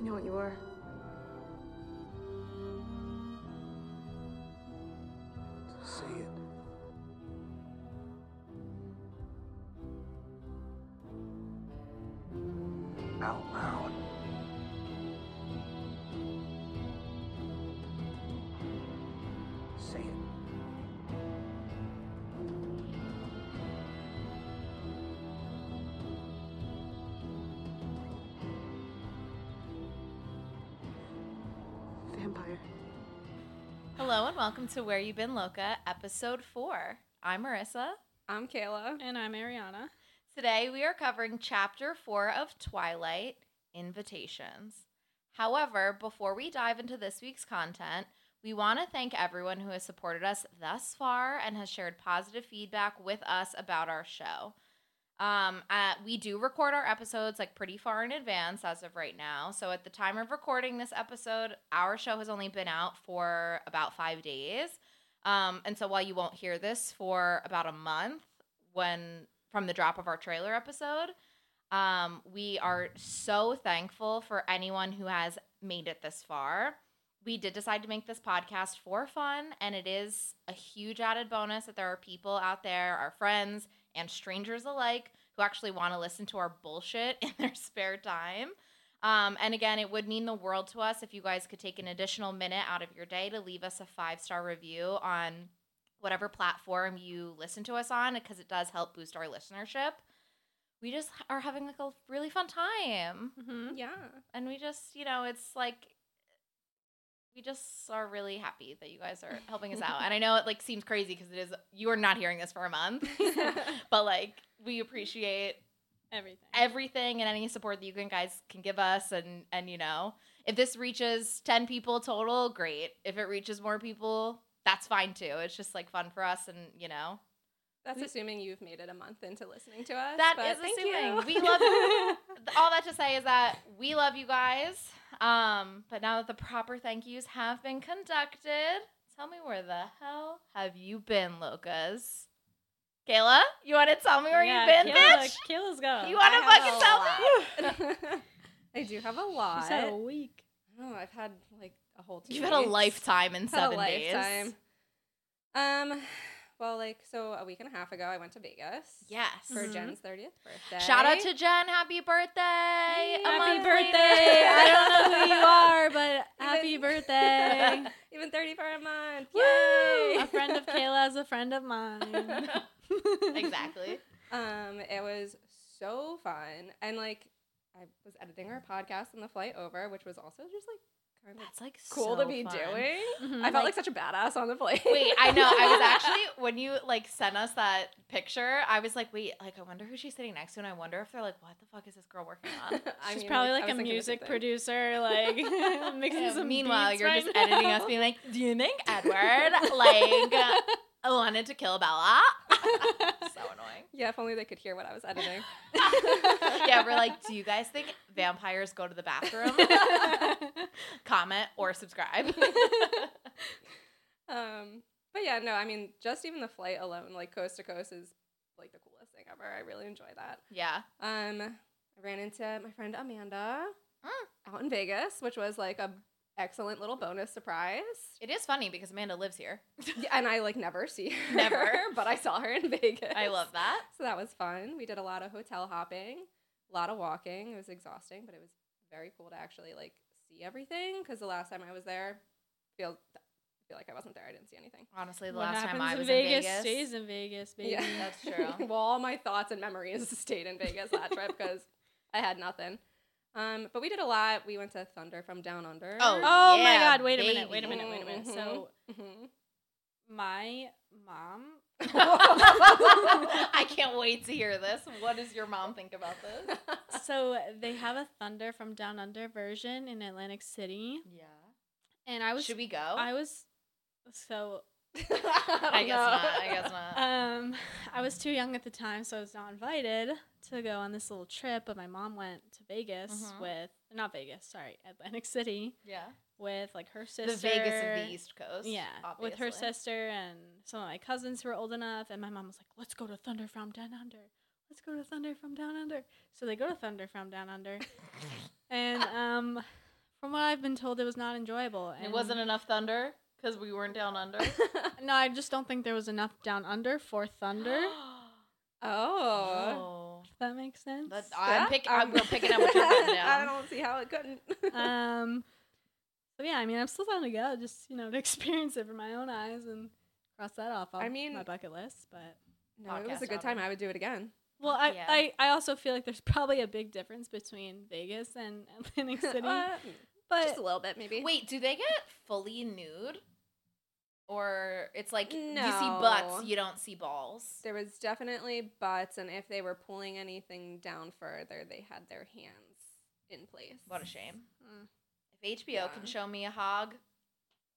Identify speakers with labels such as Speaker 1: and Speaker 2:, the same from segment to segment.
Speaker 1: You know what you are.
Speaker 2: Say it. Out loud. Say it.
Speaker 1: Vampire.
Speaker 3: Hello and welcome to Where You Been Loca, episode four. I'm Marissa.
Speaker 4: I'm Kayla.
Speaker 5: And I'm Ariana.
Speaker 3: Today we are covering chapter four of Twilight Invitations. However, before we dive into this week's content, we want to thank everyone who has supported us thus far and has shared positive feedback with us about our show. Um, uh, we do record our episodes like pretty far in advance as of right now. So at the time of recording this episode, our show has only been out for about five days. Um, and so while you won't hear this for about a month when from the drop of our trailer episode, um, we are so thankful for anyone who has made it this far. We did decide to make this podcast for fun, and it is a huge added bonus that there are people out there, our friends and strangers alike, who actually want to listen to our bullshit in their spare time. Um, and again, it would mean the world to us if you guys could take an additional minute out of your day to leave us a five star review on whatever platform you listen to us on, because it does help boost our listenership. We just are having like a really fun time.
Speaker 5: Mm-hmm.
Speaker 4: Yeah.
Speaker 3: And we just, you know, it's like, we just are really happy that you guys are helping us out. And I know it like seems crazy because it is, you are not hearing this for a month, but like, we appreciate
Speaker 5: Everything.
Speaker 3: everything and any support that you can guys can give us and and you know if this reaches 10 people total great if it reaches more people that's fine too it's just like fun for us and you know
Speaker 4: That's assuming you've made it a month into listening to us.
Speaker 3: That
Speaker 4: but
Speaker 3: is
Speaker 4: thank
Speaker 3: assuming.
Speaker 4: you.
Speaker 3: We love you. all that to say is that we love you guys um but now that the proper thank yous have been conducted tell me where the hell have you been locas kayla you want to tell me where
Speaker 5: Yeah,
Speaker 3: you've been
Speaker 5: Kayla,
Speaker 3: bitch
Speaker 5: Kayla's gone.
Speaker 3: you want to fucking tell me
Speaker 4: fucking tell me? I do have a lot.
Speaker 5: She's had a week.
Speaker 4: oh, I've had like a whole two
Speaker 3: You've had a
Speaker 4: weeks.
Speaker 3: lifetime in
Speaker 4: I've had
Speaker 3: seven
Speaker 4: a
Speaker 3: days.
Speaker 4: lifetime. Um, well, like, so a week and a half ago, I went to Vegas.
Speaker 3: Yes. Mm-hmm.
Speaker 4: For
Speaker 5: Mhm.
Speaker 4: Jen's 30th birthday.
Speaker 3: Shout out to Jen. Happy birthday. a
Speaker 5: happy
Speaker 3: month
Speaker 5: birthday.
Speaker 3: later.
Speaker 5: I don't know who you are, but happy
Speaker 4: Even-
Speaker 5: birthday.
Speaker 4: Even 30 for a month. Yay!
Speaker 5: Woo! A friend of Kayla's a friend of mine.
Speaker 3: exactly.
Speaker 4: Um, it was so fun, and like I was editing our podcast on the flight over, which was also just like kind of
Speaker 3: That's like
Speaker 4: cool
Speaker 3: so
Speaker 4: to be
Speaker 3: fun.
Speaker 4: doing.
Speaker 5: Mhm.
Speaker 4: I felt like, such a badass on the flight.
Speaker 3: Wait, I know. I was actually when you like sent us that picture, I was like, wait, like I wonder who she's sitting next to, and I wonder if they're like, what the fuck is this girl working on?
Speaker 4: I
Speaker 5: She's
Speaker 4: mean,
Speaker 5: probably
Speaker 4: I
Speaker 5: like,
Speaker 4: was
Speaker 5: a
Speaker 4: thinking the same
Speaker 5: music
Speaker 4: thing.
Speaker 5: producer, like mixing
Speaker 3: And
Speaker 5: some
Speaker 3: meanwhile,
Speaker 5: beats
Speaker 3: you're
Speaker 5: right
Speaker 3: just editing
Speaker 5: now.
Speaker 3: us being like, do you think Edward like wanted to kill Bella? so annoying.
Speaker 4: Yeah, if only they could hear what I was editing.
Speaker 3: yeah, we're like, do you guys think vampires go to the bathroom? Comment or subscribe.
Speaker 4: Um, but yeah, no, I mean, just even the flight alone, like coast to coast, is like the coolest thing ever. I really enjoy that.
Speaker 3: yeah.
Speaker 4: Um, I ran into my friend Amanda
Speaker 3: Mm.
Speaker 4: out in Vegas, which was like a excellent little bonus surprise.
Speaker 3: It is funny because Amanda lives here.
Speaker 4: Yeah, and I like never see her,
Speaker 3: Never.
Speaker 4: but I saw her in Vegas.
Speaker 3: I love that.
Speaker 4: So that was fun. We did a lot of hotel hopping, a lot of walking. It was exhausting, but it was very cool to actually like see everything because the last time I was there, feel feel like I wasn't there. I didn't see anything.
Speaker 3: Honestly, the
Speaker 5: What
Speaker 3: last time
Speaker 5: happens
Speaker 3: I was
Speaker 5: Vegas,
Speaker 3: in Vegas,
Speaker 5: stays in Vegas, baby.
Speaker 3: that's true.
Speaker 4: well, all my thoughts and memories stayed in Vegas that trip because I had nothing. Um, but we did a lot. We went to Thunder from Down Under.
Speaker 5: Oh my
Speaker 3: Yeah,
Speaker 5: God! Wait a minute! Wait a
Speaker 3: baby. Mm-hmm.
Speaker 5: minute! Wait a minute!
Speaker 4: Mhm.
Speaker 5: So
Speaker 4: Mhm.
Speaker 5: my mom.
Speaker 3: I can't wait to hear this. What does your mom think about this?
Speaker 5: So they have a Thunder from Down Under version in Atlantic City,
Speaker 3: Yeah.
Speaker 5: and I was
Speaker 3: Should we go?
Speaker 5: I was so
Speaker 3: I
Speaker 4: I
Speaker 3: guess not. I guess not.
Speaker 5: um I was too young at the time, so I was not invited to go on this little trip. But my mom went to Vegas
Speaker 3: Mhm.
Speaker 5: with not Vegas, sorry, Atlantic City
Speaker 3: yeah.
Speaker 5: with like her sister.
Speaker 3: The Vegas of the East Coast.
Speaker 5: Yeah, with her
Speaker 3: obviously.
Speaker 5: sister and some of my cousins who were old enough, and my mom was like, "Let's go to Thunder from Down Under. Let's go to Thunder from Down Under." So they go to Thunder from Down Under, and um, from what I've been told, it was not enjoyable. And
Speaker 3: It wasn't enough thunder because we weren't down under.
Speaker 5: No, I just don't think there was enough Down Under for Thunder.
Speaker 4: Oh.
Speaker 3: oh.
Speaker 5: if that makes sense.
Speaker 3: That, I'm
Speaker 4: That-
Speaker 3: pick, I'm,
Speaker 4: um,
Speaker 3: we're picking up what you're putting
Speaker 4: I
Speaker 3: down.
Speaker 4: don't see how it couldn't.
Speaker 5: um. So yeah, I mean, I'm still down to go, just you know, to experience it for my own eyes and cross that off.
Speaker 4: I
Speaker 5: off
Speaker 4: mean-
Speaker 5: my bucket list, but.
Speaker 4: no, it was a
Speaker 3: podcast
Speaker 4: good time.
Speaker 3: outing.
Speaker 4: I would do it again.
Speaker 5: Well, I,
Speaker 3: Yeah.
Speaker 5: I, I also feel like there's probably a big difference between Vegas and Atlantic City.
Speaker 4: Uh,
Speaker 5: but
Speaker 4: just a little bit, maybe.
Speaker 3: Wait, do they get fully nude? Or it's like you see
Speaker 4: No.
Speaker 3: butts, you don't see balls.
Speaker 4: There was definitely butts, and if they were pulling anything down further, they had their hands in place.
Speaker 3: What a shame.
Speaker 5: Mm.
Speaker 3: If HBO can
Speaker 4: Yeah.
Speaker 3: show me a hog,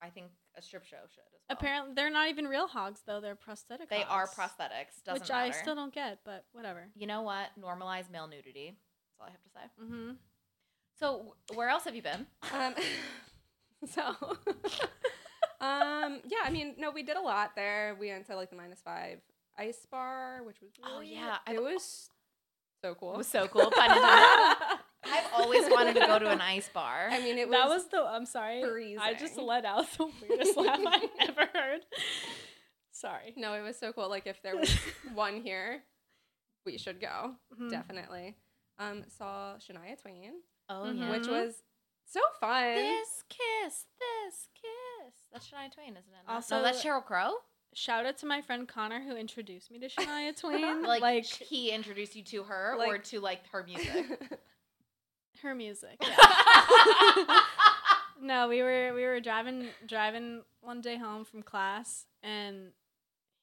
Speaker 3: I think a strip show should. As well.
Speaker 5: apparently they're not even real hogs though; they're prosthetic.
Speaker 3: they are
Speaker 5: hogs,
Speaker 3: prosthetics. Doesn't
Speaker 5: which
Speaker 3: matter.
Speaker 5: I still don't get, but whatever.
Speaker 3: You know what? Normalize male nudity. That's all I have to say.
Speaker 5: Mm-hmm.
Speaker 3: So wh- where else have you been?
Speaker 4: Um, so, um, yeah, I mean, no, we did a lot there. We went to like the minus five ice bar, which was
Speaker 3: Oh,
Speaker 4: really-
Speaker 3: yeah, I've-
Speaker 4: it was so cool.
Speaker 3: It was so cool. Pun intended. I've always wanted to go to an ice bar.
Speaker 4: I mean, it was.
Speaker 5: That was the. I'm sorry. I just
Speaker 4: freezing.
Speaker 5: let out the weirdest laugh I ever heard. Sorry.
Speaker 4: no, it was so cool. Like if there was one here, we should go
Speaker 3: Mm-hmm.
Speaker 5: Mhm.
Speaker 4: definitely. Um, saw Shania Twain,
Speaker 3: oh
Speaker 5: Mhm.
Speaker 4: which
Speaker 5: Mhm.
Speaker 4: was so fun.
Speaker 3: This kiss, this kiss. That's Shania Twain, isn't it? Also,
Speaker 5: Also-
Speaker 3: no, that's Cheryl Crow.
Speaker 5: Shout out to my friend Connor who introduced me to Shania Twain.
Speaker 3: Like,
Speaker 5: like,
Speaker 3: he introduced you to her or
Speaker 4: Like-
Speaker 3: to like her music.
Speaker 5: her music. yeah. No, we were we were driving driving one day home from class, and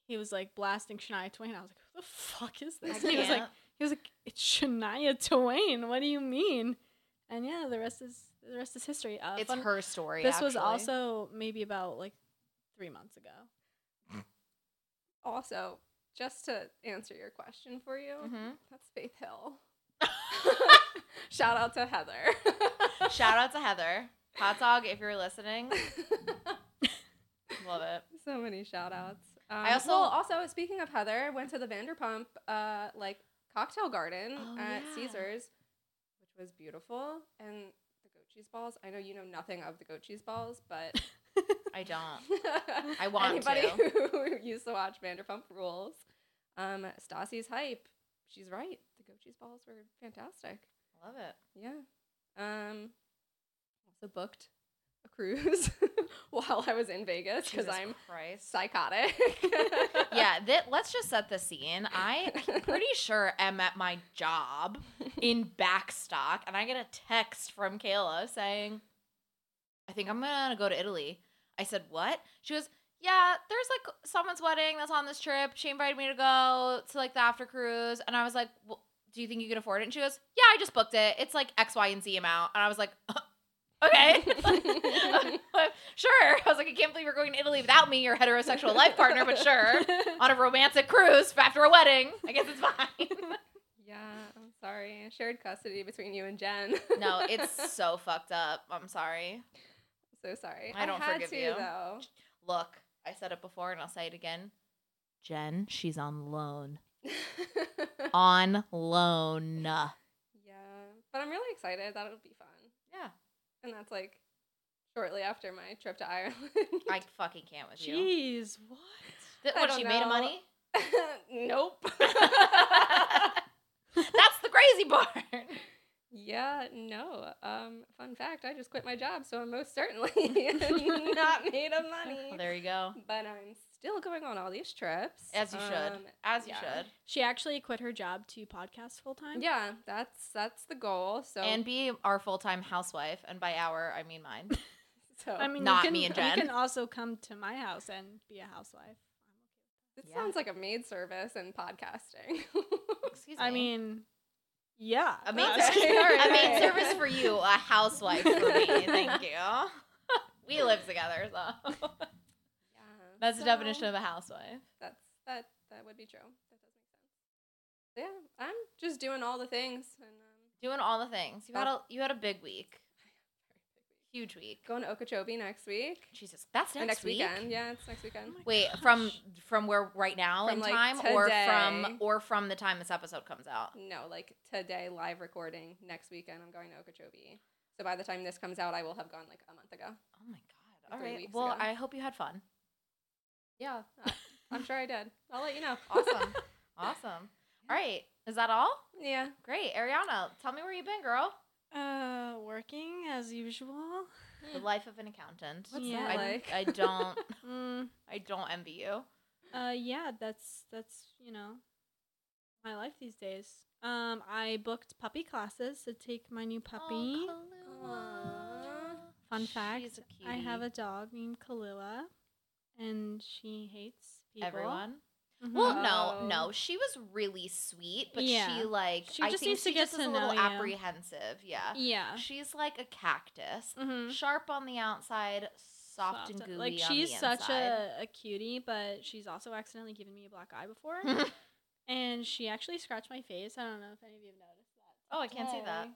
Speaker 5: he was like blasting Shania Twain. I was like, "Who the fuck is this?"
Speaker 3: I
Speaker 5: He was like,
Speaker 3: can't.
Speaker 5: "He was like, it's Shania Twain. What do you mean?" And yeah, the rest is the rest is history. Uh,
Speaker 3: it's
Speaker 5: fun-
Speaker 3: her story.
Speaker 5: This was
Speaker 3: actually.
Speaker 5: also maybe about like three months ago.
Speaker 4: also, just to answer your question for you,
Speaker 3: Mhm.
Speaker 4: that's Faith Hill. Shout out to Heather.
Speaker 3: Shout out to Heather. Hot dog, if you're listening. Love it.
Speaker 4: so many shout outs. Um,
Speaker 3: I also-
Speaker 4: well, also speaking of Heather, went to the Vanderpump uh, like cocktail garden
Speaker 3: Oh,
Speaker 4: at
Speaker 3: yeah.
Speaker 4: Caesars, which was beautiful, and the goat cheese balls. I know you know nothing of the goat cheese balls, but
Speaker 3: I don't. I want
Speaker 4: anybody
Speaker 3: to.
Speaker 4: who used to watch Vanderpump Rules, um, Stassi's hype. She's right. The goat cheese balls were fantastic.
Speaker 3: Love it.
Speaker 4: Yeah. Um, also booked a cruise while I was in Vegas because
Speaker 3: Jesus
Speaker 4: I'm
Speaker 3: Christ.
Speaker 4: psychotic.
Speaker 3: yeah, that, let's just set the scene. I pretty sure am at my job in Backstock, and I get a text from Kayla saying, "I think I'm gonna go to Italy." I said, "What?" She goes, "Yeah, there's like someone's wedding that's on this trip. She invited me to go to like the after cruise," and I was like, well, "Do you think you could afford it?" And she goes, "Yeah, I just booked it. It's like X, Y, and Z amount," and I was like. Okay. sure. I was like, I can't believe you're going to Italy without me, your heterosexual life partner, but sure on a romantic cruise after a wedding. I guess it's fine.
Speaker 4: Yeah, I'm sorry. Shared custody between you and Jen.
Speaker 3: no, it's so fucked up. I'm sorry.
Speaker 4: so sorry.
Speaker 3: I don't
Speaker 4: had
Speaker 3: forgive
Speaker 4: to,
Speaker 3: you.
Speaker 4: though.
Speaker 3: Look, I said it before and I'll say it again. Jen, she's on loan. On loan. Yeah.
Speaker 4: yeah, but I'm really excited. That'll be fun, and that's like shortly after my trip to Ireland.
Speaker 3: I fucking can't with you.
Speaker 5: Jeez, what?
Speaker 3: Th-
Speaker 4: I
Speaker 3: What
Speaker 4: don't
Speaker 3: she made of
Speaker 4: know.
Speaker 3: money?
Speaker 4: nope.
Speaker 3: That's the crazy part.
Speaker 4: yeah, no. Um, fun fact: I just quit my job, so I'm most certainly not made of
Speaker 3: Well,
Speaker 4: money.
Speaker 3: Oh, there you go.
Speaker 4: but I'm still going on all these trips.
Speaker 3: As you should.
Speaker 4: Um,
Speaker 3: As you
Speaker 4: yeah.
Speaker 3: should.
Speaker 5: She actually quit her job to podcast full time.
Speaker 4: um, Yeah, that's that's the goal. So
Speaker 3: And be our full time housewife. And by our, I mean mine.
Speaker 4: so
Speaker 5: I mean,
Speaker 3: Not
Speaker 5: you can,
Speaker 3: me and Jen.
Speaker 5: You can also come to my house and be a housewife.
Speaker 4: it
Speaker 3: yeah.
Speaker 4: sounds like a maid service and podcasting.
Speaker 3: Excuse me.
Speaker 5: I mean, yeah.
Speaker 3: a
Speaker 5: No,
Speaker 3: maid,
Speaker 5: I'm
Speaker 4: Okay.
Speaker 5: just
Speaker 3: service,
Speaker 5: kidding.
Speaker 4: All
Speaker 3: a
Speaker 4: right.
Speaker 3: maid service for you, a housewife for me. Thank you. we live together, so
Speaker 4: yeah,
Speaker 3: that's the
Speaker 4: so
Speaker 3: definition of a housewife.
Speaker 4: That's that that would be true. That does make sense. So yeah, I'm just doing all the things and um,
Speaker 3: Doing all the things. You had a you had a big week, huge week.
Speaker 4: going to Okeechobee next week.
Speaker 3: Jesus, that's
Speaker 4: Or
Speaker 3: next,
Speaker 4: next
Speaker 3: week.
Speaker 4: weekend. Yeah, it's next weekend.
Speaker 3: Wait, from from where right now
Speaker 4: From,
Speaker 3: in
Speaker 4: like,
Speaker 3: time, or from
Speaker 4: today.
Speaker 3: or from the time this episode comes out?
Speaker 4: No, like today, live recording. Next weekend, I'm going to Okeechobee. So by the time this comes out, I will have gone like a month ago.
Speaker 3: Oh my god! All
Speaker 4: Three
Speaker 3: right.
Speaker 4: weeks
Speaker 3: Well,
Speaker 4: ago.
Speaker 3: I hope you had fun.
Speaker 4: Yeah, I- Uh, I'm sure I did. I'll let you know.
Speaker 3: Awesome, awesome. All right, is that all?
Speaker 4: yeah.
Speaker 3: Great, Ariana. Tell me where you've been, girl.
Speaker 5: Uh, working as usual.
Speaker 3: The life of an accountant.
Speaker 4: What's
Speaker 5: Yeah.
Speaker 4: that
Speaker 3: I,
Speaker 4: like?
Speaker 3: I don't.
Speaker 5: Mm,
Speaker 3: I don't envy
Speaker 4: Oh,
Speaker 3: you.
Speaker 5: uh, yeah, that's that's you know, my life these days. Um, I booked puppy classes to take my new puppy.
Speaker 4: Aw.
Speaker 5: Fun
Speaker 3: She's
Speaker 5: fact:
Speaker 3: a
Speaker 5: I have a
Speaker 3: cutie.
Speaker 5: dog named Kalila, and she hates people.
Speaker 3: Everyone.
Speaker 5: Mhm.
Speaker 3: Well, no,
Speaker 4: Oh.
Speaker 3: no. She was really sweet, but
Speaker 5: Yeah.
Speaker 3: she like
Speaker 5: She
Speaker 3: I
Speaker 5: just
Speaker 3: think
Speaker 5: needs to
Speaker 3: she
Speaker 5: get
Speaker 3: just is
Speaker 5: to
Speaker 3: a little
Speaker 5: know you.
Speaker 3: apprehensive. Yeah.
Speaker 5: yeah.
Speaker 3: She's like a cactus,
Speaker 5: Mhm.
Speaker 3: sharp on the outside, soft, and gooey
Speaker 5: Like
Speaker 3: on
Speaker 5: she's
Speaker 3: the
Speaker 5: such
Speaker 3: inside.
Speaker 5: a, a cutie, but she's also accidentally given me a black eye before, and she actually scratched my face. I don't know if any of you have noticed that.
Speaker 3: Oh, I can't see that.
Speaker 5: today.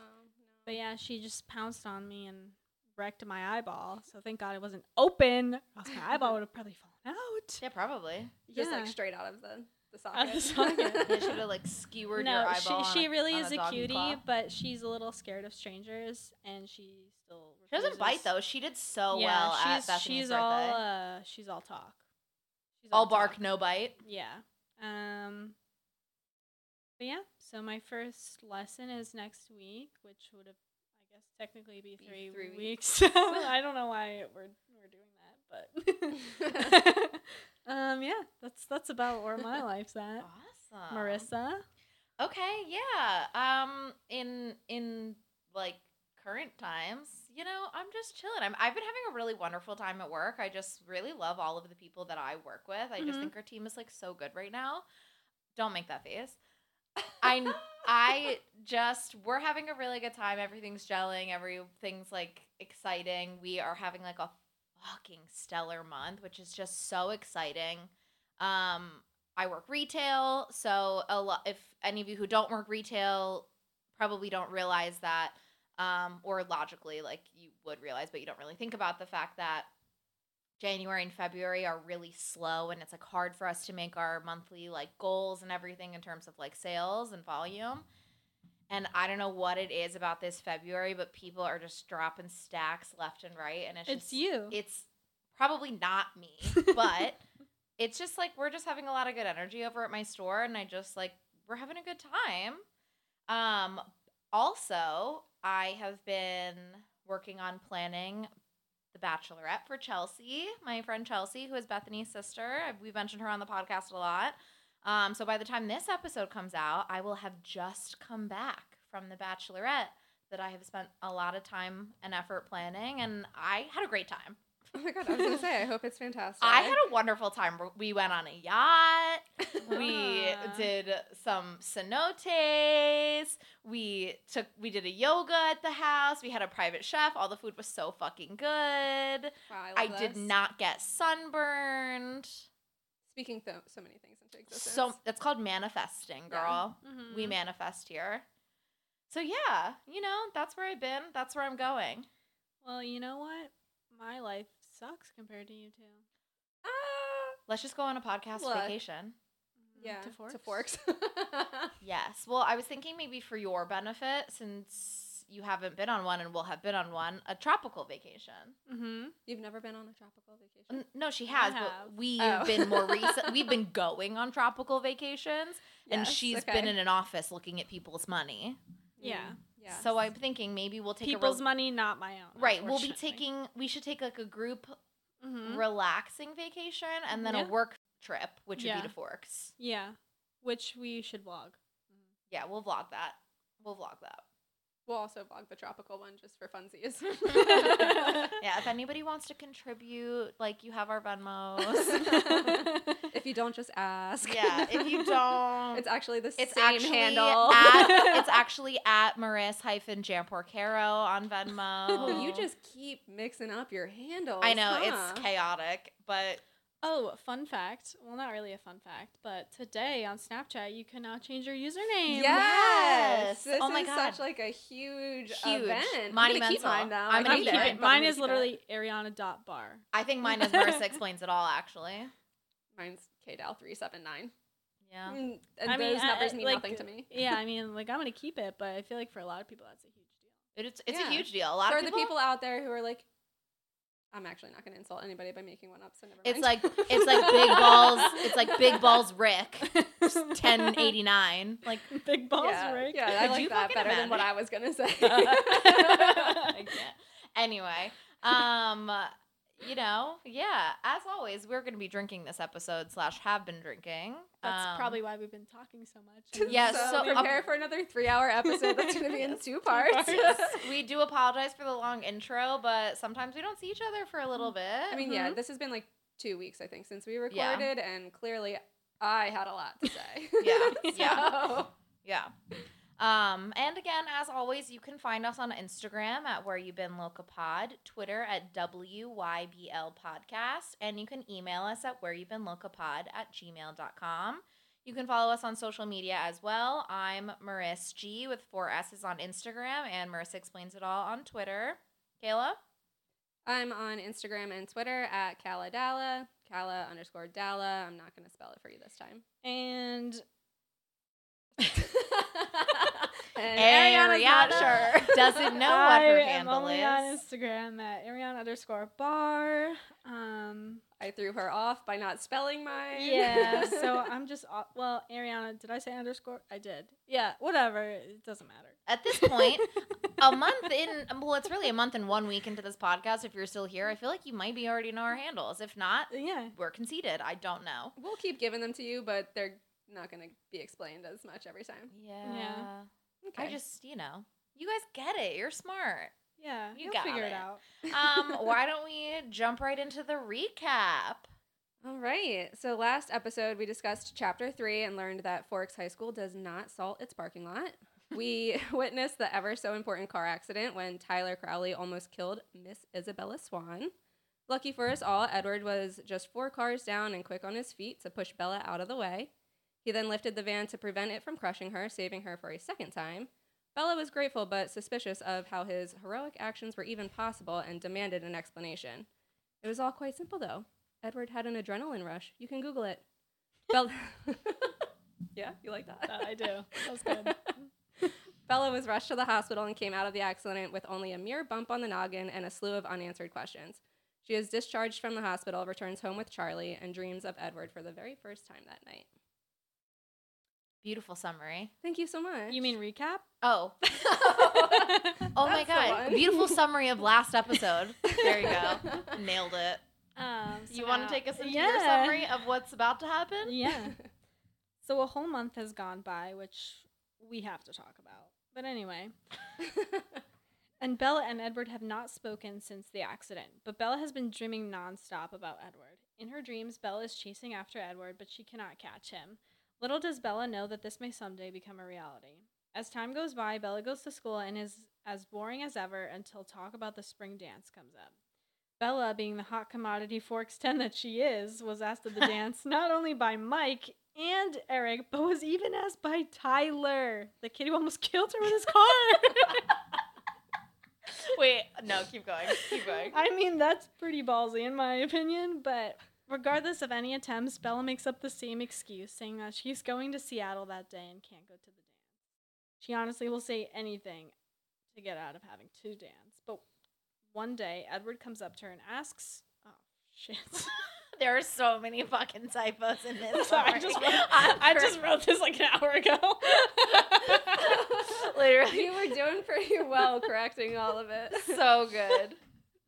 Speaker 4: Um,
Speaker 5: But yeah, she just pounced on me and wrecked my eyeball. So thank God it wasn't open. Or else my eyeball would have probably fallen out.
Speaker 3: Yeah, probably.
Speaker 4: Just
Speaker 5: yeah.
Speaker 4: like straight out of the the
Speaker 5: Out
Speaker 4: socket.
Speaker 5: of the socket.
Speaker 3: They should have like skewered
Speaker 5: no,
Speaker 3: your
Speaker 5: she
Speaker 3: eyeball. on
Speaker 5: she
Speaker 3: a-
Speaker 5: really
Speaker 3: on
Speaker 5: is a,
Speaker 3: doggy
Speaker 5: cutie,
Speaker 3: paw.
Speaker 5: but she's a little scared of strangers, and she still
Speaker 3: She doesn't bite
Speaker 5: refuses-
Speaker 3: though. She did so
Speaker 5: yeah,
Speaker 3: well
Speaker 5: she's,
Speaker 3: at Bethany's
Speaker 5: she's
Speaker 3: birthday.
Speaker 5: all uh, she's all talk. She's
Speaker 3: all bark,
Speaker 5: talk.
Speaker 3: no bite.
Speaker 5: Yeah. Um but yeah, so my first lesson is next week, which would have I guess technically be
Speaker 4: Be
Speaker 5: three,
Speaker 4: three
Speaker 5: weeks. I don't know why we're we're doing that, but um yeah, that's that's about where my life's at.
Speaker 3: Awesome,
Speaker 5: Marissa.
Speaker 3: Okay, yeah. Um, in in like current times, you know, I'm just chilling. I'm, I've been having a really wonderful time at work. I just really love all of the people that I work with. I just
Speaker 5: Mhm.
Speaker 3: think our team is like so good right now. Don't make that face. I I just we're having a really good time. Everything's gelling. Everything's like exciting. We are having like a fucking stellar month, which is just so exciting. Um, I work retail, so a lot. If any of you who don't work retail, probably don't realize that, um, or logically, like you would realize, but you don't really think about the fact that January and February are really slow, and it's like hard for us to make our monthly like goals and everything in terms of like sales and volume. And I don't know what it is about this February, but people are just dropping stacks left and right, and it's
Speaker 5: It's
Speaker 3: just,
Speaker 5: you.
Speaker 3: it's probably not me, but it's just like we're just having a lot of good energy over at my store and I just like we're having a good time. Um also, I have been working on planning the bachelorette for Chelsea, my friend Chelsea who is Bethany's sister. We mentioned her on the podcast a lot. Um so by the time this episode comes out, I will have just come back from the bachelorette that I have spent a lot of time and effort planning and I had a great time.
Speaker 4: Oh my god, I was gonna say, I hope it's fantastic.
Speaker 3: I had a wonderful time. We went on a yacht. We
Speaker 5: Ah.
Speaker 3: did some cenotes. We took we did a yoga at the house. We had a private chef. All the food was so fucking good. I,
Speaker 4: Wow, I, love
Speaker 3: did
Speaker 4: this.
Speaker 3: not get sunburned.
Speaker 4: speaking tho- so many things into existence.
Speaker 3: So that's called manifesting,
Speaker 4: Yeah. Mm-hmm.
Speaker 3: girl. We
Speaker 5: Mhm.
Speaker 3: manifest here. So yeah, you know, that's where I've been. That's where I'm going.
Speaker 5: Well, you know what? My life sucks compared to you two.
Speaker 4: Ah,
Speaker 3: Let's just go on a podcast
Speaker 4: Look.
Speaker 3: vacation.
Speaker 5: Mm,
Speaker 4: yeah,
Speaker 5: To forks.
Speaker 4: To forks.
Speaker 3: Yes. Well, I was thinking maybe for your benefit, since you haven't been on one and will have been on one, a tropical vacation.
Speaker 5: Mm-hmm.
Speaker 4: You've never been on a tropical
Speaker 3: N-
Speaker 4: vacation?
Speaker 3: No, she has, but
Speaker 5: have.
Speaker 3: we've
Speaker 4: Oh.
Speaker 3: been more recent. We've been going on tropical vacations, and
Speaker 4: Yes,
Speaker 3: she's been
Speaker 4: okay.
Speaker 3: in an office looking at people's money.
Speaker 5: Yeah.
Speaker 4: Yeah.
Speaker 3: So I'm thinking maybe we'll take
Speaker 5: People's
Speaker 3: a rel-
Speaker 5: money, not my own.
Speaker 3: right. We'll be taking. We should take like a group
Speaker 5: hmm
Speaker 3: relaxing vacation and then
Speaker 5: Yeah.
Speaker 3: a work trip, which would
Speaker 5: Yeah.
Speaker 3: be to Forks.
Speaker 5: Yeah, which we should vlog.
Speaker 3: Yeah, we'll vlog that. We'll vlog that.
Speaker 4: we'll also vlog the tropical one just for funsies.
Speaker 3: Yeah, if anybody wants to contribute, like you have our Venmos.
Speaker 4: if you don't just ask.
Speaker 3: yeah, if you don't,
Speaker 4: It's actually the
Speaker 3: It's
Speaker 4: same
Speaker 3: actually
Speaker 4: handle.
Speaker 3: at it's actually at Maris hyphen Jamporcaro on Venmo.
Speaker 4: oh, you just keep mixing up your handles.
Speaker 3: I know
Speaker 4: huh?
Speaker 3: it's chaotic, but
Speaker 5: Oh, fun fact. Well, not really a fun fact, but today on Snapchat, you can now change your username.
Speaker 3: Yes.
Speaker 4: Yes. This
Speaker 3: Oh my
Speaker 4: is
Speaker 3: God.
Speaker 4: such like a huge,
Speaker 3: Huge.
Speaker 4: event. I'm gonna keep
Speaker 3: Monumental.
Speaker 4: mine now.
Speaker 3: I'm
Speaker 4: I
Speaker 5: I'm gonna
Speaker 3: need
Speaker 4: need
Speaker 5: keep
Speaker 3: it,
Speaker 5: it.
Speaker 4: but I'm
Speaker 5: Mine
Speaker 4: gonna
Speaker 5: is
Speaker 4: keep it.
Speaker 5: literally Ariana dot bar.
Speaker 3: I think mine is Marissa explains it all actually.
Speaker 4: Mine's KDAL three seven nine. Mm,
Speaker 3: Yeah.
Speaker 4: And those
Speaker 5: I mean,
Speaker 3: uh,
Speaker 5: I-
Speaker 4: numbers
Speaker 5: I-
Speaker 4: mean
Speaker 5: like,
Speaker 4: nothing to me.
Speaker 5: Yeah, I mean, like I'm gonna keep it, but I feel like for a lot of people, that's a huge deal.
Speaker 3: It- It's it's a
Speaker 4: Yeah.
Speaker 3: huge deal. A lot
Speaker 4: For
Speaker 3: of people,
Speaker 4: the people out there who are like, I'm actually not gonna insult anybody by making one up. So never
Speaker 3: it's
Speaker 4: mind.
Speaker 3: like it's like big balls. It's like big balls Rick, ten eighty nine. Like
Speaker 5: Big balls,
Speaker 4: yeah,
Speaker 5: right?
Speaker 4: Yeah, I
Speaker 3: Could you fucking
Speaker 4: like that better than what
Speaker 3: imagine?
Speaker 4: I was gonna say.
Speaker 3: I can't. Anyway, um, you know, yeah. As always, we're gonna be drinking this episode slash have been drinking.
Speaker 5: That's
Speaker 3: Um,
Speaker 5: probably why we've been talking so much.
Speaker 3: Yeah,
Speaker 4: so,
Speaker 3: so-
Speaker 4: prepare for another three hour episode that's gonna be in two parts.
Speaker 5: parts.
Speaker 3: we do apologize for the long intro, but sometimes we don't see each other for a little bit.
Speaker 4: Mm. I mean, yeah, this has been like two weeks, I think, since we
Speaker 3: Yeah.
Speaker 4: recorded, and clearly I had a lot to say.
Speaker 3: Mm-hmm. Yeah, yeah.
Speaker 4: So-
Speaker 3: yeah. Um, and again, as always, you can find us on Instagram at Where You Been Loca Pod, Twitter at WYBL Podcast, and you can email us at Where You Been Loca Pod at gmail.com. You can follow us on social media as well. I'm Maris G with four S's on Instagram, and Marissa Explains It All on Twitter. Kayla?
Speaker 4: I'm on Instagram and Twitter at Cala Dalla, Cala underscore Dalla. I'm not gonna spell it for you this time.
Speaker 5: And
Speaker 4: And
Speaker 3: Ariana's not
Speaker 4: Ariana.
Speaker 3: sure. Doesn't know what
Speaker 5: I
Speaker 3: her
Speaker 5: am
Speaker 3: handle
Speaker 5: only on
Speaker 3: is.
Speaker 5: Instagram at Ariana underscore bar. Um,
Speaker 4: I threw her off by not spelling mine.
Speaker 5: yeah, so I'm just au- well, Ariana. Did I say underscore? I did. Yeah, whatever. It doesn't matter.
Speaker 3: At this point, a month in, well, it's really a month and one week into this podcast. If you're still here, I feel like you might be already know our handles. If not,
Speaker 5: Yeah,
Speaker 3: we're conceited. I don't know.
Speaker 4: we'll keep giving them to you, but they're not gonna be explained as much every time.
Speaker 3: Yeah.
Speaker 4: Okay.
Speaker 3: I just, you know, you guys get it. You're smart.
Speaker 5: yeah.
Speaker 3: You
Speaker 5: You will
Speaker 3: got
Speaker 5: figure
Speaker 3: it.
Speaker 5: it out.
Speaker 3: Um, why don't we jump right into the recap?
Speaker 4: All right. So last episode, we discussed chapter three and learned that Forks High School does not salt its parking lot. We witnessed the ever so important car accident when Tyler Crowley almost killed Miss Isabella Swan. Lucky for us all, Edward was just four cars down and quick on his feet to push Bella out of the way. He then lifted the van to prevent it from crushing her, saving her for a second time. Bella was grateful but suspicious of how his heroic actions were even possible and demanded an explanation. It was all quite simple, though. Edward had an adrenaline rush. You can Google it. Bella. yeah, you like that?
Speaker 5: Uh, I do. That was good.
Speaker 4: Bella was rushed to the hospital and came out of the accident with only a mere bump on the noggin and a slew of unanswered questions. She is discharged from the hospital, returns home with Charlie, and dreams of Edward for the very first time that night.
Speaker 3: Beautiful summary.
Speaker 4: Thank you so much.
Speaker 5: You mean recap?
Speaker 3: Oh, oh my
Speaker 4: That's the
Speaker 3: God.
Speaker 4: one.
Speaker 3: Beautiful summary of last episode. There you go. Nailed it.
Speaker 5: Um, so
Speaker 3: You want
Speaker 5: now-
Speaker 3: to take us into your
Speaker 5: Yeah.
Speaker 3: summary of what's about to happen?
Speaker 5: Yeah. So a whole month has gone by, which we have to talk about. But anyway. and Bella and Edward have not spoken since the accident, but Bella has been dreaming nonstop about Edward. In her dreams, Bella is chasing after Edward, but she cannot catch him. Little does Bella know that this may someday become a reality. As time goes by, Bella goes to school and is as boring as ever until talk about the spring dance comes up. Bella, being the hot commodity for extent that she is, was asked to the dance not only by Mike and Eric, but was even asked by Tyler, the kid who almost killed her with his car.
Speaker 3: Wait, no, keep going. Keep going.
Speaker 5: I mean, that's pretty ballsy in my opinion, but regardless of any attempts, Bella makes up the same excuse, saying that she's going to Seattle that day and can't go to the dance. She honestly will say anything to get out of having to dance. But one day, Edward comes up to her and asks, "Oh shit."
Speaker 3: There are so many fucking typos in this.
Speaker 5: Sorry, I
Speaker 3: summary.
Speaker 5: just wrote,
Speaker 3: I'm
Speaker 5: I just wrote this like an hour ago.
Speaker 3: literally
Speaker 4: you were doing pretty well correcting all of it.
Speaker 3: so good.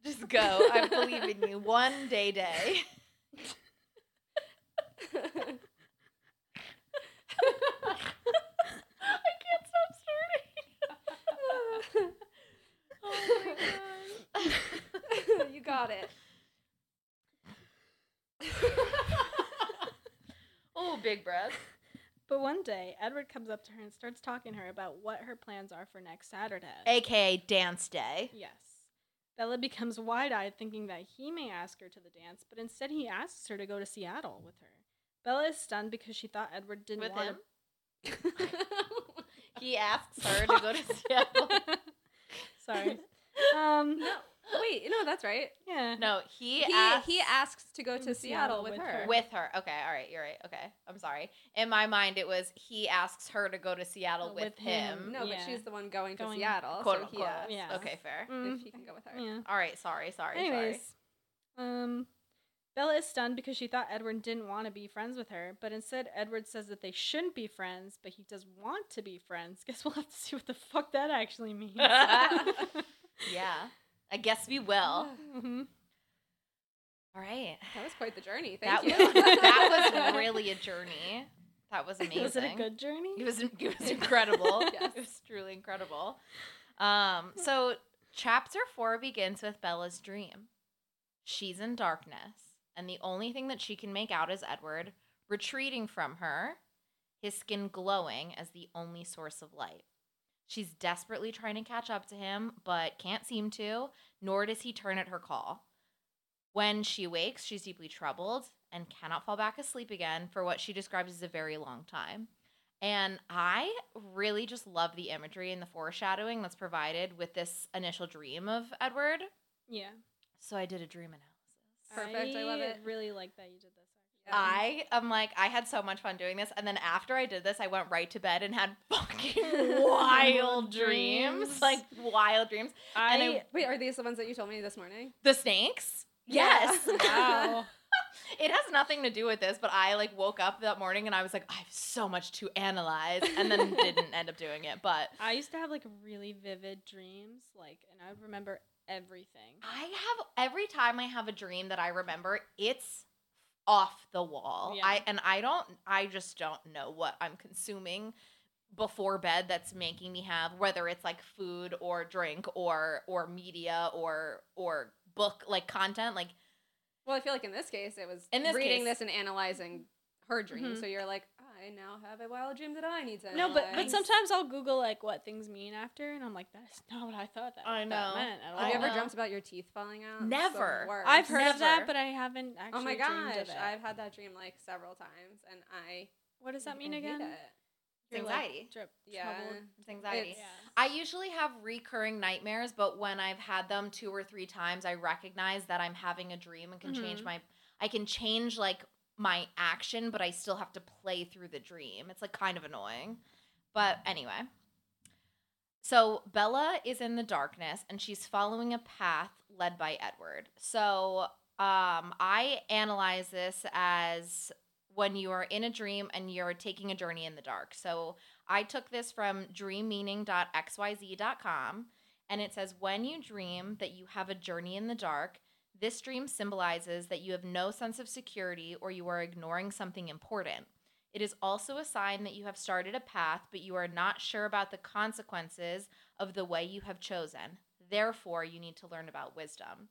Speaker 3: Just go. I believe in you. One day, day. I can't stop snorting. oh my god.
Speaker 4: you got it.
Speaker 3: oh, big breath.
Speaker 5: but one day, Edward comes up to her and starts talking to her about what her plans are for next Saturday.
Speaker 3: Eh. AKA dance day.
Speaker 5: Yes. Bella becomes wide eyed, thinking that he may ask her to the dance, but instead he asks her to go to Seattle with her. Bella is stunned because she thought Edward didn't
Speaker 3: With
Speaker 5: want
Speaker 3: him? He asks her to go to Seattle.
Speaker 5: Sorry. Um,
Speaker 4: No, wait, no, that's right.
Speaker 5: yeah.
Speaker 3: No, he,
Speaker 4: He
Speaker 3: asks
Speaker 4: he asks to go
Speaker 5: In
Speaker 4: to Seattle, with her.
Speaker 3: with her. Okay, all right, you're right. Okay, I'm sorry. In my mind, it was he asks her to go to Seattle
Speaker 5: Oh,
Speaker 3: with,
Speaker 5: with
Speaker 3: him.
Speaker 5: him.
Speaker 4: No,
Speaker 5: Yeah.
Speaker 4: but she's the one going to
Speaker 5: Going-
Speaker 4: Seattle.
Speaker 3: Quote
Speaker 4: so he
Speaker 3: unquote.
Speaker 4: asks
Speaker 5: Yeah.
Speaker 3: Okay, fair.
Speaker 5: Mm,
Speaker 4: if he can go with her.
Speaker 5: yeah.
Speaker 3: All right, sorry, sorry,
Speaker 5: Anyways, um, Bella is stunned because she thought Edward didn't want to be friends with her, but instead Edward says that they shouldn't be friends, but he does want to be friends. Guess we'll have to see what the fuck that actually means.
Speaker 3: sorry. Yeah, I guess we will.
Speaker 5: Mhm.
Speaker 3: All right.
Speaker 4: That was quite the journey.
Speaker 3: That
Speaker 4: Thank
Speaker 3: was,
Speaker 4: you.
Speaker 3: that was really a journey. That was amazing.
Speaker 5: Was it a good journey?
Speaker 3: It was, it was incredible.
Speaker 4: Yes.
Speaker 3: It was truly incredible. Um, so chapter four begins with Bella's dream. She's in darkness, and the only thing that she can make out is Edward retreating from her, his skin glowing as the only source of light. She's desperately trying to catch up to him, but can't seem to, nor does he turn at her call. When she wakes, she's deeply troubled and cannot fall back asleep again for what she describes as a very long time. And I really just love the imagery and the foreshadowing that's provided with this initial dream of Edward.
Speaker 5: yeah.
Speaker 3: So I did a dream analysis.
Speaker 4: Perfect, I love it.
Speaker 5: Really like that you did this.
Speaker 4: Yeah.
Speaker 3: I am like, I had so much fun doing this. And then after I did this, I went right to bed and had fucking wild dreams.
Speaker 5: Dreams.
Speaker 3: Like, wild dreams.
Speaker 5: I,
Speaker 3: I-
Speaker 4: Wait, are these the ones that you told me this morning?
Speaker 3: The snakes?
Speaker 4: Yeah.
Speaker 3: Yes.
Speaker 5: wow.
Speaker 3: It has nothing to do with this, but I like woke up that morning and I was like, I have so much to analyze, and then didn't end up doing it. But
Speaker 5: I used to have like really vivid dreams, like, and I would remember everything.
Speaker 3: I have every time I have a dream that I remember, it's off the wall.
Speaker 5: Yeah.
Speaker 3: I and I don't I just don't know what I'm consuming before bed that's making me have whether it's like food or drink or or media or or book like content like
Speaker 4: Well, I feel like in this case it was
Speaker 3: In this
Speaker 4: reading
Speaker 3: case- Mm-hmm.
Speaker 4: this and analyzing her dream.
Speaker 5: Mhm.
Speaker 4: So you're like, I now have a wild dream that I need to.
Speaker 5: No, but but
Speaker 4: analyze."
Speaker 5: sometimes I'll Google like what things mean after, and I'm like, that's not what I thought that,
Speaker 3: I
Speaker 5: that
Speaker 3: know.
Speaker 5: meant at all.
Speaker 4: have you ever
Speaker 3: know.
Speaker 4: dreamt about your teeth falling out? It's the
Speaker 3: Never.
Speaker 4: worst.
Speaker 5: I've heard of
Speaker 3: Never.
Speaker 5: that, but I haven't actually.
Speaker 4: Oh my
Speaker 5: dreamed of
Speaker 4: gosh,
Speaker 5: it.
Speaker 4: I've had that dream like several times, and I.
Speaker 5: What does
Speaker 4: I
Speaker 5: that mean
Speaker 4: hate
Speaker 5: again?
Speaker 4: it.
Speaker 5: You're, like,
Speaker 3: Anxiety.
Speaker 5: drip-
Speaker 4: Yeah.
Speaker 5: troubled.
Speaker 3: it's anxiety.
Speaker 4: It's-
Speaker 5: Yeah.
Speaker 3: I usually have recurring nightmares, but when I've had them two or three times, I recognize that I'm having a dream and can change
Speaker 5: Mhm.
Speaker 3: my I can change like my action, but I still have to play through the dream. It's like kind of annoying. But anyway. So Bella is in the darkness and she's following a path led by Edward. So um I analyze this as when you are in a dream and you're taking a journey in the dark. So I took this from dreammeaning.xyz.com and it says when you dream that you have a journey in the dark, this dream symbolizes that you have no sense of security or you are ignoring something important. It is also a sign that you have started a path, but you are not sure about the consequences of the way you have chosen. Therefore, you need to learn about wisdom.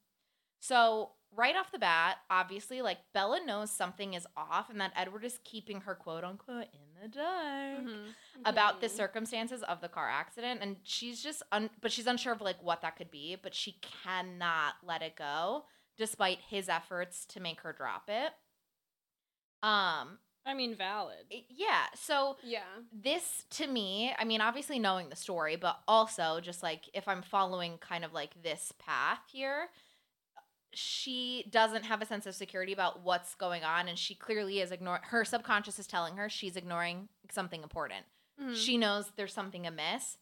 Speaker 3: So, right off the bat, obviously, like Bella knows something is off and that Edward is keeping her quote unquote in the dark
Speaker 4: Mm-hmm.
Speaker 5: Mhm.
Speaker 3: Mm-hmm. about the
Speaker 4: Mhm.
Speaker 3: circumstances of the car accident and she's just un- but she's unsure of like what that could be but she cannot let it go despite his efforts to make her drop it um
Speaker 5: I mean, valid.
Speaker 3: it- yeah so
Speaker 4: Yeah.
Speaker 3: this to me i mean obviously knowing the story but also just like if i'm following kind of like this path here she doesn't have a sense of security about what's going on and she clearly is ignoring her
Speaker 4: Hmm.
Speaker 3: subconscious is telling her she's ignoring something important
Speaker 5: Mhm.
Speaker 3: she knows there's something amiss,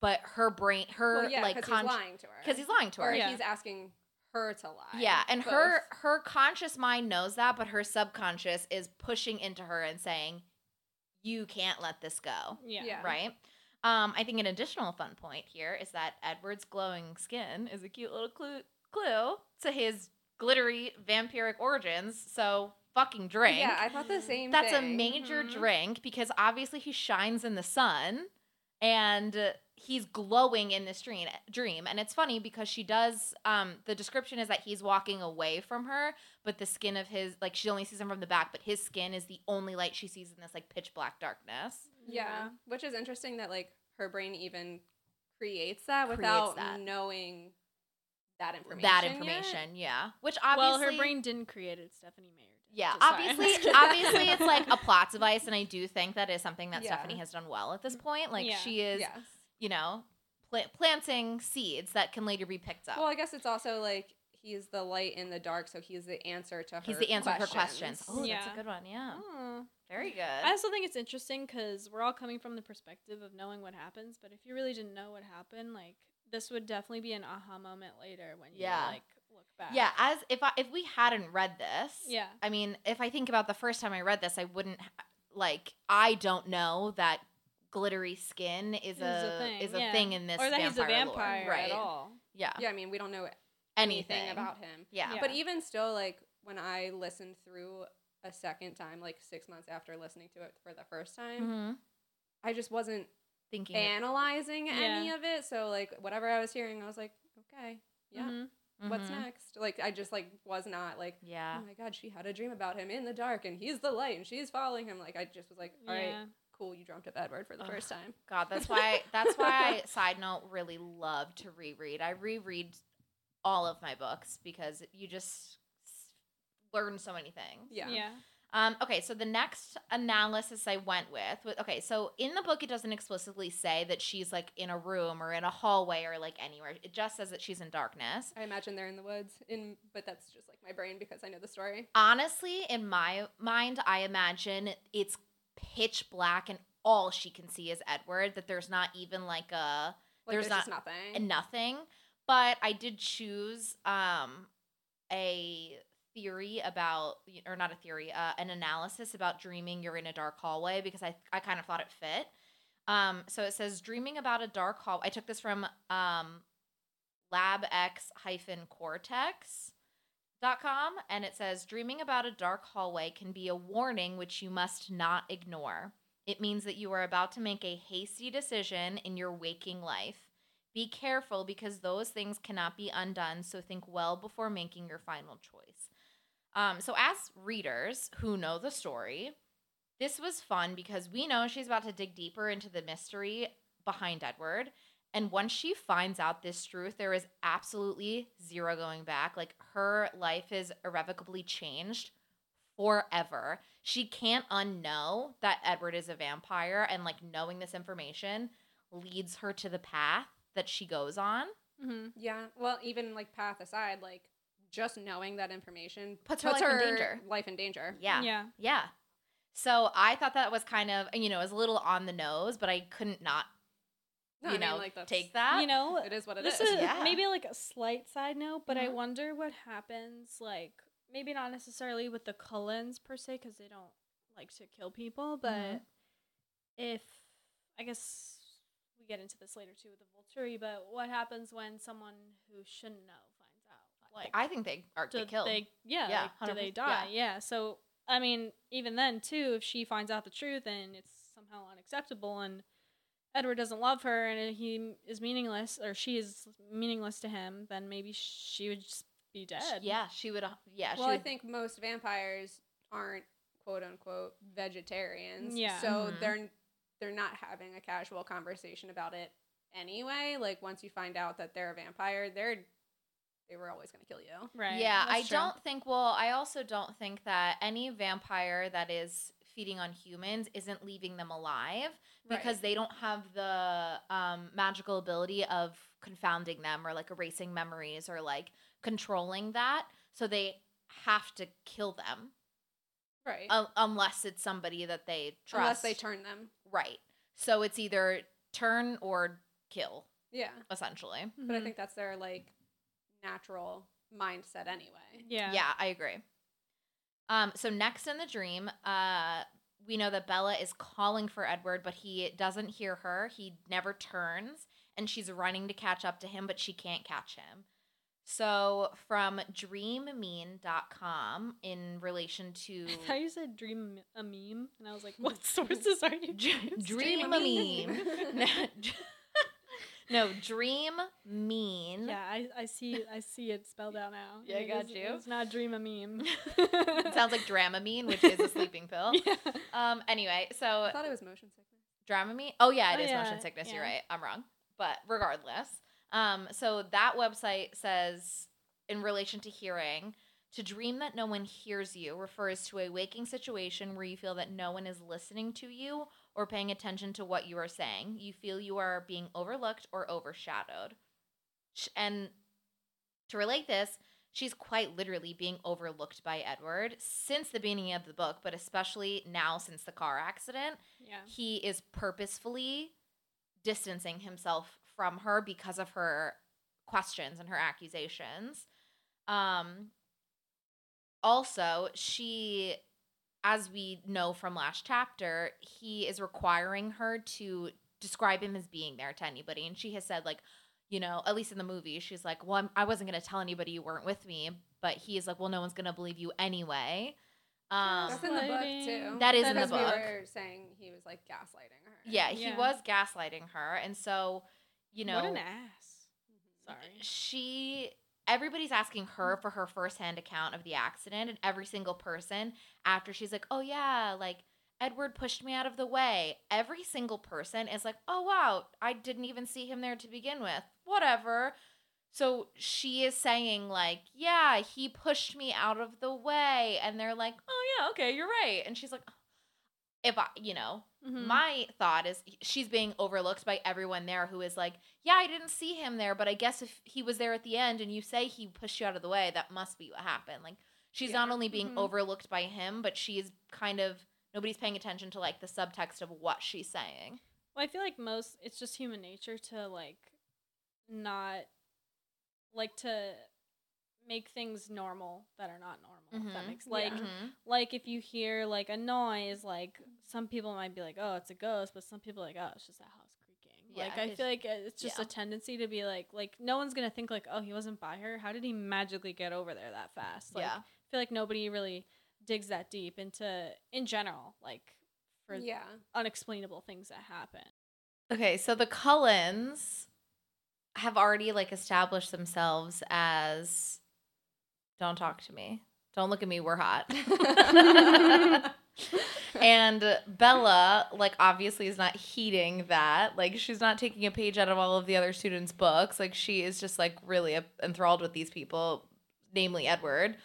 Speaker 3: but her brain, her
Speaker 4: well, yeah,
Speaker 3: like,
Speaker 4: because
Speaker 3: con-
Speaker 4: he's lying to her.
Speaker 3: because he's lying to her.
Speaker 4: Or
Speaker 5: Yeah.
Speaker 4: he's asking her to lie.
Speaker 3: Yeah, and
Speaker 4: Both.
Speaker 3: her her conscious mind knows that, but her subconscious is pushing into her and saying, "You can't let this go."
Speaker 5: Yeah.
Speaker 4: Yeah.
Speaker 3: Right? Um, I think an additional fun point here is that Edward's glowing skin is a cute little clue clue to his glittery vampiric origins. So fucking drink.
Speaker 4: Yeah, I thought the same.
Speaker 3: That's a
Speaker 4: thing.
Speaker 3: major
Speaker 5: Mhm.
Speaker 3: drink because obviously he shines in the sun and uh, he's glowing in this dream, dream. And it's funny because she does, um, the description is that he's walking away from her, but the skin of his, like she only sees him from the back, but his skin is the only light she sees in this like pitch black darkness.
Speaker 5: Mm-hmm.
Speaker 4: Yeah,
Speaker 3: Mm-hmm.
Speaker 5: Yeah.
Speaker 4: which is interesting that like her brain even creates that
Speaker 3: Creates
Speaker 4: without
Speaker 3: that.
Speaker 4: knowing that information.
Speaker 3: that
Speaker 4: yet.
Speaker 3: information, yeah. Which obviously,
Speaker 5: well, her brain didn't create it. Stephanie Mayer did.
Speaker 3: yeah.
Speaker 5: So sorry.
Speaker 3: Obviously, obviously, it's like a plot device, and I do think that is something that
Speaker 4: Yeah.
Speaker 3: Stephanie has done well at this point. Like
Speaker 5: Yeah.
Speaker 3: she is,
Speaker 4: Yes.
Speaker 3: you know, pla- planting seeds that can later be picked up.
Speaker 4: Well, I guess it's also like he's the light in the dark, so he's the answer to her.
Speaker 3: He's the answer to her questions. Oh, that's
Speaker 5: Yeah.
Speaker 3: a good one. Yeah,
Speaker 5: Oh.
Speaker 3: very good.
Speaker 5: I also think it's interesting because we're all coming from the perspective of knowing what happens, but if you really didn't know what happened, like this would definitely be an aha moment later when you
Speaker 3: Yeah.
Speaker 5: like look back.
Speaker 3: yeah, as if I, if we hadn't read this,
Speaker 5: Yeah.
Speaker 3: I mean, if I think about the first time I read this, I wouldn't ha- like. I don't know that glittery skin is,
Speaker 5: Is
Speaker 3: a,
Speaker 5: a thing,
Speaker 3: is a
Speaker 5: yeah.
Speaker 3: thing in this
Speaker 5: Or that he's a
Speaker 3: vampire lore.
Speaker 5: vampire
Speaker 3: right?
Speaker 5: at all.
Speaker 3: Yeah,
Speaker 4: Yeah, I mean, we don't know
Speaker 3: anything,
Speaker 4: anything, about him.
Speaker 3: Yeah.
Speaker 5: Yeah.
Speaker 4: But even still, like when I listened through a second time, like six months after listening to it for the first time,
Speaker 3: Mhm.
Speaker 4: I just wasn't
Speaker 3: Thinking. it-
Speaker 4: analyzing any
Speaker 5: Yeah.
Speaker 4: of it. So like whatever I was hearing, I was like, okay,
Speaker 3: Mm-hmm.
Speaker 4: yeah.
Speaker 5: Mhm.
Speaker 4: What's
Speaker 3: Mhm.
Speaker 4: next? Like I just like was not like,
Speaker 3: Yeah.
Speaker 4: oh my god, she had a dream about him in the dark and he's the light and she's following him. Like I just was like, all right,
Speaker 5: Yeah.
Speaker 4: cool, you dreamt of Edward for the
Speaker 3: Ugh.
Speaker 4: first time.
Speaker 3: God, that's why that's why I side note really love to reread. I reread all of my books because you just s- learn so many things.
Speaker 4: Yeah.
Speaker 5: Yeah.
Speaker 3: Um, okay, so the next analysis I went with, wa- okay, so in the book it doesn't explicitly say that she's like in a room or in a hallway or like anywhere. It just says that she's in darkness.
Speaker 4: I imagine they're in the woods, in but that's just like my brain because I know the story.
Speaker 3: Honestly, in my mind, I imagine it's pitch black and all she can see is Edward. That there's not even like a
Speaker 4: Like,
Speaker 3: There's not-
Speaker 4: there's, just nothing.
Speaker 3: and nothing. But I did choose um, a theory about, or not a theory, uh, an analysis about dreaming you're in a dark hallway because I, I kind of thought it fit. Um, so it says dreaming about a dark hall. I took this from um, labx-cortex.com and it says dreaming about a dark hallway can be a warning which you must not ignore. It means that you are about to make a hasty decision in your waking life. Be careful because those things cannot be undone, so think well before making your final choice. Um, so, as readers who know the story, this was fun because we know she's about to dig deeper into the mystery behind Edward. And once she finds out this truth, there is absolutely zero going back. Like, her life is irrevocably changed forever. She can't unknow that Edward is a vampire, and like knowing this information leads her to the path that she goes on.
Speaker 5: hmm
Speaker 4: Yeah. Well, even like path aside, like just knowing that information
Speaker 3: Puts her life in danger.
Speaker 4: Life in danger.
Speaker 3: Yeah.
Speaker 5: Yeah.
Speaker 3: Yeah. So I thought that was kind of, you know, it was a little on the nose, but I couldn't not,
Speaker 4: No,
Speaker 3: you
Speaker 4: I mean,
Speaker 3: know,
Speaker 4: like, that's-
Speaker 3: take that.
Speaker 5: You know,
Speaker 4: It is what it is. Mm-hmm.
Speaker 5: this is
Speaker 3: Yeah.
Speaker 5: maybe like a slight side note, but I
Speaker 3: Mhm.
Speaker 5: wonder what happens. Like maybe not necessarily with the Cullens per se, because they don't like to kill people. But
Speaker 4: Mm-hmm.
Speaker 3: Mhm.
Speaker 5: if I guess we get into this later too with the Volturi, but what happens when someone who shouldn't know finds out? Like
Speaker 3: I think they are
Speaker 5: do
Speaker 3: get killed.
Speaker 5: they? Yeah,
Speaker 3: Yeah,
Speaker 5: like, do they
Speaker 3: 100%,
Speaker 5: die? Yeah. So I mean, even then too, if she finds out the truth and it's somehow unacceptable, and Edward doesn't love her, and he is meaningless, or she is meaningless to him, then maybe she would just be dead.
Speaker 3: yeah, she would. uh, Yeah,
Speaker 4: well,
Speaker 3: she
Speaker 4: I
Speaker 3: would,
Speaker 4: think most vampires aren't quote unquote vegetarians.
Speaker 5: Yeah.
Speaker 4: So
Speaker 3: Mhm.
Speaker 4: they're they're not having a casual conversation about it anyway. Like once you find out that they're a vampire, they're they were always gonna kill you.
Speaker 5: Right.
Speaker 3: yeah,
Speaker 5: that's
Speaker 3: I
Speaker 5: true.
Speaker 3: don't think. Well, I also don't think that any vampire that is feeding on humans isn't leaving them alive because
Speaker 4: Right.
Speaker 3: they don't have the um, magical ability of confounding them or like erasing memories or like controlling that. So they have to kill them
Speaker 4: Right.
Speaker 3: un- unless it's somebody that they trust.
Speaker 4: Unless they turn them.
Speaker 3: Right. So it's either turn or kill,
Speaker 4: Yeah.
Speaker 3: essentially.
Speaker 4: But I
Speaker 5: Mhm.
Speaker 4: think that's their like natural mindset anyway.
Speaker 5: Mm-hmm. yeah,
Speaker 3: Yeah, I agree. Um, so next in the dream, uh, we know that Bella is calling for Edward, but he doesn't hear her. He never turns, and she's running to catch up to him, but she can't catch him. So from dreammean.com in relation to
Speaker 5: I thought you said dream a meme, and I was like, what sources are you? guys-
Speaker 3: dream meme. no, no, dream mean.
Speaker 5: Yeah, I, I see I see it spelled out now.
Speaker 3: Yeah, I
Speaker 5: It
Speaker 3: got
Speaker 5: is-
Speaker 3: you.
Speaker 5: It's not dream a meme.
Speaker 3: It sounds like Dramamine, which is a sleeping pill.
Speaker 5: Yeah.
Speaker 3: Um. Anyway, so
Speaker 4: I thought it was motion sickness.
Speaker 3: Dramamine. Oh yeah, it
Speaker 5: Oh,
Speaker 3: is
Speaker 5: yeah,
Speaker 3: motion sickness. You're
Speaker 5: yeah.
Speaker 3: right. I'm wrong. But regardless, um, so that website says in relation to hearing, to dream that no one hears you refers to a waking situation where you feel that no one is listening to you or paying attention to what you are saying. You feel you are being overlooked or overshadowed. Sh- And to relate this, she's quite literally being overlooked by Edward since the beginning of the book, but especially now since the car accident
Speaker 5: Yeah.
Speaker 3: he is purposefully distancing himself from her because of her questions and her accusations. Um also, she as we know from last chapter, he is requiring her to describe him as being there to anybody and she has said like you know, at least in the movie, she's like, "Well, I'm, I wasn't going to tell anybody you weren't with me," but he is like, "Well, no one's going to believe you anyway." Um,
Speaker 4: That's in the book
Speaker 5: Gaslighting.
Speaker 4: too.
Speaker 3: That is
Speaker 5: in the
Speaker 4: Because
Speaker 5: book.
Speaker 4: We were saying he was like gaslighting her.
Speaker 3: Yeah, he
Speaker 5: Yeah.
Speaker 3: was gaslighting her, and so you know,
Speaker 5: what an ass. Sorry.
Speaker 3: she. Everybody's asking her for her firsthand account of the accident, and every single person after she's like, "Oh yeah, like Edward pushed me out of the way." Every single person is like, "Oh wow, I didn't even see him there to begin with. Whatever." So she is saying like, "Yeah, he pushed me out of the way," and they're like, "Oh yeah, okay, you're right." And she's like, "If I, you know,
Speaker 5: Mhm.
Speaker 3: my thought is she's being overlooked by everyone there who is like, yeah, I didn't see him there, but I guess if he was there at the end and you say he pushed you out of the way, that must be what happened. Like she's not
Speaker 4: Yeah.
Speaker 3: only being
Speaker 5: Mhm.
Speaker 3: overlooked by him, but she is kind of nobody's paying attention to like the subtext of what she's saying.
Speaker 5: Well, I feel like most it's just human nature to like not like to make things normal that are not normal. If that
Speaker 3: Mhm.
Speaker 5: makes
Speaker 4: Yeah.
Speaker 5: like
Speaker 3: Mhm.
Speaker 5: like if you hear like a noise, like some people might be like, "Oh, it's a ghost," but some people are like, "Oh, it's just that house creaking."
Speaker 3: Yeah,
Speaker 5: like I
Speaker 3: it's-
Speaker 5: feel like uh, it's just
Speaker 3: yeah.
Speaker 5: a tendency to be like like no one's gonna think like, "Oh, he wasn't by her. How did he magically get over there that fast?" Like,
Speaker 3: Yeah.
Speaker 5: I feel like nobody really digs that deep into in general like for
Speaker 4: Yeah.
Speaker 5: unexplainable things that happen.
Speaker 3: Okay, so the Cullens have already like established themselves as don't talk to me. Don't look at me, we're hot. and Bella, like, obviously is not heeding that. Like, she's not taking a page out of all of the other students' books. Like, she is just like really enthralled with these people, namely Edward.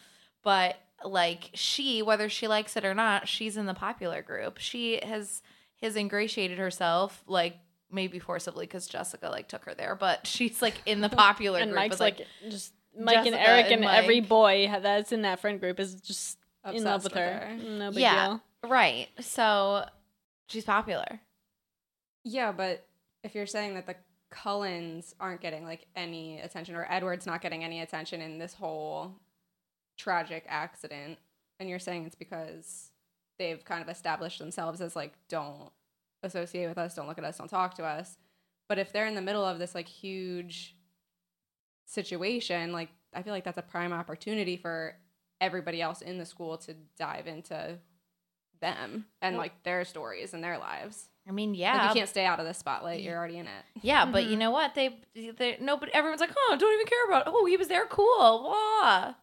Speaker 3: But like, she, whether she likes it or not, she's in the popular group. She has has ingratiated herself, like maybe forcibly because Jessica like took her there, but she's like in the popular
Speaker 5: and
Speaker 3: group.
Speaker 5: Mike's
Speaker 3: with,
Speaker 5: like, just Mike and
Speaker 3: Jessica
Speaker 5: Eric
Speaker 3: and
Speaker 5: and, every
Speaker 3: Mike.
Speaker 5: boy ha- that's in that friend group is just in
Speaker 4: Obsessed
Speaker 5: love with
Speaker 4: with
Speaker 5: her.
Speaker 4: her.
Speaker 5: No big
Speaker 3: Yeah.
Speaker 5: deal.
Speaker 3: right. So she's popular.
Speaker 4: Yeah, but if you're saying that the Cullens aren't getting like any attention or Edward's not getting any attention in this whole tragic accident, and you're saying it's because they've kind of established themselves as like, don't associate with us, don't look at us, don't talk to us. But if they're in the middle of this like huge situation, like I feel like that's a prime opportunity for everybody else in the school to dive into them and like their stories and their lives.
Speaker 3: I mean,
Speaker 4: Like,
Speaker 3: yeah,
Speaker 4: you can't stay out of the spotlight. You're already in it.
Speaker 3: yeah, but
Speaker 5: Mm-hmm.
Speaker 3: you know what? They, they, nobody, everyone's like, oh, don't even care about. Oh, he was there, cool. Wah.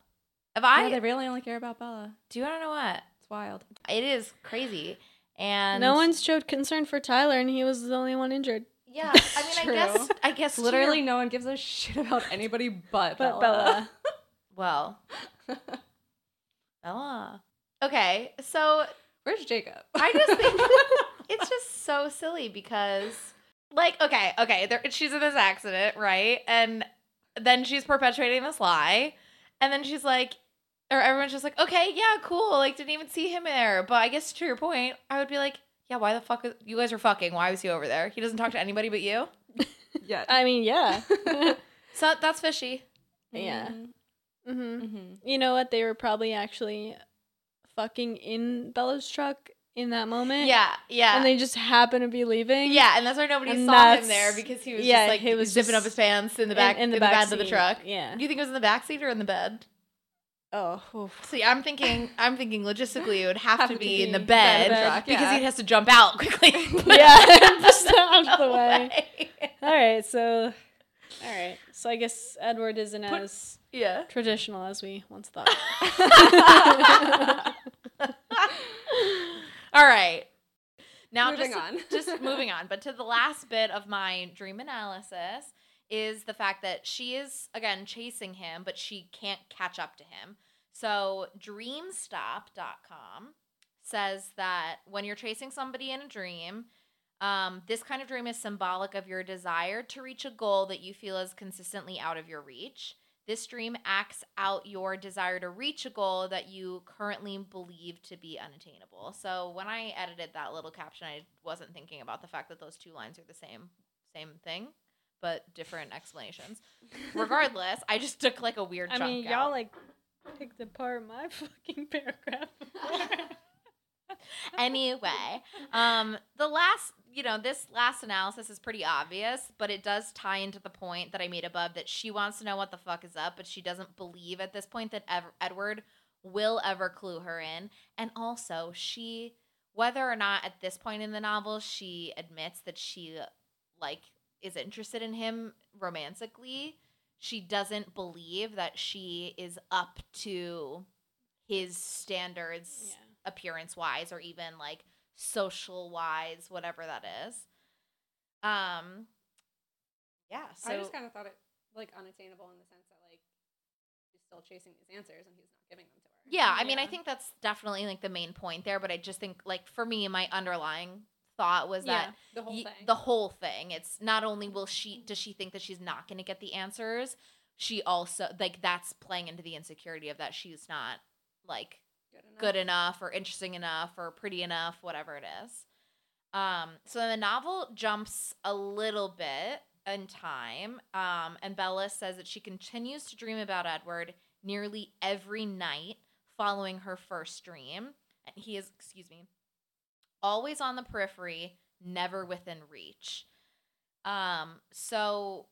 Speaker 3: If I,
Speaker 4: yeah, they really only care about Bella.
Speaker 3: do you want to know what?
Speaker 4: It's wild.
Speaker 3: It is crazy, and
Speaker 5: no one's showed concern for Tyler, and he was the only one injured.
Speaker 3: Yeah, I mean, I guess,
Speaker 4: True.
Speaker 3: I guess, to your-
Speaker 4: Literally, no one gives a shit about anybody but,
Speaker 5: But
Speaker 4: Bella.
Speaker 3: Uh.
Speaker 5: Bella,
Speaker 3: Well, Bella. Okay, so
Speaker 4: Where's Jacob?
Speaker 3: I just think it's just so silly because, like, okay, okay, there, she's in this accident, right? And then she's perpetuating this lie. And then she's like, or everyone's just like, okay, yeah, cool. Like, didn't even see him there. But I guess to your point, I would be like, yeah, why the fuck? Is, you guys are fucking. Why was he over there? He doesn't talk to anybody but you.
Speaker 4: Yeah.
Speaker 5: I mean, yeah.
Speaker 3: So that's fishy.
Speaker 5: yeah. hmm
Speaker 4: Mm-hmm.
Speaker 5: You know what? They were probably actually fucking in Bella's truck in that moment.
Speaker 3: Yeah, yeah.
Speaker 5: And they just happened to be leaving.
Speaker 3: yeah, and that's why nobody
Speaker 5: And
Speaker 3: saw him
Speaker 5: that's-
Speaker 3: there because he was
Speaker 5: yeah,
Speaker 3: just like
Speaker 5: he
Speaker 3: he
Speaker 5: was
Speaker 3: was zipping
Speaker 5: just
Speaker 3: up his pants in the
Speaker 5: in-
Speaker 3: back
Speaker 5: in
Speaker 3: in
Speaker 5: the
Speaker 3: the,
Speaker 5: back
Speaker 3: bed of the
Speaker 5: seat,
Speaker 3: truck.
Speaker 5: yeah.
Speaker 3: Do you think it was in the back seat or in the bed?
Speaker 5: Oh. oof.
Speaker 3: See, I'm thinking, I'm thinking logistically, it would have, to, be, in the bed,
Speaker 4: bed of the truck,
Speaker 3: because
Speaker 4: yeah.
Speaker 3: he has to jump out quickly.
Speaker 5: Yeah, just out of the
Speaker 3: No
Speaker 5: way.
Speaker 3: way.
Speaker 5: All right, so. All right, so I guess Edward isn't as
Speaker 3: Yeah.
Speaker 5: traditional as we once thought.
Speaker 3: All right. Now
Speaker 4: Moving
Speaker 3: just,
Speaker 4: on.
Speaker 3: just moving on. But to the last bit of my dream analysis is the fact that she is again chasing him, but she can't catch up to him. So dreamstop.com says that when you're chasing somebody in a dream, um, this kind of dream is symbolic of your desire to reach a goal that you feel is consistently out of your reach. This dream acts out your desire to reach a goal that you currently believe to be unattainable. So when I edited that little caption, I wasn't thinking about the fact that those two lines are the same same thing, but different explanations. Regardless, I just took like a weird.
Speaker 5: I
Speaker 3: chunk
Speaker 5: mean,
Speaker 3: out.
Speaker 5: y'all like picked apart my fucking paragraph. before.
Speaker 3: anyway, um, the last, you know, this last analysis is pretty obvious, but it does tie into the point that I made above that she wants to know what the fuck is up, but she doesn't believe at this point that Ev- Edward will ever clue her in. And also, she, whether or not at this point in the novel, she admits that she, like, is interested in him romantically. She doesn't believe that she is up to his standards
Speaker 5: yeah.
Speaker 3: appearance wise or even like social wise, whatever that is. Um yeah, so
Speaker 4: I just kind of thought it like unattainable in the sense that like he's still chasing these answers and he's not giving them to her.
Speaker 3: yeah, I mean I
Speaker 5: yeah.
Speaker 3: think that's definitely like the main point there, but I just think like for me my underlying thought was
Speaker 5: Yeah.
Speaker 3: that
Speaker 4: The whole
Speaker 3: Ye-
Speaker 4: thing. Mm-hmm.
Speaker 3: The whole thing. It's not only will she does she think that she's not going to get the answers, she also like that's playing into the insecurity of that she's not like good enough or interesting enough or pretty enough, whatever it is. Um, so then the novel jumps a little bit in time, um, and Bella says that she continues to dream about Edward nearly every night following her first dream. And he is, excuse me, always on the periphery, never within reach. Um, so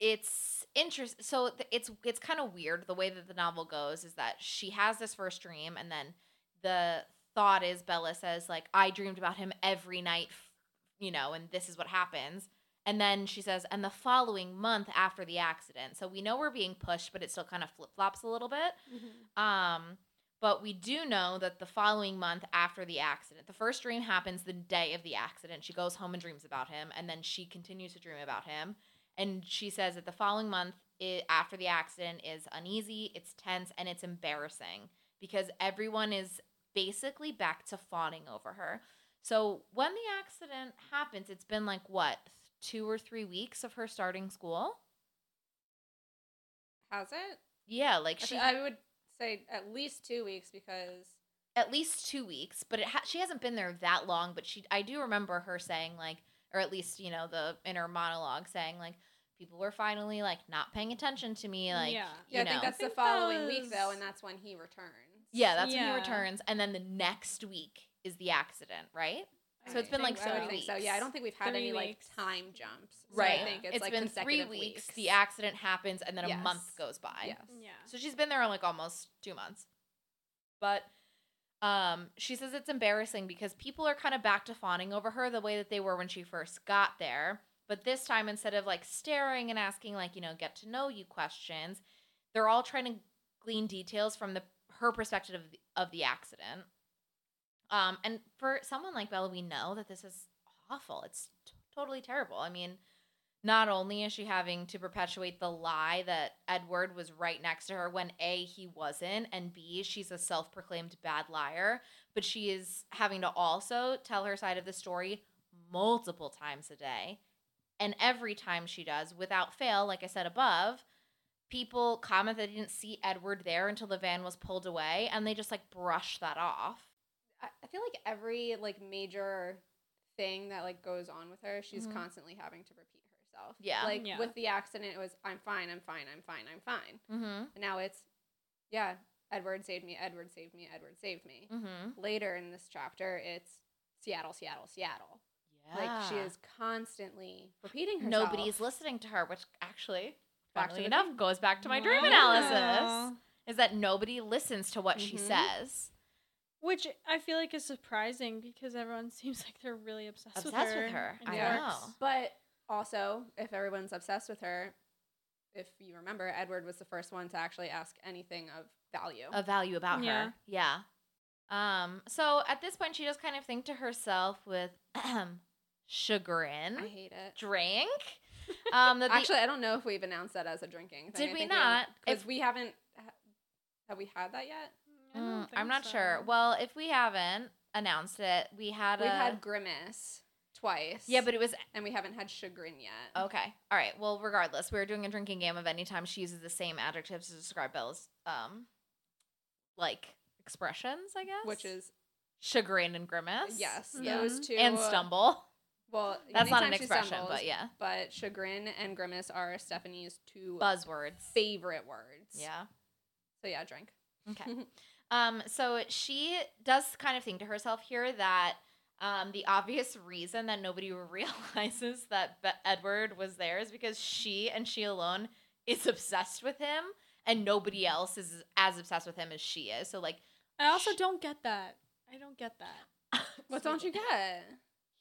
Speaker 3: it's interesting. So th- it's it's kind of weird the way that the novel goes is that she has this first dream, and then the thought is Bella says like I dreamed about him every night, f- you know, and this is what happens. And then she says, and the following month after the accident. So we know we're being pushed, but it still kind of flip flops a little bit. Um, but we do know that the following month after the accident, the first dream happens the day of the accident. She goes home and dreams about him, and then she continues to dream about him. And she says that the following month i after the accident is uneasy, it's tense, and it's embarrassing because everyone is basically back to fawning over her. So when the accident happens, it's been like what, two or three weeks of her starting school?
Speaker 4: Has it?
Speaker 3: Yeah, like
Speaker 4: I
Speaker 3: she
Speaker 4: th- I would say at least two weeks because
Speaker 3: at least two weeks, but it ha- she hasn't been there that long. But she, I do remember her saying like, or at least you know the inner monologue saying like, people were finally like not paying attention to me, like
Speaker 5: Yeah.
Speaker 3: you
Speaker 4: yeah, I
Speaker 3: know,
Speaker 4: think that's
Speaker 5: think
Speaker 4: the following
Speaker 5: that
Speaker 4: week though,
Speaker 5: was-
Speaker 4: and that's when he returns.
Speaker 3: yeah, that's when
Speaker 5: Yeah.
Speaker 3: he returns, and then the next week is the accident, right?
Speaker 4: I
Speaker 3: So it's been,
Speaker 4: think-
Speaker 5: like,
Speaker 4: I would
Speaker 5: three
Speaker 4: think So
Speaker 3: weeks.
Speaker 4: yeah, I don't think we've had
Speaker 5: Three
Speaker 4: any like
Speaker 5: weeks.
Speaker 4: time jumps. So
Speaker 3: right.
Speaker 4: I think it's, like
Speaker 3: been three
Speaker 4: consecutive
Speaker 3: weeks, The accident happens, and then a
Speaker 4: Yes.
Speaker 3: month goes by.
Speaker 4: Yes.
Speaker 5: Yeah.
Speaker 3: So she's been there like almost two months. But um, she says it's embarrassing because people are kind of back to fawning over her the way that they were when she first got there. But this time, instead of like staring and asking like you know get to know you questions, they're all trying to glean details from the her perspective of the, of the accident. Um, and for someone like Bella, we know that this is awful. It's t- totally terrible. I mean, not only is she having to perpetuate the lie that Edward was right next to her when A, he wasn't, and B, she's a self proclaimed bad liar, but she is having to also tell her side of the story multiple times a day. And every time she does, without fail, like I said above, people comment that they didn't see Edward there until the van was pulled away, and they just like brush that off.
Speaker 4: I I feel like every like major thing that like goes on with her. She's
Speaker 3: Mhm.
Speaker 4: constantly having to repeat herself.
Speaker 3: Yeah.
Speaker 4: Like
Speaker 5: Yeah.
Speaker 4: with the accident, it was I'm fine, I'm fine, I'm fine, I'm fine.
Speaker 3: Mm-hmm.
Speaker 4: And now it's, yeah, Edward saved me, Edward saved me, Edward saved me.
Speaker 3: Mm-hmm.
Speaker 4: Later in this chapter, it's Seattle, Seattle, Seattle.
Speaker 3: Yeah.
Speaker 4: Like she is constantly repeating herself.
Speaker 3: Nobody's listening to her, which actually,
Speaker 4: Back to
Speaker 3: funnily
Speaker 4: the
Speaker 3: enough,
Speaker 4: theme.
Speaker 3: goes back to my dream analysis. Is that nobody listens to what she
Speaker 4: Mhm.
Speaker 3: says?
Speaker 5: Which I feel like is surprising because everyone seems like they're really obsessed,
Speaker 3: Obsessed with
Speaker 5: with her.
Speaker 3: her.
Speaker 5: and
Speaker 3: I
Speaker 5: it
Speaker 3: know.
Speaker 5: works.
Speaker 4: But also, if everyone's obsessed with her, if you remember, Edward was the first one to actually ask anything of value.
Speaker 3: A value about
Speaker 5: Yeah.
Speaker 3: her. Yeah. Um. So at this point, she does kind of think to herself with chagrin,
Speaker 4: I hate it.
Speaker 3: drink. Um. That the-
Speaker 4: Actually, I don't know if we've announced that as a drinking.
Speaker 3: Did we not?
Speaker 4: Because
Speaker 3: If-
Speaker 4: we haven't. ha- Have we had that yet?
Speaker 5: I don't
Speaker 3: Mm, I'm
Speaker 5: think
Speaker 3: not
Speaker 5: so.
Speaker 3: sure. Well, if we haven't announced it, we had
Speaker 4: We
Speaker 3: a
Speaker 4: had grimace twice.
Speaker 3: yeah, but Oh, it was
Speaker 4: and we haven't had chagrin yet.
Speaker 3: Okay. All right. Well, regardless, we were doing a drinking game of any time she uses the same adjectives to describe Belle's um like expressions, I guess.
Speaker 4: Which is
Speaker 3: chagrin and grimace.
Speaker 4: yes,
Speaker 5: Yeah.
Speaker 4: those two
Speaker 3: And
Speaker 4: uh,
Speaker 3: stumble.
Speaker 4: Well,
Speaker 3: That's not an
Speaker 4: anytime she
Speaker 3: expression,
Speaker 4: stumbles,
Speaker 3: but yeah.
Speaker 4: But chagrin and grimace are Stephanie's two
Speaker 3: Buzzwords.
Speaker 4: favorite words.
Speaker 3: Yeah.
Speaker 4: So yeah, drink.
Speaker 3: Okay. um so she does kind of think to herself here that um, the obvious reason that nobody realizes that Be- Edward was there is because she and she alone is obsessed with him, and nobody else is as obsessed with him as she is. So, like,
Speaker 5: I also don't get that. I don't get that.
Speaker 4: What don't you get?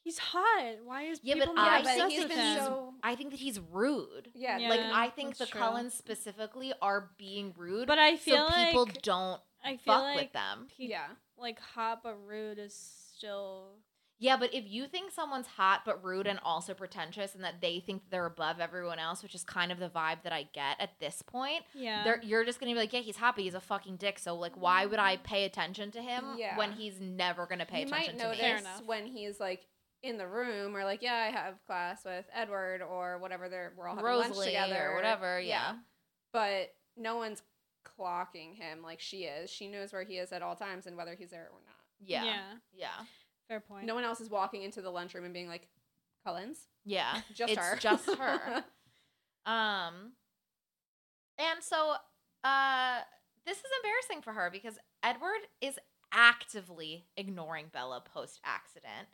Speaker 5: He's hot. Why is
Speaker 3: Yeah, but
Speaker 5: people
Speaker 3: I- Yeah,
Speaker 5: not
Speaker 3: but
Speaker 5: obsessed
Speaker 3: he's
Speaker 5: with
Speaker 3: been
Speaker 5: him?
Speaker 3: so- I think that he's rude.
Speaker 4: yeah,
Speaker 5: Yeah.
Speaker 3: like I think the
Speaker 5: that's true.
Speaker 3: Cullens specifically are being rude,
Speaker 5: But I feel
Speaker 3: so people
Speaker 5: like-
Speaker 3: don't
Speaker 5: I feel
Speaker 3: fuck
Speaker 5: like
Speaker 3: with them.
Speaker 5: he-
Speaker 4: yeah.
Speaker 5: like hot but rude is still
Speaker 3: Yeah, but if you think someone's hot but rude and also pretentious, and that they think they're above everyone else, which is kind of the vibe that I get at this point,
Speaker 5: yeah.
Speaker 3: they're, you're just gonna be like, yeah, he's hot, but he's a fucking dick. So like, why would I pay attention to him
Speaker 4: Yeah.
Speaker 3: when he's never gonna pay
Speaker 4: you might
Speaker 3: attention to
Speaker 5: Fair
Speaker 3: me?
Speaker 4: notice
Speaker 5: enough.
Speaker 4: when he's like in the room or like, yeah, I have class with Edward or whatever. They're we're all having lunch
Speaker 3: Rosalie
Speaker 4: together
Speaker 3: or whatever. Yeah.
Speaker 4: but no one's clocking him like she is. She knows where he is at all times and whether he's there or not.
Speaker 3: yeah, yeah,
Speaker 5: Yeah,
Speaker 3: yeah,
Speaker 5: Fair point.
Speaker 4: No one else is walking into the lunchroom and being like, Cullens,
Speaker 3: yeah.
Speaker 4: just
Speaker 3: it's
Speaker 4: her,
Speaker 3: just her. Um, and so uh, this is embarrassing for her because Edward is actively ignoring Bella post accident.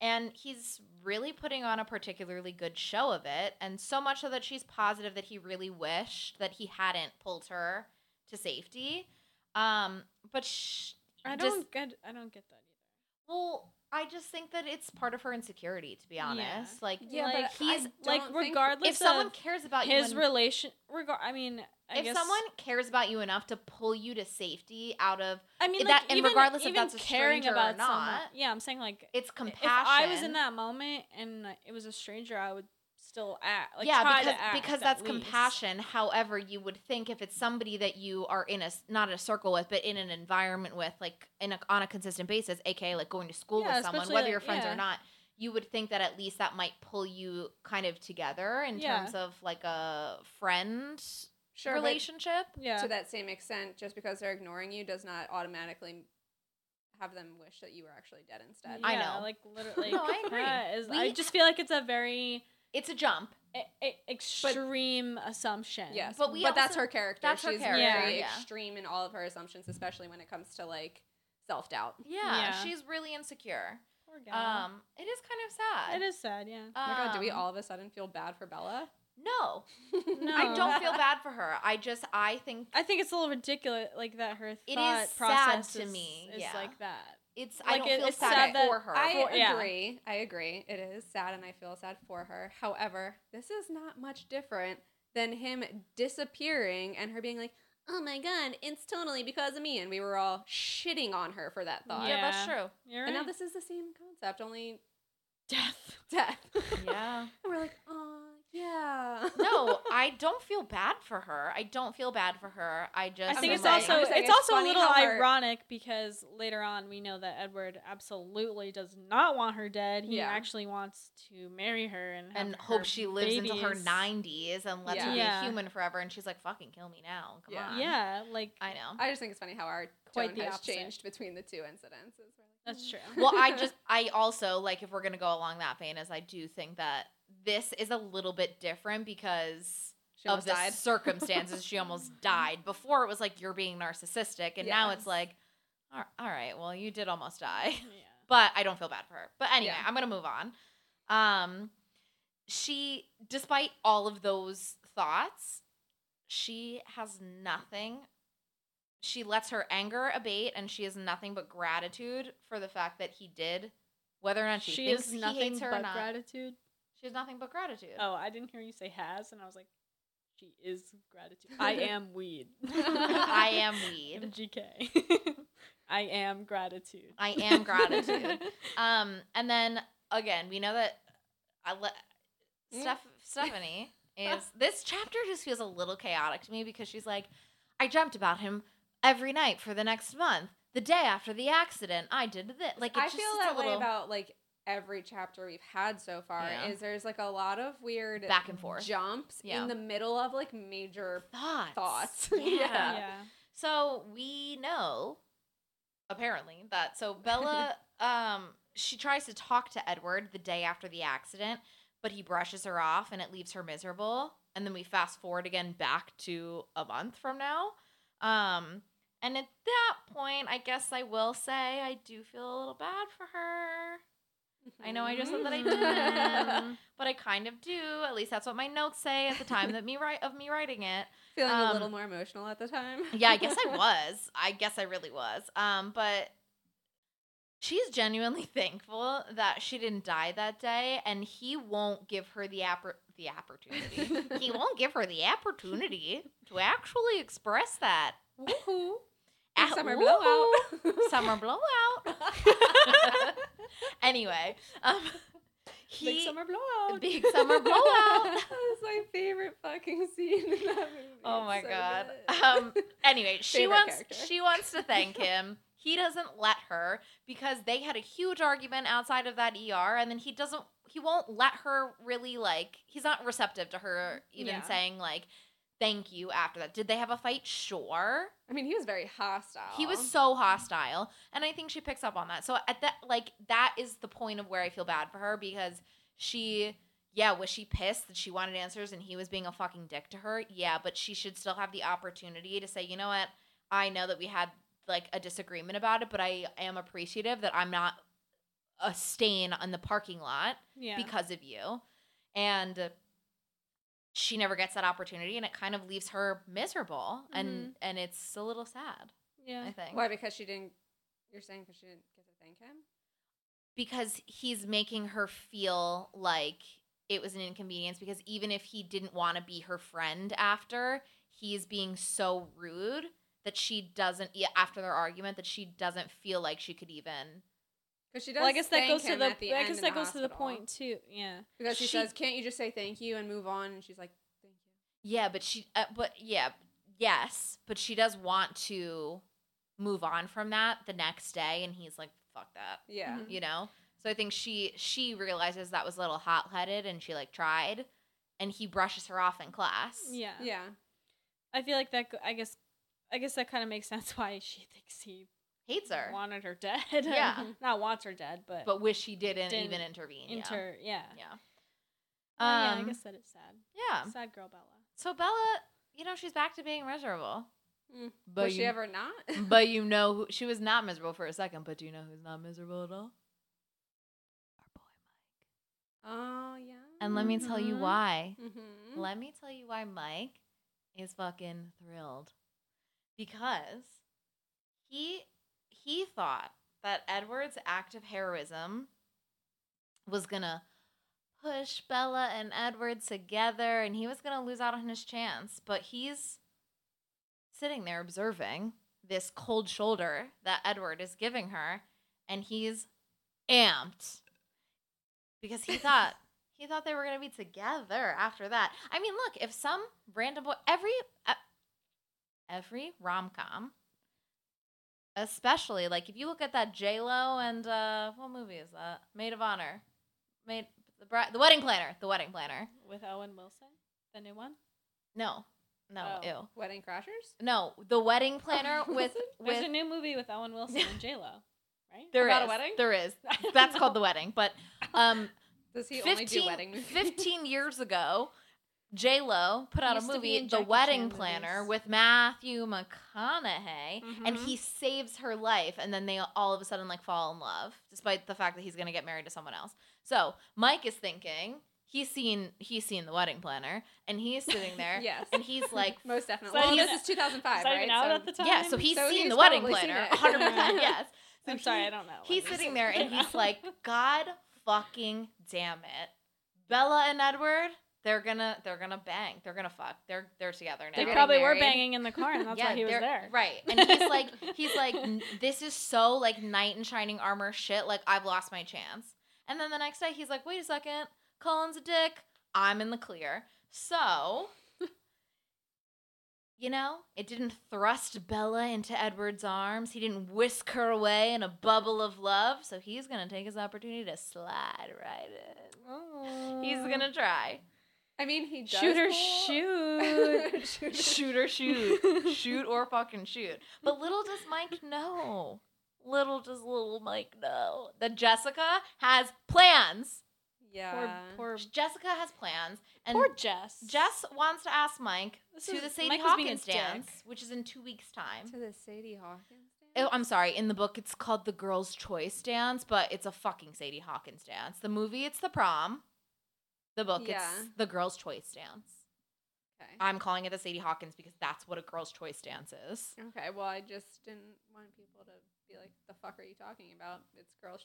Speaker 3: And he's really putting on a particularly good show of it. And so much so that she's positive that he really wished that he hadn't pulled her to safety. Um, but sh-
Speaker 5: I
Speaker 3: just-
Speaker 5: don't get I don't get that either.
Speaker 3: well, I just think that it's part of her insecurity, to be
Speaker 5: Yeah.
Speaker 3: honest. Like,
Speaker 4: Yeah,
Speaker 5: like
Speaker 4: but I
Speaker 5: he's
Speaker 4: don't
Speaker 5: like
Speaker 4: think-
Speaker 5: regardless
Speaker 3: if someone
Speaker 5: of
Speaker 3: cares about you,
Speaker 5: his
Speaker 3: and-
Speaker 5: relation regard I mean I
Speaker 3: if
Speaker 5: guess,
Speaker 3: someone cares about you enough to pull you to safety out of
Speaker 5: I mean
Speaker 3: i-
Speaker 5: like,
Speaker 3: that- and
Speaker 5: even,
Speaker 3: regardless if
Speaker 5: even
Speaker 3: that's a
Speaker 5: caring
Speaker 3: stranger or
Speaker 5: about someone,
Speaker 3: not,
Speaker 5: yeah, I'm saying like
Speaker 3: its
Speaker 5: if
Speaker 3: compassion.
Speaker 5: I was in that moment and it was a stranger, I would still act like
Speaker 3: yeah,
Speaker 5: try
Speaker 3: because
Speaker 5: to act
Speaker 3: because
Speaker 5: at
Speaker 3: that's
Speaker 5: least.
Speaker 3: compassion. However, you would think if it's somebody that you are in a s- not in a circle with, but in an environment with, like in a, on a consistent basis, aka like going to school
Speaker 5: Yeah,
Speaker 3: with someone,
Speaker 5: especially,
Speaker 3: whether
Speaker 5: like,
Speaker 3: you're friends
Speaker 5: yeah.
Speaker 3: or not, you would think that at least that might pull you kind of together in
Speaker 5: Yeah.
Speaker 3: terms of like a friend
Speaker 4: Sure, but
Speaker 3: relationship.
Speaker 5: Yeah.
Speaker 4: to that same extent, just because they're ignoring you does not automatically have them wish that you were actually dead instead.
Speaker 3: I
Speaker 5: Yeah,
Speaker 3: know.
Speaker 5: Like literally,
Speaker 3: No, I agree.
Speaker 5: that is-
Speaker 3: We-
Speaker 5: I just feel like it's a very
Speaker 3: It's a jump.
Speaker 5: e- e- extreme assumption.
Speaker 4: Yes,
Speaker 3: But
Speaker 4: but
Speaker 3: we
Speaker 4: that's
Speaker 3: also-
Speaker 4: her character.
Speaker 3: that's her
Speaker 4: She's
Speaker 3: character,
Speaker 4: very
Speaker 3: yeah.
Speaker 4: extreme in all of her assumptions, especially when it comes to like self doubt.
Speaker 3: Yeah,
Speaker 5: Yeah.
Speaker 3: she's really insecure.
Speaker 5: Poor gal.
Speaker 3: Um, it is kind of sad.
Speaker 5: it is sad. Yeah.
Speaker 4: Oh my god, do we
Speaker 3: Um,
Speaker 4: all of a sudden feel bad for Bella?
Speaker 3: No,
Speaker 5: No.
Speaker 3: I don't feel bad for her. I just I think
Speaker 5: I think it's a little ridiculous, like that her
Speaker 3: is
Speaker 5: thought
Speaker 3: sad
Speaker 5: process
Speaker 3: to
Speaker 5: is,
Speaker 3: me,
Speaker 5: is
Speaker 3: yeah.
Speaker 5: like that.
Speaker 3: it's I
Speaker 5: Like,
Speaker 3: don't
Speaker 5: it-
Speaker 3: feel
Speaker 5: it's
Speaker 3: sad,
Speaker 5: sad that
Speaker 3: for her.
Speaker 4: I
Speaker 5: yeah.
Speaker 4: agree. I agree. It is sad and I feel sad for her. However, this is not much different than him disappearing and her being like, Oh my god, it's totally because of me and we were all shitting on her for that thought.
Speaker 3: yeah, that's
Speaker 5: Yeah.
Speaker 3: true.
Speaker 5: You're
Speaker 4: And now
Speaker 5: right.
Speaker 4: this is the same concept, only
Speaker 5: death.
Speaker 4: death.
Speaker 3: Yeah.
Speaker 4: and we're like, oh yeah.
Speaker 3: No, I don't feel bad for her. I don't feel bad for her. I just
Speaker 5: I think
Speaker 4: I'm
Speaker 5: it's
Speaker 4: just saying-
Speaker 5: also
Speaker 4: I'm just saying
Speaker 5: it's
Speaker 4: it's
Speaker 5: also a
Speaker 4: funny
Speaker 5: little
Speaker 4: how her-
Speaker 5: ironic because later on we know that Edward absolutely does not want her dead. He
Speaker 4: Yeah.
Speaker 5: actually wants to marry her and have
Speaker 3: and
Speaker 5: her
Speaker 3: hope she lives into her
Speaker 5: babies.
Speaker 3: nineties and lets her be
Speaker 5: Yeah.
Speaker 3: a human forever. And she's like, "Fucking kill me now, come
Speaker 4: Yeah.
Speaker 3: on."
Speaker 5: Yeah, like
Speaker 3: I know.
Speaker 4: I just think it's funny how our
Speaker 5: Quite
Speaker 4: tone
Speaker 5: the
Speaker 4: has
Speaker 5: opposite.
Speaker 4: changed between the two incidents. It's really-
Speaker 5: That's true.
Speaker 3: well, I just, I also like if we're gonna go along that vein, as I do think that this is a little bit different because
Speaker 4: She
Speaker 3: of
Speaker 4: almost
Speaker 3: the
Speaker 4: died.
Speaker 3: circumstances. she almost died. Before it was like you're being narcissistic, and now it's
Speaker 4: Yes.
Speaker 3: like, all all right, well you did almost die,
Speaker 5: yeah.
Speaker 3: but I don't feel bad for her. But anyway,
Speaker 4: Yeah.
Speaker 3: I'm gonna move on. Um, she, despite all of those thoughts, she has nothing. She lets her anger abate, and she has nothing but gratitude for the fact that he did, whether or not she,
Speaker 5: she
Speaker 3: thinks
Speaker 5: is
Speaker 3: he
Speaker 5: nothing
Speaker 3: hates her or
Speaker 5: but
Speaker 3: not.
Speaker 5: gratitude.
Speaker 3: she has nothing but gratitude.
Speaker 5: Oh, I didn't hear you say has, and I was like, she is gratitude. I am weed.
Speaker 3: I am weed.
Speaker 5: MGK. I am gratitude.
Speaker 3: I am gratitude. Um, and then again, we know that I let
Speaker 4: Mm.
Speaker 3: Steph- Stephanie is this chapter just feels a little chaotic to me because she's like, I dreamt about him every night for the next month. The day after the accident, I did this. Like it's
Speaker 4: I
Speaker 3: just
Speaker 4: feel
Speaker 3: it's
Speaker 4: that
Speaker 3: a little
Speaker 4: way about like every chapter we've had so far.
Speaker 3: Yeah.
Speaker 4: Is there's like a lot of weird
Speaker 3: back and forth
Speaker 4: jumps
Speaker 3: Yeah.
Speaker 4: in the middle of like major
Speaker 3: thoughts.
Speaker 4: thoughts.
Speaker 3: Yeah.
Speaker 5: yeah.
Speaker 3: So we know, apparently, that so Bella, um, she tries to talk to Edward the day after the accident, but he brushes her off, and it leaves her miserable. And then we fast forward again back to a month from now, um, and at that point, I guess I will say I do feel a little bad for her, I know I just said that I didn't.
Speaker 4: Mm-hmm.
Speaker 3: but I kind of do. At least that's what my notes say at the time that me write of me writing it.
Speaker 4: Feeling
Speaker 3: Um,
Speaker 4: a little more emotional at the time.
Speaker 3: Yeah, I guess I was. I guess I really was. Um, but she's genuinely thankful that she didn't die that day, and he won't give her the appor- the opportunity. he won't give her the opportunity to actually express that.
Speaker 4: Woohoo.
Speaker 3: Ah,
Speaker 4: Summer
Speaker 3: woohoo.
Speaker 4: blowout.
Speaker 3: Summer blowout. anyway, um, he
Speaker 5: Big summer blowout.
Speaker 3: Big summer blowout.
Speaker 4: that was my favorite fucking scene in that movie.
Speaker 3: Oh
Speaker 4: It's
Speaker 3: my
Speaker 4: so
Speaker 3: god.
Speaker 4: good.
Speaker 3: Um anyway, she
Speaker 4: Favorite
Speaker 3: wants
Speaker 4: character.
Speaker 3: she wants to thank him. He doesn't let her because they had a huge argument outside of that ER and then he doesn't he won't let her really like he's not receptive to her even
Speaker 5: Yeah.
Speaker 3: saying like thank you after that. Did they have a fight? Sure.
Speaker 4: I mean, he was very hostile.
Speaker 3: He was so hostile, and I think she picks up on that. So at that, like that is the point of where I feel bad for her because she, yeah, was she pissed that she wanted answers and he was being a fucking dick to her? Yeah, but she should still have the opportunity to say, you know what? I know that we had like a disagreement about it, but I am appreciative that I'm not a stain on the parking lot
Speaker 5: Yeah.
Speaker 3: because of you. And she never gets that opportunity and it kind of leaves her miserable and and it's a little sad,
Speaker 5: yeah.
Speaker 3: I think.
Speaker 4: Why? Because she didn't. You're saying because she didn't get to thank him?
Speaker 3: because he's making her feel like it was an inconvenience because even if he didn't want to be her friend after he's being so rude that she doesn't yeah, after their argument that she doesn't feel like she could even
Speaker 4: Because she does.
Speaker 5: Well, I guess that
Speaker 4: thank
Speaker 5: goes to
Speaker 4: him
Speaker 5: the.
Speaker 4: at
Speaker 5: I
Speaker 4: end
Speaker 5: guess
Speaker 4: in
Speaker 5: that goes to
Speaker 4: hospital.
Speaker 5: the point too. Yeah.
Speaker 4: Because she,
Speaker 3: She-
Speaker 4: says, "Can't you just say thank you and move on?" And she's like, "Thank you."
Speaker 3: yeah but she uh, but yeah yes but she does want to move on from that the next day and he's like fuck that
Speaker 5: Mm-hmm.
Speaker 4: Yeah.
Speaker 3: you know so i think she she realizes that was a little hot-headed and she like tried and he brushes her off in class
Speaker 5: Yeah.
Speaker 4: Yeah.
Speaker 5: I feel like that. go- I guess. I guess that kind of makes sense why she thinks he
Speaker 3: hates her
Speaker 5: wanted her dead.
Speaker 3: Yeah.
Speaker 5: Not wants her dead, but,
Speaker 3: but wish he didn't,
Speaker 5: Didn't
Speaker 3: even intervene. yeah.
Speaker 5: inter. Yeah.
Speaker 3: Yeah.
Speaker 5: Oh, yeah,
Speaker 3: Um,
Speaker 5: I guess that is sad.
Speaker 3: yeah.
Speaker 5: Sad girl Bella.
Speaker 3: So Bella, you know, she's back to being miserable.
Speaker 4: Mm.
Speaker 3: But
Speaker 4: was she
Speaker 3: you-
Speaker 4: ever not?
Speaker 3: but you know, who, she was not miserable for a second. But do you know who's not miserable at all? Our boy Mike.
Speaker 4: oh yeah.
Speaker 3: And let me tell you
Speaker 5: Mhm.
Speaker 3: why.
Speaker 4: Mm-hmm.
Speaker 3: Let me tell you why Mike is fucking thrilled. Because he he thought that Edward's act of heroism was gonna push Bella and Edward together and he was gonna lose out on his chance. But he's sitting there observing this cold shoulder that Edward is giving her, and he's amped. Because he thought he thought they were going to be together after that. I mean, look, if some random boy, every uh, every rom com, especially like if you look at that J Lo and uh, what movie is that? Maid of Honor, Maid the Bride, the Wedding Planner, the Wedding Planner.
Speaker 5: With Owen Wilson, the new one.
Speaker 3: No, no,
Speaker 5: Oh.
Speaker 3: ew,
Speaker 4: Wedding crashers.
Speaker 3: no, the Wedding Planner with
Speaker 5: There's
Speaker 3: with
Speaker 5: a new movie with Owen Wilson and J Lo. right?
Speaker 3: There
Speaker 4: About a
Speaker 3: is-
Speaker 4: wedding?
Speaker 3: There is.
Speaker 4: I don't
Speaker 3: That's called
Speaker 4: know.
Speaker 3: the wedding. But um,
Speaker 4: Does he only do
Speaker 3: 15,
Speaker 4: wedding movies?
Speaker 3: 15 years ago, J Lo put out a
Speaker 5: used to be
Speaker 3: movie,
Speaker 5: in
Speaker 3: The
Speaker 5: Jackie
Speaker 3: Wedding
Speaker 5: Chan
Speaker 3: Planner,
Speaker 5: movies.
Speaker 3: with Matthew McConaughey, and
Speaker 4: Mm-hmm.
Speaker 5: Mhm.
Speaker 3: he saves her life, and then they all of a sudden like fall in love, despite the fact that he's gonna get married to someone else. So Mike is thinking he's seen he's seen The Wedding Planner, and he's sitting there,
Speaker 4: Yes.
Speaker 3: and he's like.
Speaker 4: Most definitely.
Speaker 5: So
Speaker 4: well,
Speaker 5: he's-
Speaker 4: this is 2005,
Speaker 5: Was I
Speaker 4: right?
Speaker 5: even out
Speaker 4: So-
Speaker 5: at the time?
Speaker 3: Yeah, so he's
Speaker 4: So
Speaker 3: seen
Speaker 4: he's
Speaker 3: the wedding
Speaker 4: probably seen
Speaker 3: planner.
Speaker 4: it.
Speaker 3: 100%. Yes. So
Speaker 5: I'm sorry,
Speaker 3: he-
Speaker 5: I don't know.
Speaker 3: He's
Speaker 5: Let me
Speaker 3: sitting
Speaker 5: see.
Speaker 3: there and he's like, God fucking damn it. Bella and Edward, they're gonna they're gonna bang. They're gonna fuck. They're they're together now.
Speaker 5: they
Speaker 4: getting
Speaker 5: probably were
Speaker 4: married.
Speaker 5: banging in the car, and that's why he was
Speaker 3: they're-
Speaker 5: there.
Speaker 3: Right. And he's like he's like "N- this is so like knight in shining armor shit. Like I've lost my chance. And then the next day he's like, wait a second, Colin's a dick. I'm in the clear. So you know, it didn't thrust Bella into Edward's arms. He didn't whisk her away in a bubble of love. So he's gonna take his opportunity to slide right in. He's gonna try.
Speaker 4: I mean, he does.
Speaker 5: shoot or
Speaker 4: pull-
Speaker 5: shoot.
Speaker 4: Shoot or
Speaker 3: shoot or shoot, shoot or fucking shoot. But little does Mike know, little does little Mike know that Jessica has plans.
Speaker 4: Yeah.
Speaker 5: Poor, poor,
Speaker 3: Jessica has plans, and
Speaker 5: poor Jess.
Speaker 3: Jess wants to ask Mike
Speaker 5: This
Speaker 3: to
Speaker 5: is-
Speaker 3: the Sadie
Speaker 5: Mike was being a
Speaker 3: Hawkins
Speaker 5: dick.
Speaker 3: dance, which is in two weeks' time.
Speaker 4: to the Sadie Hawkins.
Speaker 3: Oh,
Speaker 4: dance?
Speaker 3: I'm sorry. In the book, it's called the Girls' Choice Dance, but it's a fucking Sadie Hawkins dance. The movie, it's the prom. The book,
Speaker 4: Yeah.
Speaker 3: it's the Girls' Choice Dance.
Speaker 4: Okay.
Speaker 3: I'm calling it the Sadie Hawkins because that's what a Girls' Choice dance is.
Speaker 4: Okay. Well, I just didn't want people to be like, "The fuck are you talking about? It's girls'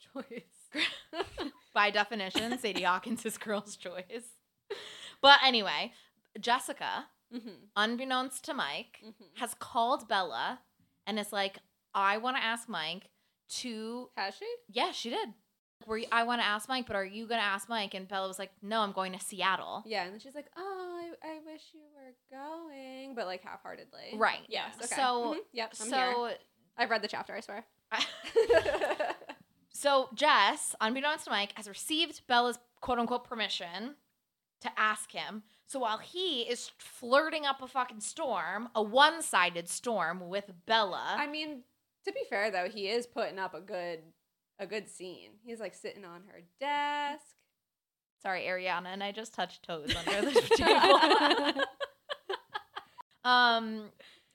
Speaker 4: choice."
Speaker 3: By definition, Sadie Hawkins is girl's choice. But anyway, Jessica,
Speaker 4: mm-hmm.
Speaker 3: unbeknownst to Mike,
Speaker 4: Mhm.
Speaker 3: has called Bella and is like, I want to ask Mike to.
Speaker 4: Has she?
Speaker 3: Yeah, she did. Were you, I want to ask Mike, but are you going to ask Mike? And Bella was like, No, I'm going to Seattle.
Speaker 4: Yeah. And then she's like, "Oh, I, I wish you were going," but like half-heartedly.
Speaker 3: Right.
Speaker 4: Yes. Okay.
Speaker 3: So-
Speaker 4: Mhm. yep. I'm here.
Speaker 3: So,
Speaker 4: I've read the chapter. I swear.
Speaker 3: so Jess, unbeknownst to Mike, has received Bella's quote unquote permission to ask him. So while he is flirting up a fucking storm, a one sided storm with Bella,
Speaker 4: I mean, to be fair though, he is putting up a good a good scene. He's like sitting on her desk.
Speaker 3: Sorry, Ariana, and I just touched toes under the table. um.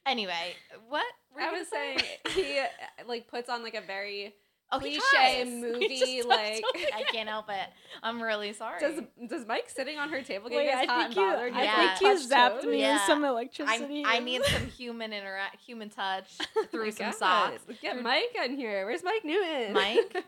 Speaker 3: Anyway, what were you
Speaker 4: I
Speaker 3: gonna
Speaker 4: was
Speaker 3: say?
Speaker 4: saying he uh, like puts on like a very
Speaker 3: oh, he
Speaker 4: cliche
Speaker 3: tries.
Speaker 4: movie like
Speaker 3: I can't help it. I'm really sorry.
Speaker 4: does does Mike sitting on her table get
Speaker 5: Wait,
Speaker 4: you guys
Speaker 5: I
Speaker 4: hot and
Speaker 5: think you,
Speaker 4: bothered?
Speaker 5: I
Speaker 3: Yeah.
Speaker 4: guys,
Speaker 5: think you
Speaker 4: like, touch
Speaker 5: zapped
Speaker 4: toes?
Speaker 5: me
Speaker 3: Yeah.
Speaker 5: with some
Speaker 3: I,
Speaker 5: electricity.
Speaker 3: I
Speaker 5: and-
Speaker 3: need some human interact, human touch through some
Speaker 4: God,
Speaker 3: socks.
Speaker 4: Get Mike on here. Where's Mike Newton?
Speaker 3: Mike?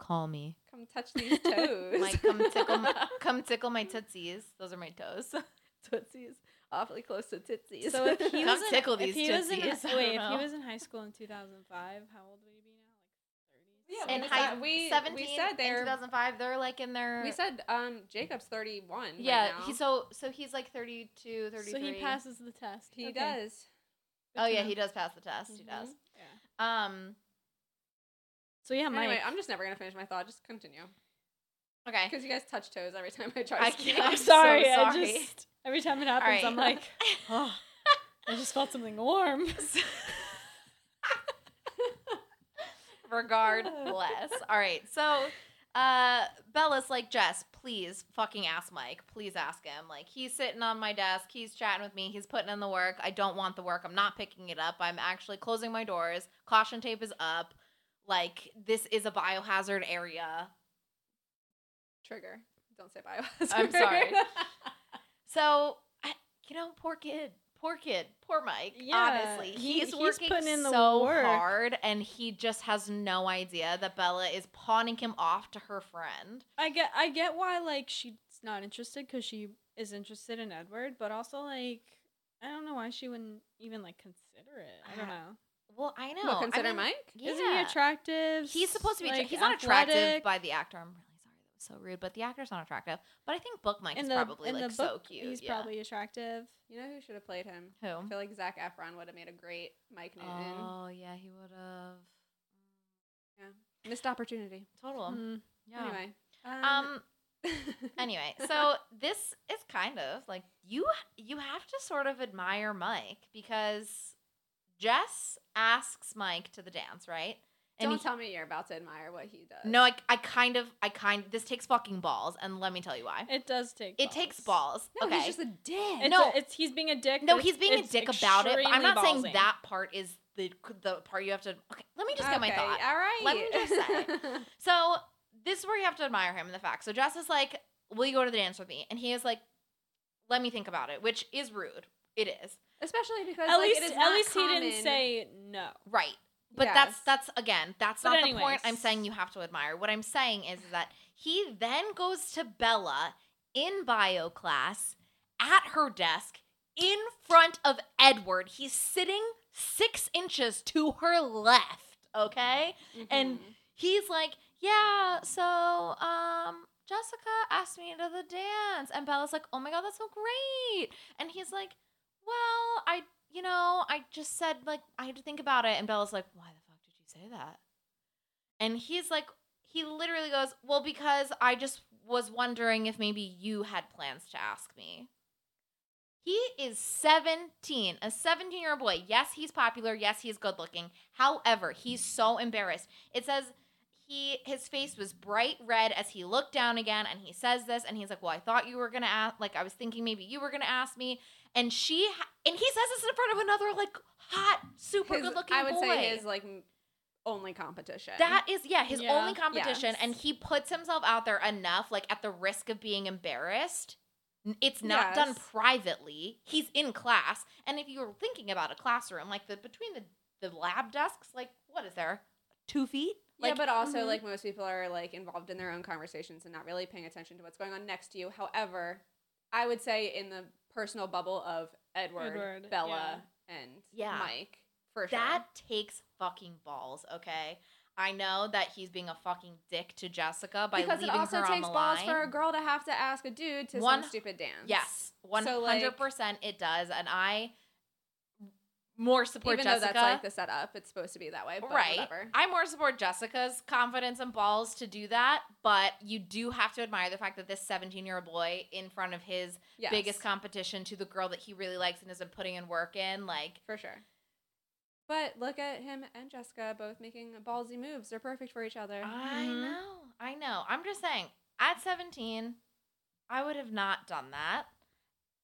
Speaker 3: Call me,
Speaker 4: come touch these toes.
Speaker 3: Mike. Come tickle, my, come tickle my tootsies. Those are my toes.
Speaker 4: tootsies. Awfully close to tootsies.
Speaker 5: So if he
Speaker 3: Come
Speaker 5: was
Speaker 3: tickle
Speaker 5: in,
Speaker 3: these
Speaker 5: if he was in,
Speaker 3: tootsies. I don't
Speaker 5: wait, if he
Speaker 3: know.
Speaker 5: was in high school in 2005, how old would he be now?
Speaker 4: Yeah, but
Speaker 5: Like 30s.
Speaker 3: in
Speaker 4: it's
Speaker 3: high,
Speaker 4: not- we-
Speaker 3: 17
Speaker 4: we said
Speaker 3: in
Speaker 4: they're-
Speaker 3: 2005, they're like in their
Speaker 4: we said um Jacob's thirty one.
Speaker 3: yeah.
Speaker 4: right now.
Speaker 3: He's so so he's like 32, 33.
Speaker 5: so he passes the test.
Speaker 4: he
Speaker 5: Okay.
Speaker 4: does.
Speaker 5: Good
Speaker 3: Oh
Speaker 5: to
Speaker 3: yeah,
Speaker 5: know.
Speaker 3: he does pass the test. He
Speaker 4: Mhm.
Speaker 3: does.
Speaker 5: Yeah.
Speaker 3: Um.
Speaker 5: So yeah, Mike.
Speaker 4: Anyway, I'm just never gonna finish my thought. Just continue.
Speaker 3: Okay.
Speaker 4: Because you guys touch toes every time I try.
Speaker 3: I
Speaker 4: to
Speaker 3: can't-
Speaker 4: speak.
Speaker 3: I'm
Speaker 5: I'm
Speaker 3: so
Speaker 5: sorry.
Speaker 3: sorry.
Speaker 5: I just every time it
Speaker 3: All
Speaker 5: happens,
Speaker 3: right.
Speaker 5: I'm like, oh, I just felt something warm.
Speaker 3: regardless. All right. So, uh, Bella's like, Jess, please fucking ask Mike. Please ask him. Like, he's sitting on my desk. He's chatting with me. He's putting in the work. I don't want the work. I'm not picking it up. I'm actually closing my doors. Caution tape is up. Like, this is a biohazard area.
Speaker 4: Trigger. Don't say biohazard.
Speaker 3: I'm sorry. So, I, you know, poor kid. Poor kid, poor Mike.
Speaker 5: Yeah,
Speaker 3: obviously,
Speaker 5: he-
Speaker 3: he's,
Speaker 5: he's
Speaker 3: working
Speaker 5: putting in the
Speaker 3: so
Speaker 5: work.
Speaker 3: hard, and he just has no idea that Bella is pawning him off to her friend.
Speaker 5: I get I get why like she's not interested because she is interested in Edward, but also like I don't know why she wouldn't even like consider it. I don't know.
Speaker 3: Well, I know.
Speaker 4: Well,
Speaker 3: I
Speaker 4: consider
Speaker 3: mean,
Speaker 4: Mike.
Speaker 3: Uh, Yeah.
Speaker 5: Isn't he attractive?
Speaker 3: He's supposed to be. attra-
Speaker 5: Like,
Speaker 3: he's not attractive
Speaker 5: athletic?
Speaker 3: by the actor. I'm really sorry. That was so rude. But the actor's not attractive. But I think Book Mike
Speaker 5: in
Speaker 3: is
Speaker 5: the
Speaker 3: probably
Speaker 5: in
Speaker 3: like
Speaker 5: the
Speaker 3: so
Speaker 5: book,
Speaker 3: cute.
Speaker 5: He's
Speaker 3: yeah.
Speaker 5: probably attractive.
Speaker 4: You know who should have played him? I
Speaker 3: who?
Speaker 4: feel like Zach Efron would have made a great Mike Newton.
Speaker 3: Oh yeah, he would have.
Speaker 4: Missed opportunity.
Speaker 3: Total.
Speaker 5: Mm.
Speaker 3: Yeah.
Speaker 4: Anyway.
Speaker 3: Um. Anyway, so this is kind of like you. You have to sort of admire Mike because Jess asks Mike to the dance, right? And
Speaker 4: Don't
Speaker 3: he-
Speaker 4: tell me you're about to admire what he does.
Speaker 3: No, I, I kind of, I kind. This takes fucking balls, and let me tell you why.
Speaker 5: It does take.
Speaker 3: It takes balls.
Speaker 4: No,
Speaker 3: okay.
Speaker 4: he's just a dick.
Speaker 5: It's
Speaker 3: No.
Speaker 5: a- it's he's being a dick.
Speaker 3: no,
Speaker 5: but
Speaker 3: he's being a
Speaker 5: it's
Speaker 3: dick about it. But I'm
Speaker 5: extremely
Speaker 3: not saying
Speaker 5: ballsy.
Speaker 3: that part is the the part you have to. Okay, let me just get my
Speaker 4: Okay,
Speaker 3: thought.
Speaker 4: All right.
Speaker 3: Let me just say. So this is where you have to admire him in the fact. So Jess is like, "Will you go to the dance with me?" And he is like, "Let me think about it," which is rude. It is
Speaker 4: Especially because
Speaker 5: At
Speaker 4: like,
Speaker 5: least,
Speaker 4: it is
Speaker 5: at
Speaker 4: not
Speaker 5: least he didn't
Speaker 4: common-
Speaker 5: say no.
Speaker 3: right, but
Speaker 4: Yes.
Speaker 3: that's that's again, that's
Speaker 5: But
Speaker 3: not the point.
Speaker 5: anyways.
Speaker 3: I'm saying you have to admire. What I'm saying is that he then goes to Bella in bio class at her desk in front of Edward. He's sitting six inches to her left. Okay. and
Speaker 4: Mhm.
Speaker 3: he's like, "Yeah, so um Jessica asked me to the dance." And Bella's like, "Oh my god, that's so great." And he's like, "Well, I you know, I just said like I had to think about it." And Bella's like, "Why the fuck did you say that?" And he's like he literally goes, "Well, because I just was wondering if maybe you had plans to ask me." He is 17, a 17 year old boy. Yes, he's popular. Yes, he's good looking. However, he's so embarrassed. It says he his face was bright red as he looked down again and he says this and he's like, "Well, I thought you were going to ask like I was thinking maybe you were going to ask me." And she ha- and he says this in front of another like hot, super
Speaker 4: His-
Speaker 3: good looking boy.
Speaker 4: I would say his like m- only competition.
Speaker 3: That is, yeah, his
Speaker 5: Yeah.
Speaker 3: only competition,
Speaker 4: Yes.
Speaker 3: and he puts himself out there enough, like at the risk of being embarrassed. N- It's not done
Speaker 4: Yes.
Speaker 3: privately. He's in class, and if you were thinking about a classroom, like the between the the lab desks, like what is there, two feet? Like,
Speaker 4: yeah, but also
Speaker 3: mm-hmm.
Speaker 5: mhm.
Speaker 4: like most people are like involved in their own conversations and not really paying attention to what's going on next to you. However, I would say in the personal bubble of Edward,
Speaker 5: Edward,
Speaker 4: Bella, and
Speaker 3: Yeah.
Speaker 4: Mike for
Speaker 3: that
Speaker 4: sure.
Speaker 3: takes fucking balls. Okay, I know that he's being a fucking dick to Jessica by
Speaker 4: because it
Speaker 3: leaving
Speaker 4: also
Speaker 3: her on
Speaker 4: takes
Speaker 3: the
Speaker 4: balls
Speaker 3: line.
Speaker 4: for a girl to have to ask a dude to
Speaker 3: One-
Speaker 4: some stupid dance.
Speaker 3: Yes, one
Speaker 4: So, like-
Speaker 3: hundred percent, it does, and I more support
Speaker 4: Even
Speaker 3: Jessica.
Speaker 4: though that's like the setup, it's supposed to be that way. But
Speaker 3: right.
Speaker 4: Whatever.
Speaker 3: I more support Jessica's confidence and balls to do that, but you do have to admire the fact that this 17 year old boy, in front of his
Speaker 4: Yes,
Speaker 3: biggest competition to the girl that he really likes and has been putting in work in, like,
Speaker 4: for sure. But look at him and Jessica both making ballsy moves. They're perfect for each other. Mm-hmm.
Speaker 3: I
Speaker 5: Mhm.
Speaker 3: know, I know. I'm just saying, at 17, I would have not done that,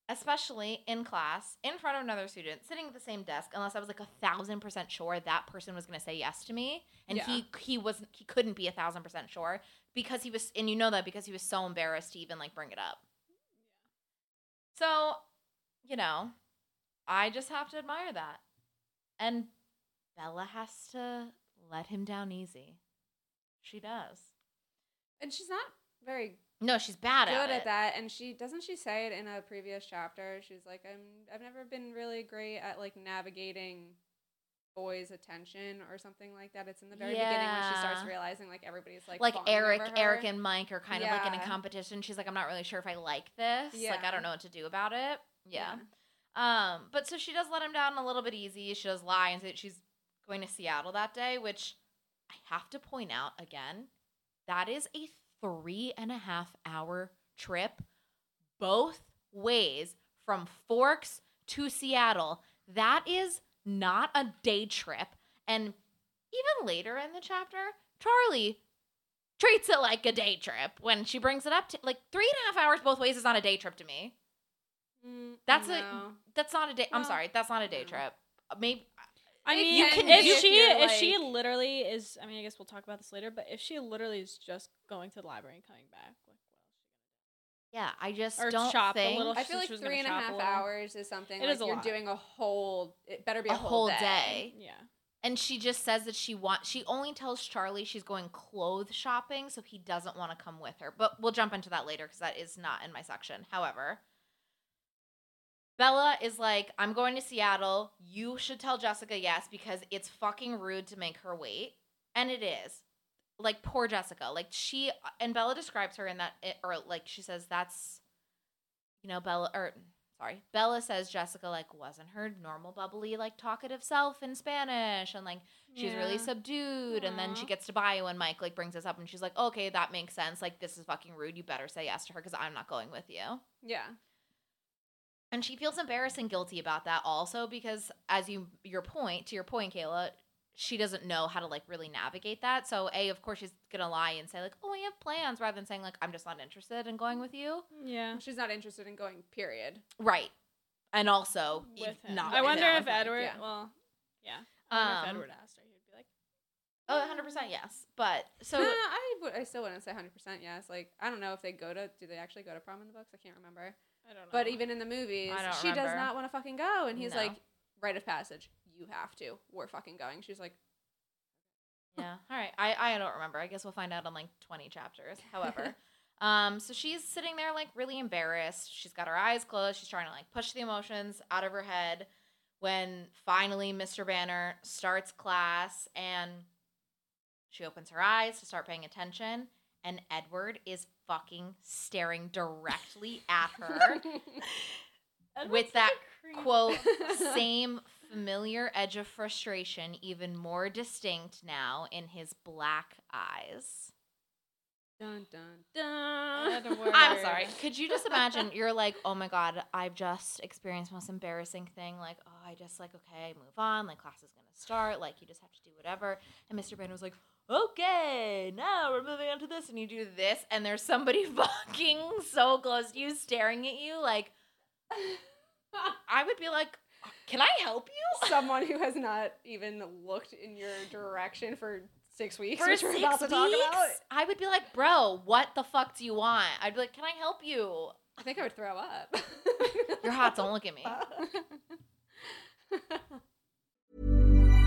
Speaker 3: especially in class, in front of another student, sitting at the same desk, unless I was like a thousand percent sure that person was going to say yes to me, and
Speaker 4: Yeah.
Speaker 3: he he wasn't, he couldn't be a thousand percent sure because he was, and you know that because he was so embarrassed to even like bring it up. So, you know, I just have to admire that, and Bella has to let him down easy. She does.
Speaker 4: and she's not very
Speaker 3: No, she's bad
Speaker 4: good
Speaker 3: at
Speaker 4: at
Speaker 3: it.
Speaker 4: that and she doesn't she say it in a previous chapter she's like i'm i've never been really great at like navigating boys attention or something like that it's in the very beginning when she starts
Speaker 3: Yeah.
Speaker 4: realizing like everybody's like
Speaker 3: Like
Speaker 4: fawning
Speaker 3: Eric,
Speaker 4: over
Speaker 3: Eric
Speaker 4: her.
Speaker 3: and Mike are kind of like in a
Speaker 4: Yeah.
Speaker 3: competition. She's like, I'm not really sure if I like this. Like, I
Speaker 4: Yeah.
Speaker 3: don't know what to do about it. Yeah. Um, but so she does let him down a little bit easy. She does lie and say that she's going to Seattle that day, which I have to point out again, that is a three and a half hour trip both ways from Forks to Seattle. That is not a day trip. And even later in the chapter, Charlie treats it like a day trip when she brings it up to like three and a half hours both ways is not a day trip to me.
Speaker 4: Mm,
Speaker 3: That's
Speaker 4: no.
Speaker 3: a that's not a day.
Speaker 5: Oh.
Speaker 3: I'm
Speaker 4: No.
Speaker 3: sorry, that's not a
Speaker 5: Mm.
Speaker 3: day
Speaker 4: No.
Speaker 3: trip. Uh, Maybe
Speaker 5: I
Speaker 4: It
Speaker 5: mean,
Speaker 4: can
Speaker 3: can
Speaker 5: if
Speaker 3: be if
Speaker 5: she
Speaker 4: you're,
Speaker 5: if she
Speaker 4: like-
Speaker 5: literally is, I mean, I guess we'll talk about this later. But if she literally is just going to the library and coming back, like,
Speaker 3: yeah. I just
Speaker 5: Or
Speaker 3: don't
Speaker 5: chop a
Speaker 3: think
Speaker 5: little
Speaker 4: I feel
Speaker 5: she
Speaker 4: like
Speaker 5: was gonna
Speaker 4: three and a
Speaker 5: shop a
Speaker 4: half
Speaker 5: little.
Speaker 4: hours is something.
Speaker 5: It
Speaker 4: like
Speaker 5: is a
Speaker 4: you're
Speaker 5: lot.
Speaker 4: doing a whole. It better be
Speaker 3: a
Speaker 4: a,
Speaker 3: whole day.
Speaker 5: well, yeah,
Speaker 3: And she just says that she wants. She only tells Charlie she's going clothes shopping, so he doesn't want to come with her. But we'll jump into that later because that is not in my section. However, Bella is like, "I'm going to Seattle. You should tell Jessica yes because it's fucking rude to make her wait." And it is. Like poor Jessica. Like she and Bella describes her in that eh, or like she says that's you know Bella or sorry. Bella says Jessica like wasn't her normal bubbly like talkative self in Spanish and like she's really
Speaker 5: Yeah.
Speaker 3: subdued and then she
Speaker 5: Aw.
Speaker 3: gets to bio and Mike like brings this up and she's like, "Okay, that makes sense. Like this is fucking rude. You better say yes to her cuz I'm not going with you."
Speaker 4: Yeah.
Speaker 3: and she feels embarrassed and guilty about that also because as you your point to your point kayla she doesn't know how to like really navigate that. So a, of course, she's gonna lie and say like, "Oh, I have plans," rather than saying like, "I'm just not interested in going with you."
Speaker 5: Yeah.
Speaker 4: She's not interested in going. Period.
Speaker 3: Right. And also,
Speaker 5: With
Speaker 3: if
Speaker 5: him.
Speaker 3: E, not.
Speaker 5: I
Speaker 3: with
Speaker 5: wonder
Speaker 3: him.
Speaker 5: if Edward.
Speaker 4: yeah.
Speaker 5: Well, yeah. I wonder
Speaker 3: Um,
Speaker 5: if Edward asked her, he'd be like,
Speaker 3: Oh, 100 percent yes. But so
Speaker 4: no, no, I would. I still wouldn't say 100 percent yes. Like I don't know if they go to. Do they actually go to prom in the books? I can't remember.
Speaker 5: I don't know.
Speaker 4: But even in the movies,
Speaker 3: Oh. I don't
Speaker 4: she does
Speaker 3: remember.
Speaker 4: not want to fucking go, and he's
Speaker 3: No.
Speaker 4: like, rite of passage. You have to. We're fucking going. She's like,
Speaker 3: yeah, all right. I I don't remember. I guess we'll find out in like 20 chapters. However. Um, so she's sitting there like really embarrassed. She's got her eyes closed. She's trying to like push the emotions out of her head when finally Mr. Banner starts class and she opens her eyes to start paying attention and Edward is fucking staring directly at her.
Speaker 5: Edward's
Speaker 3: with
Speaker 5: such a
Speaker 3: that
Speaker 5: creep.
Speaker 3: quote same familiar edge of frustration even more distinct now in his black eyes
Speaker 4: dun dun dun.
Speaker 5: Edward.
Speaker 3: i'm sorry could you just imagine you're like oh my god i've just experienced the most embarrassing thing like oh i just like okay move on like class is gonna start like you just have to do whatever and mr brandon was like okay now we're moving on to this and you do this and there's somebody fucking so close to you staring at you like i would be like can i help you
Speaker 4: Someone who has not even looked in your direction for six weeks,
Speaker 3: for
Speaker 4: which we're
Speaker 3: six
Speaker 4: about to talk about.
Speaker 3: weeks, I would be like, bro, what the fuck do you want? I'd be like, can I help you?
Speaker 4: I think I would throw up.
Speaker 3: You're hot, don't look at
Speaker 4: Uh,
Speaker 3: me.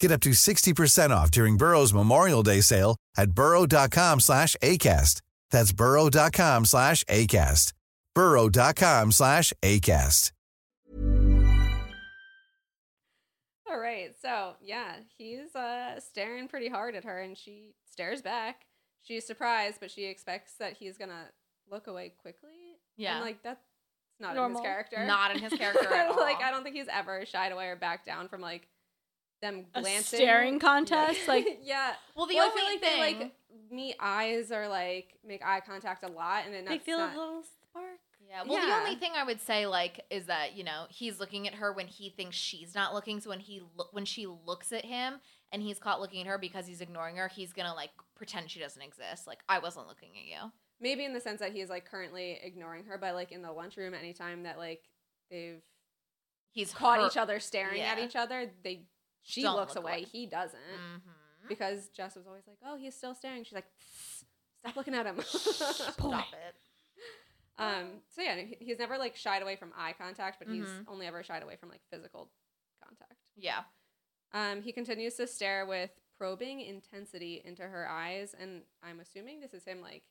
Speaker 6: Get up to 60% off during Burrow's Memorial Day sale at burrow.com slash ACAST. That's burrow.com slash ACAST. burrow.com slash ACAST.
Speaker 4: All right. So, yeah, he's uh, staring pretty hard at her and she stares back. She's surprised, but she expects that he's going to look away quickly.
Speaker 3: Yeah.
Speaker 4: And, like, that's not in
Speaker 5: Normal.
Speaker 4: his character.
Speaker 3: Not in his character at all.
Speaker 4: like, I don't think he's ever shied away or backed down from, like, them
Speaker 5: A
Speaker 4: glancing.
Speaker 5: staring contest, like
Speaker 4: yeah.
Speaker 3: Well, the
Speaker 4: Well,
Speaker 3: only
Speaker 4: I feel like
Speaker 3: thing,
Speaker 4: they, like, meet eyes or, like, make eye contact a lot. And then
Speaker 5: they
Speaker 4: that's
Speaker 5: feel
Speaker 4: not,
Speaker 5: a little spark.
Speaker 3: yeah. Well,
Speaker 4: yeah.
Speaker 3: the only thing I would say, like, is that you know he's looking at her when he thinks she's not looking. So when he lo- when she looks at him and he's caught looking at her because he's ignoring her, he's gonna like pretend she doesn't exist. Like I wasn't looking at you.
Speaker 4: maybe in the sense that he's, like, currently ignoring her, but, like, in the lunchroom, anytime that, like, they've
Speaker 3: He's
Speaker 4: caught
Speaker 3: her-
Speaker 4: each other staring at
Speaker 3: Yeah.
Speaker 4: each other, they she
Speaker 3: Don't
Speaker 4: looks
Speaker 3: look
Speaker 4: away.
Speaker 3: away.
Speaker 4: He doesn't
Speaker 3: Mhm.
Speaker 4: because Jess was always like, "Oh, he's still staring." She's like, "Psst, "Stop looking at him."
Speaker 3: Stop it.
Speaker 4: um. So yeah, he- he's never like shied away from eye contact, but he's
Speaker 3: Mhm.
Speaker 4: only ever shied away from like physical contact.
Speaker 3: Yeah.
Speaker 4: Um, he continues to stare with probing intensity into her eyes, and I'm assuming this is him like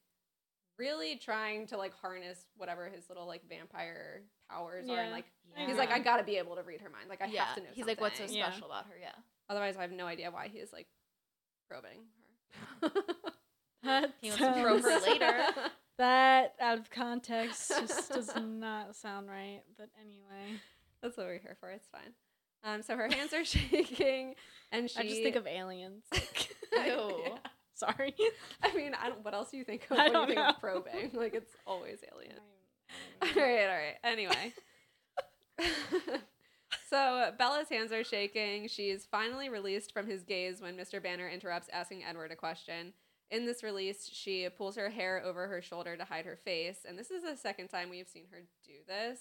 Speaker 4: really trying to like harness whatever his little like vampire powers are.
Speaker 3: Yeah.
Speaker 4: And, like
Speaker 3: Yeah.
Speaker 4: he's like, I gotta be able to read her mind. Like I have to know.
Speaker 3: He's like, what's so
Speaker 4: something."
Speaker 3: special about her? Yeah.
Speaker 4: Otherwise, I have no idea why he is like probing
Speaker 5: That
Speaker 3: He wants to probe her
Speaker 5: sounds-
Speaker 3: later.
Speaker 5: That out of context just does not sound right. But anyway,
Speaker 4: That's what we're here for. It's fine. Um, so her hands are shaking, and she.
Speaker 5: I just think of aliens.
Speaker 3: Ew.
Speaker 5: Sorry.
Speaker 4: I mean, I don't, what else do you think of
Speaker 5: I
Speaker 4: when you
Speaker 5: don't
Speaker 4: think
Speaker 5: know.
Speaker 4: of probing? Like it's always alien. all right, all right. Anyway. so Bella's hands are shaking. She's finally released from his gaze when Mr. Banner interrupts asking Edward a question. In this release, she pulls her hair over her shoulder to hide her face, and this is the second time we've seen her do this.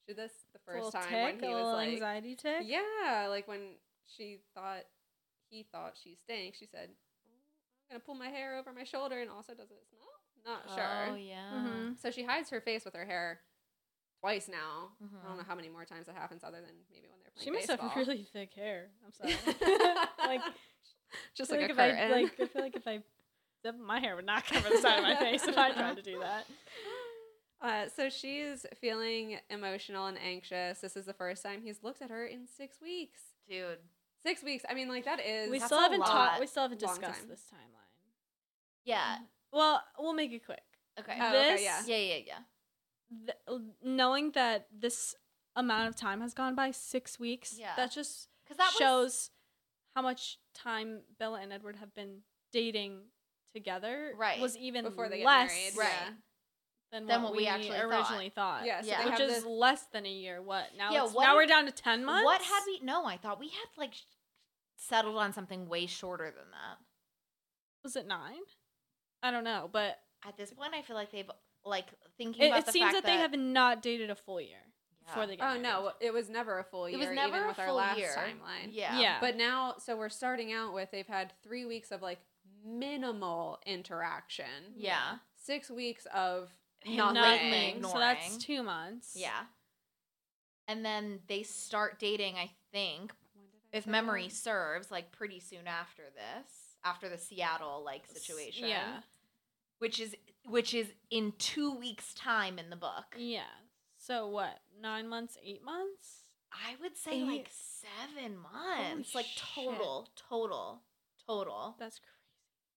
Speaker 4: She did this the
Speaker 5: Little
Speaker 4: first time
Speaker 5: tick,
Speaker 4: when
Speaker 5: a
Speaker 4: he
Speaker 5: little
Speaker 4: was like,
Speaker 5: uh, anxiety tick.
Speaker 4: yeah, like when she thought he thought she stank, she said, "Mm, "I'm gonna pull my hair over my shoulder," and also, does it smell? Not sure.
Speaker 3: Oh yeah.
Speaker 5: Mhm.
Speaker 4: So she hides her face with her hair twice now. I don't know
Speaker 3: Mhm.
Speaker 4: how many more times that happens, other than maybe when they're playing
Speaker 5: Mm-hmm. She must
Speaker 4: baseball.
Speaker 5: have really thick hair. I'm sorry. like,
Speaker 4: just
Speaker 5: I feel
Speaker 4: like, a
Speaker 5: if I
Speaker 4: curtain.
Speaker 5: like, I feel like if I that- my hair would not cover the side of my face if I tried to do that.
Speaker 4: Uh, so she's feeling emotional and anxious. This is the first time he's looked at her in six weeks.
Speaker 3: Dude.
Speaker 4: Six weeks. I mean, like that is.
Speaker 5: we
Speaker 3: That's
Speaker 5: still
Speaker 3: a
Speaker 5: haven't
Speaker 3: lot.
Speaker 5: talked. We still haven't
Speaker 4: Long
Speaker 5: discussed
Speaker 4: time.
Speaker 5: this timeline.
Speaker 3: Yeah.
Speaker 5: Well, we'll make it quick.
Speaker 3: Okay.
Speaker 4: Oh,
Speaker 5: this,
Speaker 4: okay, yeah.
Speaker 3: yeah, yeah, yeah.
Speaker 5: th- l- knowing that this amount of time has gone by six weeks
Speaker 3: Yeah.
Speaker 5: that just
Speaker 3: 'Cause that was-
Speaker 5: shows how much time bella and edward have been dating together
Speaker 3: Right.
Speaker 5: was even
Speaker 4: Before they get
Speaker 5: less
Speaker 4: married,
Speaker 3: Right.
Speaker 4: yeah.
Speaker 5: than,
Speaker 3: Than
Speaker 5: what,
Speaker 3: what we
Speaker 5: we,
Speaker 3: actually
Speaker 5: originally thought,
Speaker 4: Yeah, so
Speaker 3: Yeah.
Speaker 4: they
Speaker 5: which
Speaker 4: have
Speaker 5: is
Speaker 4: the-
Speaker 5: less than a year what now
Speaker 3: Yeah,
Speaker 5: it's-
Speaker 3: what
Speaker 5: now
Speaker 3: if-
Speaker 5: we're down to 10 months
Speaker 3: What had we? No, I thought we had like sh- settled on something way shorter than that.
Speaker 5: was it nine i don't know but
Speaker 3: At this point, I feel like they've like thinking
Speaker 5: it,
Speaker 3: about
Speaker 5: it
Speaker 3: the
Speaker 5: seems
Speaker 3: fact
Speaker 5: that, they have not dated a full year before
Speaker 3: Yeah.
Speaker 5: they get
Speaker 4: Oh
Speaker 5: married.
Speaker 4: no, it was never a full year.
Speaker 3: It was never
Speaker 4: even
Speaker 3: a
Speaker 4: with our
Speaker 3: full
Speaker 4: last
Speaker 3: year.
Speaker 4: timeline.
Speaker 3: Yeah.
Speaker 5: Yeah.
Speaker 4: But now, so we're starting out with they've had three weeks of like minimal interaction.
Speaker 3: Yeah.
Speaker 4: Six weeks of
Speaker 3: Him
Speaker 4: nothing.
Speaker 3: nothing.
Speaker 5: so that's
Speaker 3: ignoring.
Speaker 5: two months
Speaker 3: Yeah. And then they start dating, I think, if memory serves, like pretty soon after this, after the Seattle like situation.
Speaker 5: yeah
Speaker 3: Which is which is in two weeks' time in the book.
Speaker 5: Yeah. So what? Nine months, eight months?
Speaker 3: I would say
Speaker 5: Eight-
Speaker 3: like seven months. like
Speaker 5: shit.
Speaker 3: total, total, total.
Speaker 5: That's crazy.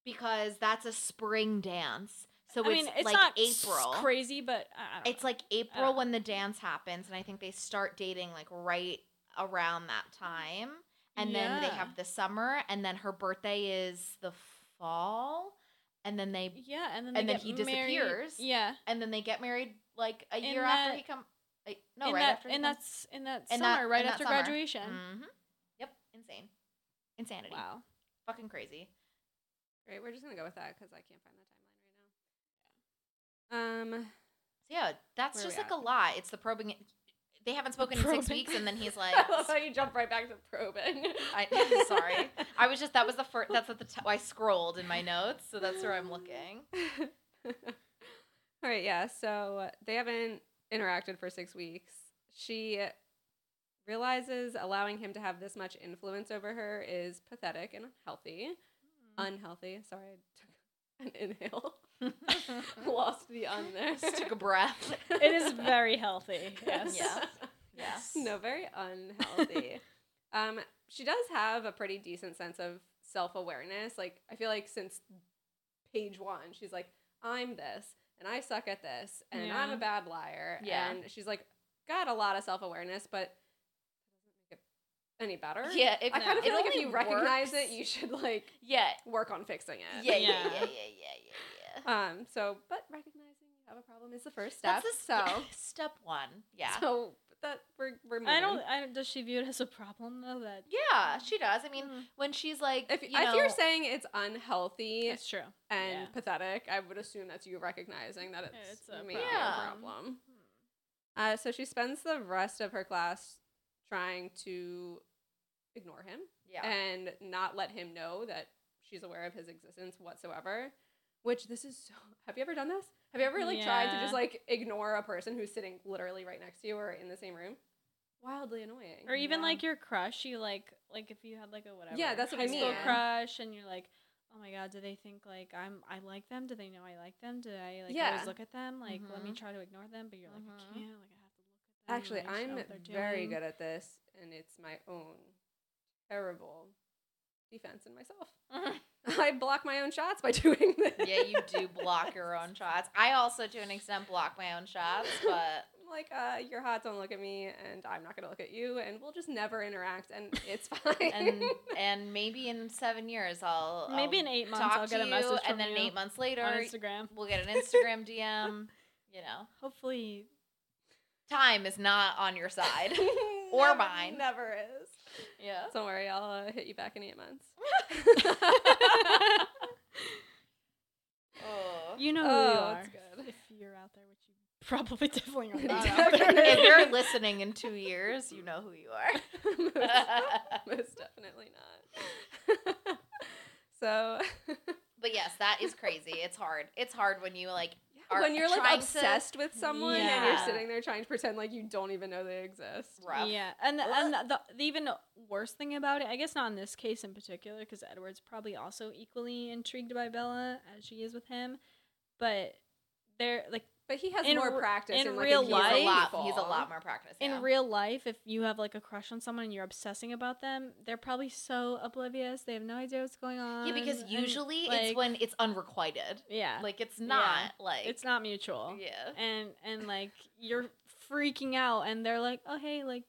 Speaker 3: Because that's a spring dance. So
Speaker 5: I
Speaker 3: it's,
Speaker 5: mean, it's
Speaker 3: like
Speaker 5: not s-
Speaker 3: April.
Speaker 5: crazy, but I I don't
Speaker 3: It's like April when the dance happens, and I think they start dating like right around that time. And then they
Speaker 5: Yeah.
Speaker 3: have the summer, and then her birthday is the fall, and then they
Speaker 5: yeah, and then
Speaker 3: and
Speaker 5: they
Speaker 3: then
Speaker 5: get
Speaker 3: he
Speaker 5: married-
Speaker 3: disappears.
Speaker 5: Yeah.
Speaker 3: and then they get married like a
Speaker 5: In
Speaker 3: year after
Speaker 5: that-
Speaker 3: he come. Like, no,
Speaker 5: in
Speaker 3: right
Speaker 5: that,
Speaker 3: after. he
Speaker 5: and
Speaker 3: comes-
Speaker 5: that's in that
Speaker 3: in that-
Speaker 5: summer, right
Speaker 3: in that
Speaker 5: after
Speaker 3: summer.
Speaker 5: graduation.
Speaker 3: Mhm. Yep, insane, insanity,
Speaker 5: Wow.
Speaker 3: fucking crazy.
Speaker 4: Right. We're just gonna go with that because I can't find that timeline right now. Um.
Speaker 3: So yeah, that's
Speaker 4: Where are
Speaker 3: just
Speaker 4: we
Speaker 3: like
Speaker 4: at?
Speaker 3: a lot. It's the probing. They haven't spoken in six
Speaker 5: probing.
Speaker 3: weeks, and then he's like,
Speaker 4: I love how you jump right back to probing.
Speaker 3: I, am sorry. I was just that was the first. That's at the t- I scrolled in my notes, so that's where I'm looking.
Speaker 4: All right, yeah. So they haven't interacted for six weeks. She realizes allowing him to have this much influence over her is pathetic and unhealthy. Unhealthy. Sorry, I took an inhale. Lost the un there.
Speaker 3: Just took a breath.
Speaker 5: It is very healthy. Yes.
Speaker 3: Yeah. Yeah.
Speaker 4: No, very unhealthy. um, she does have a pretty decent sense of self awareness. Like I feel like since page one, she's like, I'm this and I suck at this and I'm
Speaker 5: Yeah.
Speaker 4: a bad liar.
Speaker 3: Yeah.
Speaker 4: And she's like got a lot of self awareness, but it doesn't make it any better.
Speaker 3: Yeah, it-
Speaker 4: I kind
Speaker 3: no.
Speaker 4: of feel
Speaker 3: It
Speaker 4: like if
Speaker 3: only
Speaker 4: you recognize
Speaker 3: works-
Speaker 4: it, you should like
Speaker 3: Yeah.
Speaker 4: work on fixing
Speaker 3: Yeah.
Speaker 4: it.
Speaker 3: Yeah. Yeah. Yeah. Yeah.
Speaker 5: Yeah.
Speaker 3: Yeah. yeah.
Speaker 4: Um, so but recognizing you have a problem is the first step.
Speaker 3: That's the
Speaker 4: so
Speaker 3: s- step one. Yeah.
Speaker 4: so that we're we're moving.
Speaker 5: I don't. I don't. Does she view it as a problem though? That
Speaker 3: yeah, she does. I mean,
Speaker 5: Mm.
Speaker 3: when she's like,
Speaker 4: Mm-hmm. If,
Speaker 3: you
Speaker 4: if you're
Speaker 3: know-
Speaker 4: saying it's unhealthy
Speaker 5: it's true.
Speaker 4: and
Speaker 5: yeah.
Speaker 4: pathetic, I would assume that's you recognizing that it's,
Speaker 5: It's a
Speaker 4: maybe a
Speaker 3: problem.
Speaker 4: problem. Uh, so she spends the rest of her class trying to ignore him
Speaker 3: yeah,
Speaker 4: and not let him know that she's aware of his existence whatsoever. Which this is so. Have you ever done this? Have you ever like tried to
Speaker 5: Yeah.
Speaker 4: just like ignore a person who's sitting literally right next to you or in the same room? Wildly annoying.
Speaker 5: Or even
Speaker 3: Yeah.
Speaker 5: like your crush, you like Like if you had like a whatever.
Speaker 4: Yeah, that's what I
Speaker 5: high school
Speaker 4: mean.
Speaker 5: crush, and you're like, oh my god, do they think like I'm I like them? Do they know I like them? Do I like
Speaker 4: Yeah.
Speaker 5: always look at them? Like let me
Speaker 3: Mhm.
Speaker 5: try to ignore them, but you're like I can't. Like I have to look at them.
Speaker 4: Actually,
Speaker 5: I should know
Speaker 4: I'm
Speaker 5: what they're
Speaker 4: very
Speaker 5: doing."
Speaker 4: good at this, and it's my own terrible defense in myself. I block my own shots by doing this.
Speaker 3: yeah, you do block your own shots. I also, to an extent, block my own shots, but
Speaker 4: I'm like, uh, you're hot, don't look at me, and I'm not gonna look at you, and we'll just never interact, and it's fine.
Speaker 3: and and maybe in seven years I'll
Speaker 5: Maybe
Speaker 3: I'll
Speaker 5: in eight months
Speaker 3: talk
Speaker 5: I'll
Speaker 3: to
Speaker 5: get a
Speaker 3: you,
Speaker 5: message from
Speaker 3: and then
Speaker 5: you
Speaker 3: eight months later
Speaker 5: on Instagram.
Speaker 3: we'll get an Instagram DM. You know,
Speaker 5: Hopefully,
Speaker 3: time is not on your side or
Speaker 4: Never-
Speaker 3: mine.
Speaker 4: Never is.
Speaker 3: Yeah.
Speaker 4: Don't worry, I'll uh, hit you back in eight months.
Speaker 3: Oh.
Speaker 5: you know who you
Speaker 4: Oh,
Speaker 5: are.
Speaker 4: it's good.
Speaker 5: If you're out there, which you probably definitely are. not out there.
Speaker 4: Definitely.
Speaker 3: if you're listening in two years, you know who you are.
Speaker 4: most, most definitely not. so
Speaker 3: But yes, that is crazy. It's hard. It's hard when you like are
Speaker 4: when you're like
Speaker 3: trying to-
Speaker 4: obsessed with someone and
Speaker 3: Yeah.
Speaker 4: you're sitting there trying to pretend like you don't even know they exist.
Speaker 3: rough.
Speaker 5: Yeah, and and the, the even worse thing about it, I guess not in this case in particular, because Edward's probably also equally intrigued by Bella as she is with him, but they're like
Speaker 4: But he has
Speaker 5: In
Speaker 4: more
Speaker 5: r-
Speaker 4: practice
Speaker 5: in
Speaker 4: and, like,
Speaker 5: real
Speaker 4: he's
Speaker 3: He's a lot.
Speaker 4: beautiful.
Speaker 3: He's a lot more practiced.
Speaker 5: in
Speaker 3: yeah.
Speaker 5: real life, if you have like a crush on someone and you're obsessing about them, they're probably so oblivious; they have no idea what's going on.
Speaker 3: Yeah, because
Speaker 5: and,
Speaker 3: usually
Speaker 5: like,
Speaker 3: it's when it's unrequited.
Speaker 5: yeah,
Speaker 3: Like it's
Speaker 5: Yeah.
Speaker 3: not like
Speaker 5: it's not mutual.
Speaker 3: Yeah.
Speaker 5: and and like you're freaking out, and they're like, "Oh hey, like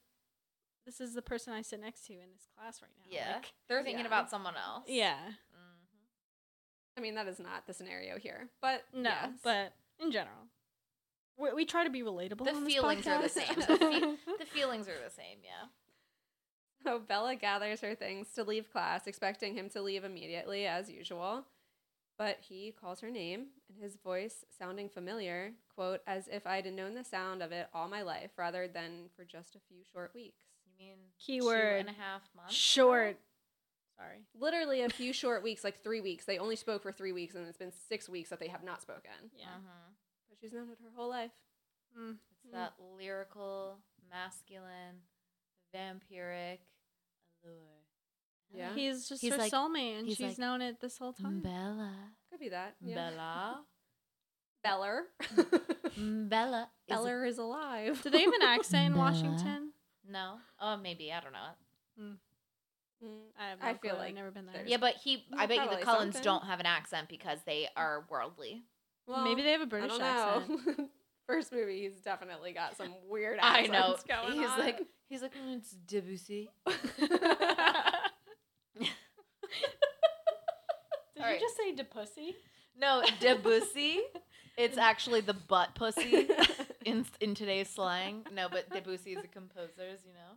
Speaker 5: this is the person I sit next to in this class right now."
Speaker 3: Yeah.
Speaker 5: like,
Speaker 3: They're thinking
Speaker 4: yeah.
Speaker 3: about someone else.
Speaker 5: yeah.
Speaker 3: Mhm.
Speaker 4: I mean, that is not the scenario here, but
Speaker 5: No,
Speaker 4: yes.
Speaker 5: but in general, we, we try to be relatable.
Speaker 3: The
Speaker 5: on this
Speaker 3: feelings are the same.
Speaker 5: podcast.
Speaker 3: The, fe- the feelings are the same, yeah.
Speaker 4: So Bella gathers her things to leave class, expecting him to leave immediately as usual. But he calls her name, and his voice sounding familiar, quote, as if I'd known the sound of it all my life rather than for just a few short weeks.
Speaker 3: You mean
Speaker 5: Keyword,
Speaker 3: two and a half months?
Speaker 5: Short. Sorry.
Speaker 4: Literally a few short weeks, like three weeks. They only spoke for three weeks, and it's been six weeks that they have not spoken.
Speaker 5: Yeah.
Speaker 3: Mhm.
Speaker 4: But she's known it her whole life.
Speaker 5: Mm.
Speaker 3: It's that lyrical, masculine, vampiric allure.
Speaker 4: Yeah.
Speaker 5: He's just
Speaker 3: He's
Speaker 5: her
Speaker 3: like-
Speaker 5: soulmate, and
Speaker 3: he's
Speaker 5: she's
Speaker 3: like,
Speaker 5: known it this whole time.
Speaker 3: Bella.
Speaker 4: Could be that. Yeah.
Speaker 3: Bella.
Speaker 4: Beller.
Speaker 3: Bella. is a-
Speaker 4: Beller is alive.
Speaker 5: Do they have an accent in
Speaker 3: Bella.
Speaker 5: Washington?
Speaker 3: No. Oh, maybe. I don't know.
Speaker 4: Mm,
Speaker 5: I have
Speaker 4: I
Speaker 5: no
Speaker 4: feel
Speaker 5: clue, I've
Speaker 4: like
Speaker 5: never been there.
Speaker 4: there's-
Speaker 3: Yeah, but he.
Speaker 4: Yeah,
Speaker 3: I bet you the
Speaker 4: probably
Speaker 3: Cullens
Speaker 4: something.
Speaker 3: don't have an accent because they are worldly.
Speaker 4: well,
Speaker 5: Maybe they have a British accent.
Speaker 4: know. First movie, he's definitely got some weird
Speaker 3: I
Speaker 4: accents
Speaker 3: know.
Speaker 4: going
Speaker 3: he's
Speaker 4: on.
Speaker 3: like. He's like. "Mm, it's Debussy.
Speaker 5: Did
Speaker 3: All
Speaker 5: you
Speaker 3: right.
Speaker 5: just say de pussy?
Speaker 3: No, Debussy. it's actually the butt pussy in in today's slang. No, but Debussy is a composer, as you know.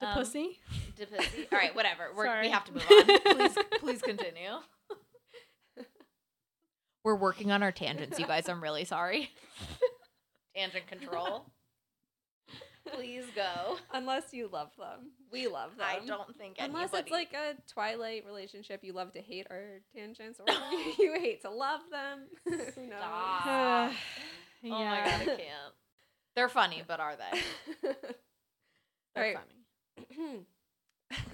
Speaker 5: De
Speaker 3: Um,
Speaker 5: pussy?
Speaker 3: Debussy. All right, whatever. We're,
Speaker 5: Sorry.
Speaker 3: we have to move on. Please, please continue. We're working on our tangents, you guys. I'm really sorry. Tangent control. Please go.
Speaker 4: Unless you love them, we love them.
Speaker 3: I don't think anybody.
Speaker 4: Unless it's like a Twilight relationship, you love to hate our tangents, or you hate to love them. Who knows?
Speaker 3: Stop.
Speaker 5: yeah.
Speaker 3: Oh my god, I can't. They're funny, but are they?
Speaker 4: All
Speaker 5: They're
Speaker 4: right.
Speaker 5: funny.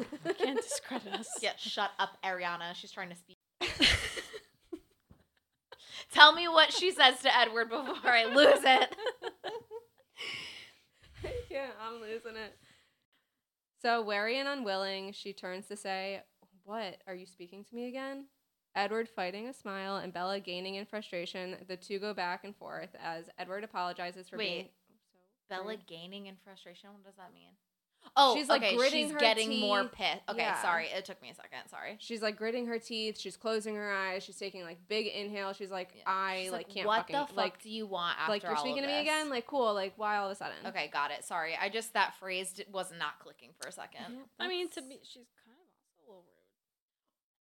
Speaker 5: Can't discredit us.
Speaker 3: Yeah, shut up, Ariana. She's trying to speak. Tell me what she says to Edward before I lose it.
Speaker 4: yeah, I'm losing it. So wary and unwilling, she turns to say, "What are you speaking to me again?" Edward fighting a smile and Bella gaining in frustration. The two go back and forth as Edward apologizes for
Speaker 3: Wait.
Speaker 4: being.
Speaker 3: Bella gaining in frustration. What does that mean? Oh,
Speaker 4: She's, like,
Speaker 3: okay.
Speaker 4: gritting
Speaker 3: she's
Speaker 4: her
Speaker 3: getting more
Speaker 4: teeth.
Speaker 3: pissed. Okay,
Speaker 4: Yeah.
Speaker 3: sorry. It took me a second. Sorry.
Speaker 4: She's like gritting her teeth. She's closing her eyes. She's taking like big inhale. She's like,
Speaker 3: Yeah.
Speaker 4: I
Speaker 3: She's
Speaker 4: like, can't
Speaker 3: What
Speaker 4: fucking
Speaker 3: the fuck
Speaker 4: like
Speaker 3: do you want after
Speaker 4: like you're
Speaker 3: all
Speaker 4: speaking
Speaker 3: of
Speaker 4: to me
Speaker 3: this?
Speaker 4: again. Like cool. Like why all of a sudden?
Speaker 3: okay, got it. Sorry, I just that phrase d- was not clicking for a second.
Speaker 5: I mean, to be, she's kind of also a little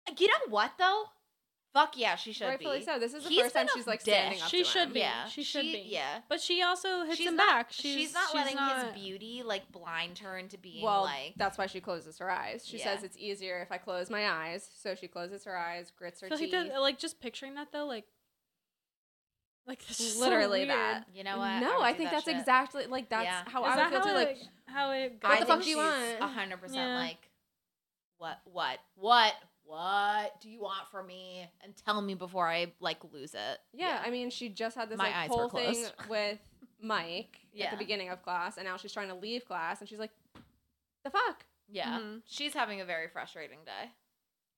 Speaker 5: rude.
Speaker 3: You know what though? Fuck yeah, she should
Speaker 4: Rightfully
Speaker 3: be.
Speaker 4: so. This is the
Speaker 3: He's
Speaker 4: first time
Speaker 3: been a
Speaker 4: she's like
Speaker 3: dick.
Speaker 4: standing up.
Speaker 5: She
Speaker 4: to
Speaker 5: should
Speaker 4: him.
Speaker 5: be.
Speaker 3: Yeah,
Speaker 5: She should
Speaker 3: she-
Speaker 5: be.
Speaker 3: yeah.
Speaker 5: But she also hits
Speaker 3: She's
Speaker 5: him
Speaker 3: not,
Speaker 5: back. She's,
Speaker 3: she's not letting his
Speaker 5: not-
Speaker 3: beauty like blind her into being
Speaker 4: Well,
Speaker 3: like
Speaker 4: that's why she closes her eyes. She
Speaker 3: Yeah.
Speaker 4: says it's easier if I close my eyes. So she closes her eyes, grits her
Speaker 5: I feel like,
Speaker 4: teeth.
Speaker 5: that, like just picturing that though, like, like this is so
Speaker 4: Literally
Speaker 5: weird.
Speaker 4: that.
Speaker 3: You know what?
Speaker 4: No,
Speaker 3: would
Speaker 4: I
Speaker 3: do
Speaker 4: think
Speaker 3: that
Speaker 4: that's
Speaker 3: shit.
Speaker 4: exactly like that's
Speaker 3: Yeah.
Speaker 4: how
Speaker 5: Is
Speaker 4: I
Speaker 5: that
Speaker 4: would feel
Speaker 5: how
Speaker 4: too.
Speaker 5: it,
Speaker 4: Like
Speaker 5: how it goes?
Speaker 3: I
Speaker 4: the
Speaker 3: think
Speaker 4: fuck do you
Speaker 3: she's
Speaker 4: want?
Speaker 3: hundred percent
Speaker 5: Yeah.
Speaker 3: like what what what what do you want from me and tell me before i like lose it
Speaker 4: Yeah, I mean, she just had this
Speaker 3: My
Speaker 4: like,
Speaker 3: eyes were
Speaker 4: whole thing
Speaker 3: closed.
Speaker 4: with Mike at
Speaker 3: Yeah.
Speaker 4: the beginning of class, and now she's trying to leave class, and she's like, "The fuck."
Speaker 3: yeah
Speaker 4: mm-hmm.
Speaker 5: Mhm.
Speaker 3: she's having a very frustrating day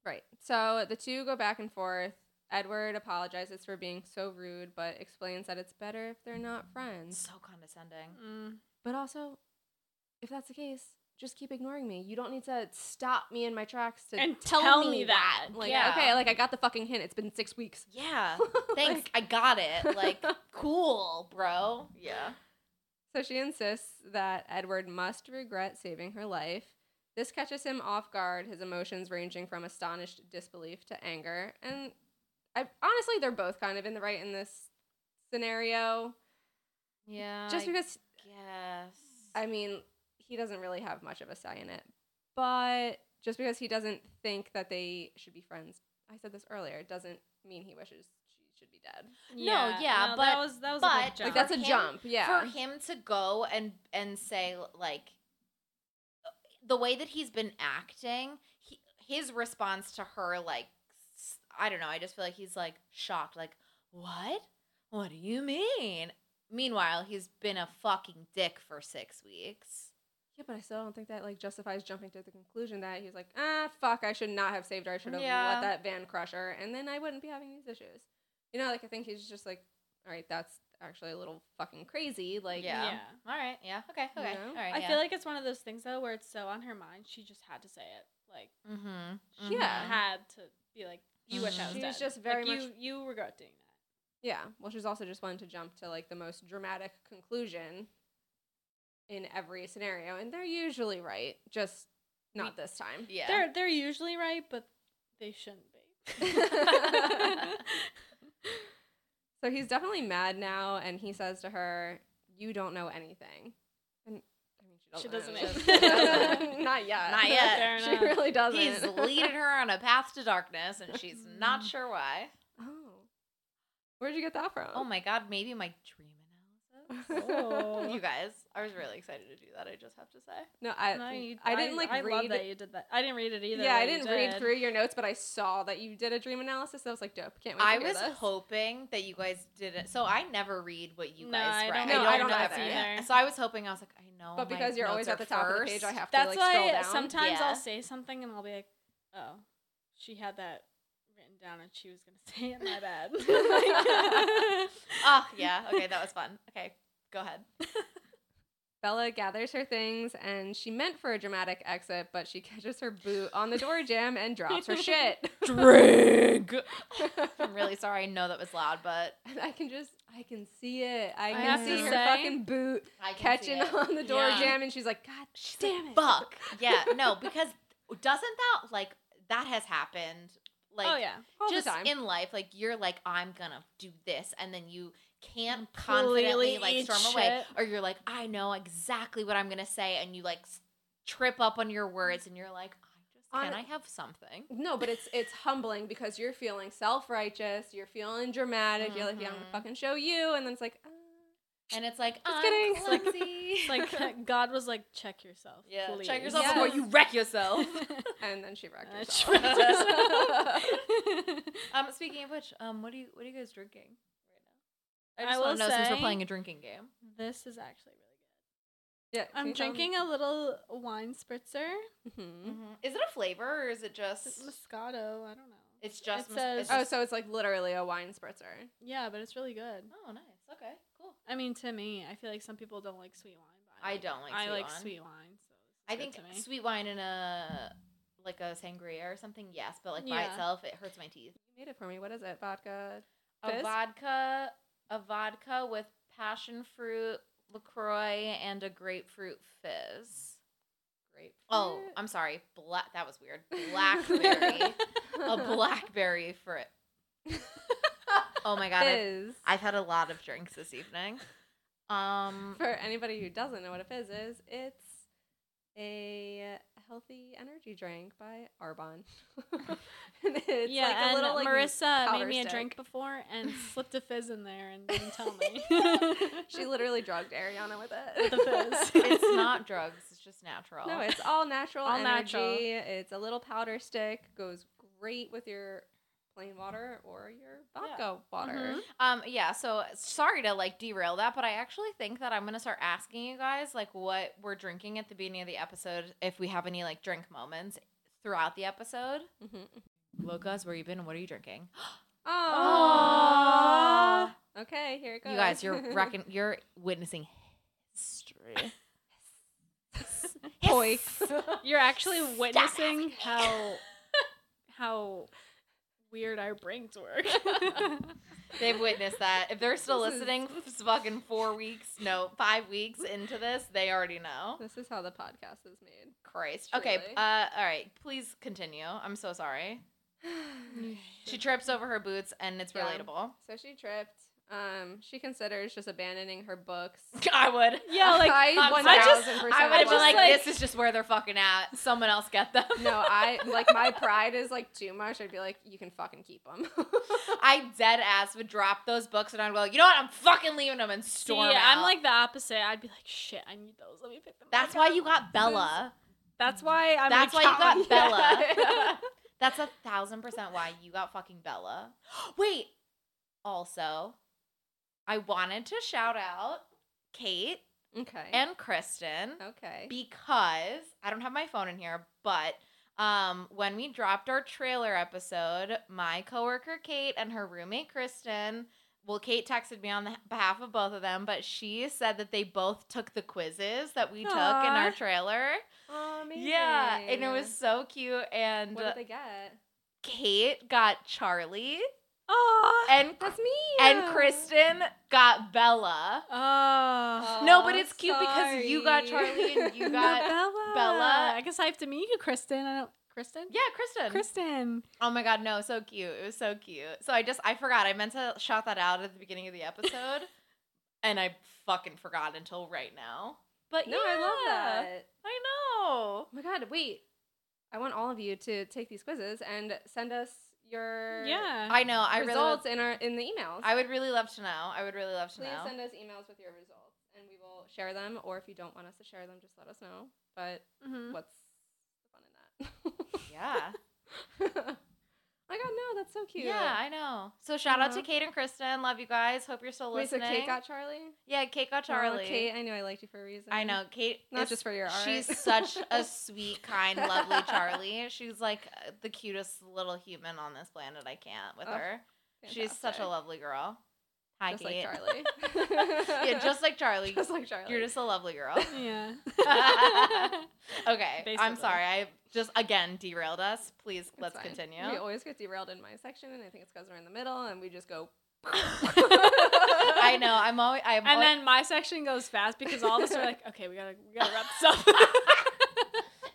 Speaker 4: Right. So the two go back and forth. Edward apologizes for being so rude, but explains that it's better if they're not friends.
Speaker 3: so condescending
Speaker 5: Mm.
Speaker 4: But also, if that's the case, just keep ignoring me. You don't need to stop me in my tracks to
Speaker 5: And
Speaker 4: tell,
Speaker 5: tell
Speaker 4: me
Speaker 5: me
Speaker 4: that.
Speaker 5: that.
Speaker 4: Like,
Speaker 3: Yeah.
Speaker 4: okay, like I got the fucking hint. It's been six weeks.
Speaker 3: yeah thanks i got it like cool bro yeah
Speaker 4: So she insists that Edward must regret saving her life. This catches him off guard, his emotions ranging from astonished disbelief to anger. And I, honestly, they're both kind of in the right in this scenario.
Speaker 3: yeah
Speaker 4: Just because,
Speaker 3: yes
Speaker 4: I mean, he doesn't really have much of a say in it. But just because he doesn't think that they should be friends, I said this earlier, doesn't mean he wishes she should be dead.
Speaker 3: No, yeah, but-
Speaker 5: that was that was a big
Speaker 3: but-
Speaker 5: jump.
Speaker 4: Like, that's
Speaker 3: For
Speaker 4: a
Speaker 3: him-
Speaker 4: jump, yeah.
Speaker 3: for him to go and and say like the way that he's been acting he, his response to her like s- i don't know i just feel like he's like shocked like what what do you mean meanwhile he's been a fucking dick for six weeks
Speaker 4: Yeah, but I still don't think that like justifies jumping to the conclusion that he's like, ah, fuck, I should not have saved her. I should have
Speaker 3: Yeah.
Speaker 4: let that van crush her, and then I wouldn't be having these issues. You know, like I think he's just like, all right, that's actually a little fucking crazy. Like,
Speaker 3: yeah,
Speaker 5: yeah.
Speaker 3: all right yeah okay
Speaker 4: You
Speaker 3: okay
Speaker 4: know?
Speaker 3: all right
Speaker 5: I feel like it's one of those things though where it's so on her mind she just had to say it. Like
Speaker 3: mm-hmm,
Speaker 5: she
Speaker 4: Yeah.
Speaker 5: had to be like, you wish I was
Speaker 4: She
Speaker 5: dead.
Speaker 4: was Mm-hmm. just very
Speaker 5: like,
Speaker 4: much-
Speaker 5: you you regret doing that.
Speaker 4: yeah. Well, she's also just wanting to jump to like the most dramatic conclusion in every scenario, and they're usually right, just not this time.
Speaker 3: Mm-hmm. yeah
Speaker 5: They're they're usually right, but they shouldn't be.
Speaker 4: So he's definitely mad now, and he says to her, "You don't know anything." And I mean, she
Speaker 5: She
Speaker 4: doesn't. know
Speaker 5: doesn't
Speaker 4: anything.
Speaker 5: know.
Speaker 4: Not yet.
Speaker 3: Not yet.
Speaker 5: Fair
Speaker 4: she
Speaker 5: enough.
Speaker 4: really doesn't.
Speaker 3: he's leading her on a path to darkness and she's not
Speaker 4: Mm-hmm.
Speaker 3: sure why
Speaker 4: Oh, where'd you get that from?
Speaker 3: oh my god maybe my dream analysis
Speaker 5: Oh.
Speaker 3: you guys, I was really excited to do that. I just have to say.
Speaker 4: no, I,
Speaker 5: No, you-
Speaker 4: I didn't like
Speaker 5: I
Speaker 4: read.
Speaker 5: love that you did that. I didn't read it either.
Speaker 4: yeah, I
Speaker 5: but you
Speaker 4: didn't read
Speaker 5: did.
Speaker 4: through your notes, but I saw that you did a dream analysis. I was like, dope. Can't wait.
Speaker 3: I
Speaker 4: to hear
Speaker 3: was
Speaker 4: this.
Speaker 3: hoping that you guys didn't. So I never read what you
Speaker 5: No,
Speaker 3: guys
Speaker 5: I
Speaker 3: write.
Speaker 5: don't
Speaker 4: No, I don't
Speaker 3: know
Speaker 4: either.
Speaker 3: that. So I was hoping. I was like, I know.
Speaker 4: but
Speaker 3: Oh my
Speaker 4: because you're always at
Speaker 3: notes
Speaker 4: the
Speaker 3: are
Speaker 4: top of the
Speaker 3: first.
Speaker 4: page, I have
Speaker 5: That's
Speaker 4: to like scroll
Speaker 5: why
Speaker 4: down.
Speaker 5: sometimes
Speaker 3: Yeah.
Speaker 5: I'll say something and I'll be like, "Oh, she had that written down and she was gonna say it. My bad." Like-
Speaker 3: Oh yeah. Okay, that was fun. Okay, go ahead.
Speaker 4: Bella gathers her things and she meant for a dramatic exit, but she catches her boot on the door jam and drops her shit.
Speaker 3: Drink. I'm really sorry. I know that was loud, but
Speaker 4: And I can just, I can see it. I
Speaker 5: have
Speaker 4: can
Speaker 5: to
Speaker 4: see her
Speaker 5: say-
Speaker 4: fucking boot
Speaker 3: I can
Speaker 4: catching
Speaker 3: see it.
Speaker 4: on the door
Speaker 3: Yeah.
Speaker 4: jam, and she's like, God damn it.
Speaker 3: Fuck. Yeah. No, because doesn't that like that has happened? Like
Speaker 5: oh yeah,
Speaker 4: All
Speaker 3: just
Speaker 4: the time.
Speaker 3: in life, like you're like, I'm gonna do this, and then you can't
Speaker 5: Completely
Speaker 3: confidently like
Speaker 5: eat
Speaker 3: storm away,
Speaker 5: shit.
Speaker 3: or you're like, I know exactly what I'm gonna say, and you like s- trip up on your words, and you're like, I
Speaker 4: On-
Speaker 3: just can I have something?
Speaker 4: no, but it's it's humbling because you're feeling self righteous, you're feeling dramatic, you're like, yeah, I'm gonna
Speaker 3: Mhm.
Speaker 4: fucking show you, and then it's like, uh,
Speaker 3: And it's like, I'm
Speaker 4: kidding.
Speaker 3: kidding.
Speaker 4: It's like-
Speaker 5: It's like God was like, "Check yourself,
Speaker 3: yeah,
Speaker 5: please."
Speaker 3: check yourself
Speaker 4: Yes.
Speaker 3: before you wreck yourself.
Speaker 4: and then she wrecked
Speaker 5: Uh,
Speaker 4: herself.
Speaker 5: she wrecked herself.
Speaker 3: um, speaking of which, um, what do you what are you guys drinking right now? I
Speaker 5: I
Speaker 3: just want
Speaker 5: will
Speaker 3: to know since we're
Speaker 5: say-
Speaker 3: playing a drinking game.
Speaker 5: This is actually really
Speaker 4: yeah,
Speaker 5: good. I'm drinking a little wine spritzer,
Speaker 4: hmm
Speaker 3: Mm-hmm. Is it a flavor or is it
Speaker 5: It's
Speaker 3: just?
Speaker 5: Moscato. I don't know.
Speaker 3: It's just
Speaker 5: It
Speaker 3: mos- it's
Speaker 5: says-
Speaker 4: Oh, so it's like literally a wine spritzer.
Speaker 5: Yeah, but it's really good.
Speaker 3: Oh, nice. Okay, cool.
Speaker 5: I mean, to me, I feel like some people don't like sweet wine. But
Speaker 3: I don't like
Speaker 5: I
Speaker 3: sweet
Speaker 5: like
Speaker 3: wine.
Speaker 5: sweet wine. So
Speaker 3: I think
Speaker 5: sweet.
Speaker 3: sweet wine in a like a sangria or something, yes, but like by
Speaker 5: Yeah.
Speaker 3: itself, it hurts my teeth.
Speaker 4: You made it for me. What is it? Vodka.
Speaker 3: A
Speaker 4: Fizz?
Speaker 3: vodka, a vodka with passion fruit Lacroix and a grapefruit fizz.
Speaker 4: Grape.
Speaker 3: Oh, I'm sorry, black. That was weird. Blackberry, a blackberry fruit. Oh my god, I've,
Speaker 4: fizz.
Speaker 3: I've had a lot of drinks this evening. Um,
Speaker 4: For anybody who doesn't know what a fizz is, it's a healthy energy drink by Arbonne. and it's
Speaker 5: yeah,
Speaker 4: like a
Speaker 5: and
Speaker 4: little like
Speaker 5: Marissa
Speaker 4: powder
Speaker 5: made me a
Speaker 4: stick.
Speaker 5: drink before and slipped a fizz in there and didn't tell me.
Speaker 4: She literally drugged Ariana with it.
Speaker 5: With a fizz.
Speaker 3: it's not drugs. It's just natural.
Speaker 4: No, it's all natural
Speaker 3: All
Speaker 4: energy.
Speaker 3: natural.
Speaker 4: It's a little powder stick. Goes great with your plain water or your vodka water.
Speaker 3: Mhm. Um, yeah, so sorry to like derail that, but I actually think that I'm gonna start asking you guys like what we're drinking at the beginning of the episode if we have any like drink moments throughout the episode.
Speaker 4: Mm-hmm.
Speaker 3: Locas, where you been? What are you drinking?
Speaker 4: Aww. Okay, here it goes.
Speaker 3: You guys, you're reckon you're witnessing history.
Speaker 4: Boy.
Speaker 5: You're actually witnessing how how weird our brains work.
Speaker 3: They've witnessed that. If they're still
Speaker 4: This is-
Speaker 3: listening, f- fucking four weeks, no, five weeks into this, they already know.
Speaker 4: This is how the podcast is made.
Speaker 3: Christ. Okay.
Speaker 4: Truly.
Speaker 3: Uh, all right. Please continue. I'm so sorry. She trips over her boots, and it's
Speaker 4: Yeah.
Speaker 3: relatable.
Speaker 4: So she tripped. Um, she considers just abandoning her books.
Speaker 3: I would.
Speaker 5: yeah, like
Speaker 4: I
Speaker 5: um,
Speaker 4: one
Speaker 5: I just-
Speaker 4: thousand
Speaker 3: I
Speaker 4: percent.
Speaker 3: would have
Speaker 5: just
Speaker 3: been like,
Speaker 5: like-
Speaker 3: this is just where they're fucking at. Someone else get them.
Speaker 4: no, I like my pride is like too much. I'd be like, you can fucking keep them.
Speaker 3: I dead ass would drop those books, and I'd go, you know what? I'm fucking leaving them and
Speaker 5: See,
Speaker 3: storm.
Speaker 5: I'm
Speaker 3: out."
Speaker 5: like the opposite. I'd be like, shit, I need those. Let me pick them.
Speaker 3: That's
Speaker 5: back
Speaker 3: why
Speaker 5: up."
Speaker 3: you got Bella.
Speaker 5: That's why I'm.
Speaker 3: That's
Speaker 5: a
Speaker 3: why you
Speaker 5: coward.
Speaker 3: got Bella. That's a thousand percent why you got fucking Bella. Wait. Also, I wanted to shout out Kate
Speaker 4: okay.
Speaker 3: and Kristen.
Speaker 4: okay.
Speaker 3: because I don't have my phone in here, but um, when we dropped our trailer episode, my coworker Kate and her roommate Kristen, well, Kate texted me on the behalf of both of them, but she said that they both took the quizzes that we took in
Speaker 5: Aw.
Speaker 3: our trailer. Yeah, and it was so cute. And
Speaker 4: What did they get?
Speaker 3: Kate got Charlie,
Speaker 5: Aw.
Speaker 3: and
Speaker 4: That's me.
Speaker 3: and Kristen got Bella.
Speaker 5: Oh.
Speaker 3: No, but it's cute because you got Charlie and you got-
Speaker 5: Bella.
Speaker 3: Bella.
Speaker 5: I guess I have to meet you, Kristen. I don't. Kristen.
Speaker 3: Yeah, Kristen.
Speaker 5: Kristen.
Speaker 3: Oh my god, no, so cute. It was so cute. So I just I forgot. I meant to shout that out at the beginning of the episode and I fucking forgot until right now. But
Speaker 4: No, I love
Speaker 3: yeah,
Speaker 4: that.
Speaker 3: I know.
Speaker 4: Oh my god, wait. I want all of you to take these quizzes and send us your
Speaker 5: Yeah.
Speaker 3: I know. I really
Speaker 4: results
Speaker 3: would,
Speaker 4: in our in the emails.
Speaker 3: I would really love to know. I would really love to
Speaker 4: Please
Speaker 3: know.
Speaker 4: send us emails with your results and we will share them or if you don't want us to share them just let us know. But
Speaker 3: Mm-hmm.
Speaker 5: Mhm.
Speaker 4: what's the fun in
Speaker 3: yeah.
Speaker 4: that? oh my god, no, that's so cute.
Speaker 3: Yeah, I know. So shout out to
Speaker 4: Uh-huh.
Speaker 3: Kate and Kristen. Love you guys. Hope you're still
Speaker 4: Wait, so
Speaker 3: listening.
Speaker 4: Kate got Charlie?
Speaker 3: yeah, Kate got
Speaker 4: Oh,
Speaker 3: Charlie.
Speaker 4: Kate, I knew I liked you for a reason.
Speaker 3: I know Kate.
Speaker 4: Not
Speaker 3: is-
Speaker 4: just for your art.
Speaker 3: She's such a sweet, kind, lovely Charlie. She's like uh, the cutest little human on this planet. I can't with
Speaker 4: Oh,
Speaker 3: her. She's such
Speaker 4: Fantastic.
Speaker 3: a lovely girl. Hi,
Speaker 4: just
Speaker 3: Kate.
Speaker 4: like Charlie.
Speaker 3: yeah, just like Charlie.
Speaker 4: Just like Charlie.
Speaker 3: You're just a lovely girl.
Speaker 5: Yeah.
Speaker 3: okay, I'm
Speaker 5: Basically.
Speaker 3: sorry. I just again derailed us. Please
Speaker 4: It's
Speaker 3: let's
Speaker 4: fine.
Speaker 3: continue.
Speaker 4: We always get derailed in my section, and I think it's because we're in the middle, and we just go.
Speaker 3: I know. I'm always. I'm
Speaker 5: And
Speaker 3: al-
Speaker 5: then my section goes fast because all of us are like, okay, we gotta we gotta wrap this up.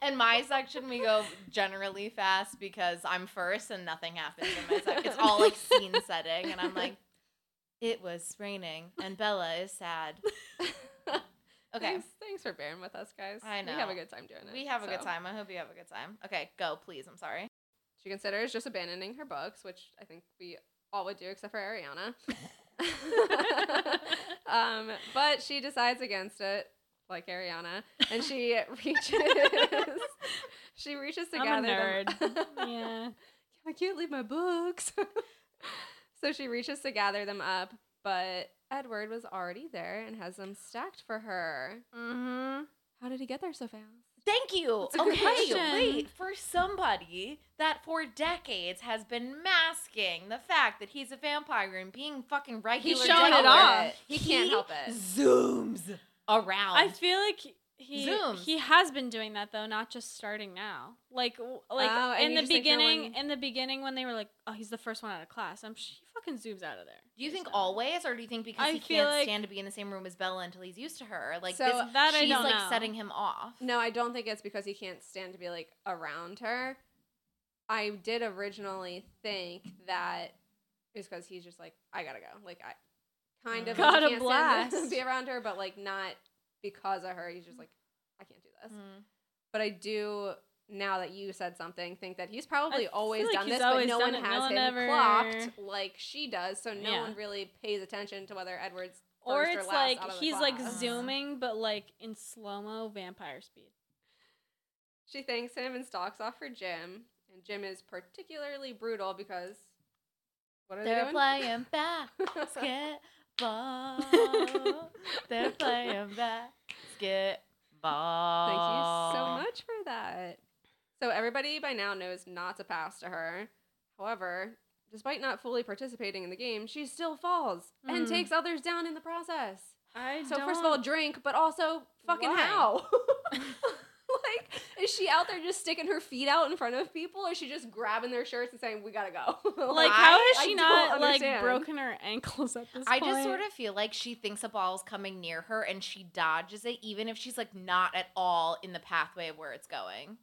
Speaker 3: in my section we go generally fast because I'm first and nothing happens in my section. It's all like scene setting, and I'm like, it was raining and Bella is sad. Okay,
Speaker 4: Thanks, thanks for bearing with us, guys.
Speaker 3: I
Speaker 4: We have
Speaker 3: know.
Speaker 4: a good time doing it.
Speaker 3: we have a good
Speaker 4: so.
Speaker 3: time. I hope you have a good time. Okay, go please. I'm sorry.
Speaker 4: She considers just abandoning her books, which I think we all would do except for Ariana. um, but she decides against it, like Ariana, and she reaches. she reaches to
Speaker 5: I'm a
Speaker 4: gather them.
Speaker 5: yeah.
Speaker 4: I can't leave my books. so she reaches to gather them up, but Edward was already there and has them stacked for her.
Speaker 5: Mm-hmm.
Speaker 4: How did he get there so fast?
Speaker 3: Thank you.
Speaker 4: That's a good
Speaker 3: Okay,
Speaker 5: question.
Speaker 3: wait. For somebody that for decades has been masking the fact that he's a vampire and being fucking regular,
Speaker 5: showing it
Speaker 3: Delaware,
Speaker 5: off.
Speaker 4: He can't help it.
Speaker 3: Zooms around.
Speaker 5: I feel like he
Speaker 3: Zooms.
Speaker 5: he has been doing that though, not just starting now. Like w- like
Speaker 4: Oh, and
Speaker 5: in
Speaker 4: you
Speaker 5: the
Speaker 4: just think no
Speaker 5: beginning,
Speaker 4: one-
Speaker 5: in the beginning when they were like, oh, he's the first one out of class. I'm sh- he fucking zooms out of there.
Speaker 3: Do you
Speaker 5: There's
Speaker 3: think
Speaker 5: no-
Speaker 3: always, or do you think because
Speaker 5: I
Speaker 3: he
Speaker 5: feel
Speaker 3: can't
Speaker 5: like-
Speaker 3: stand to be in the same room as Bella until he's used to her? Like
Speaker 4: So,
Speaker 3: this,
Speaker 5: that I
Speaker 3: she's
Speaker 5: don't
Speaker 3: like
Speaker 5: know.
Speaker 3: setting him off.
Speaker 4: No, I don't think it's because he can't stand to be like around her. I did originally think that it was because he's just like, I gotta go. Like, I kind of
Speaker 5: Gotta
Speaker 4: can't stand to
Speaker 5: blast.
Speaker 4: be around her, but like not because of her. He's just like, I can't do this.
Speaker 5: Mm-hmm.
Speaker 3: Mm.
Speaker 4: But I do now that you said something think that he's probably
Speaker 5: I
Speaker 4: always
Speaker 5: feel like
Speaker 4: done
Speaker 5: he's
Speaker 4: this,
Speaker 5: always
Speaker 4: but no
Speaker 5: done
Speaker 4: one
Speaker 5: it. No
Speaker 4: has
Speaker 5: one
Speaker 4: him
Speaker 5: ever-
Speaker 4: clocked like she does, so no
Speaker 5: Yeah.
Speaker 4: one really pays attention to whether Edward's
Speaker 5: Or
Speaker 4: first
Speaker 5: it's
Speaker 4: last
Speaker 5: like
Speaker 4: out of the
Speaker 5: he's like
Speaker 4: class.
Speaker 5: zooming, but like in slow mo vampire speed.
Speaker 4: She thanks him and stalks off for Jim. And Jim is particularly brutal because what are
Speaker 3: They're
Speaker 4: they doing?
Speaker 3: playing basketball. They're playing
Speaker 4: Thank
Speaker 3: basketball.
Speaker 4: you so much for that. So everybody by now knows not to pass to her. However, despite not fully participating in the game, she still falls and
Speaker 5: Mm.
Speaker 4: takes others down in the process.
Speaker 5: I
Speaker 4: So first of all,
Speaker 5: don't-
Speaker 4: drink, but also fucking
Speaker 3: Why?
Speaker 4: how? like, is she out there just sticking her feet out in front of people, or is she just grabbing their shirts and saying, "We gotta go"?
Speaker 5: like, how
Speaker 4: I-
Speaker 5: has she
Speaker 4: I don't
Speaker 5: not like
Speaker 4: understand.
Speaker 5: broken her ankles at this
Speaker 3: I
Speaker 5: point?
Speaker 3: just sort of feel like she thinks a ball is coming near her and she dodges it, even if she's like not at all in the pathway of where it's going.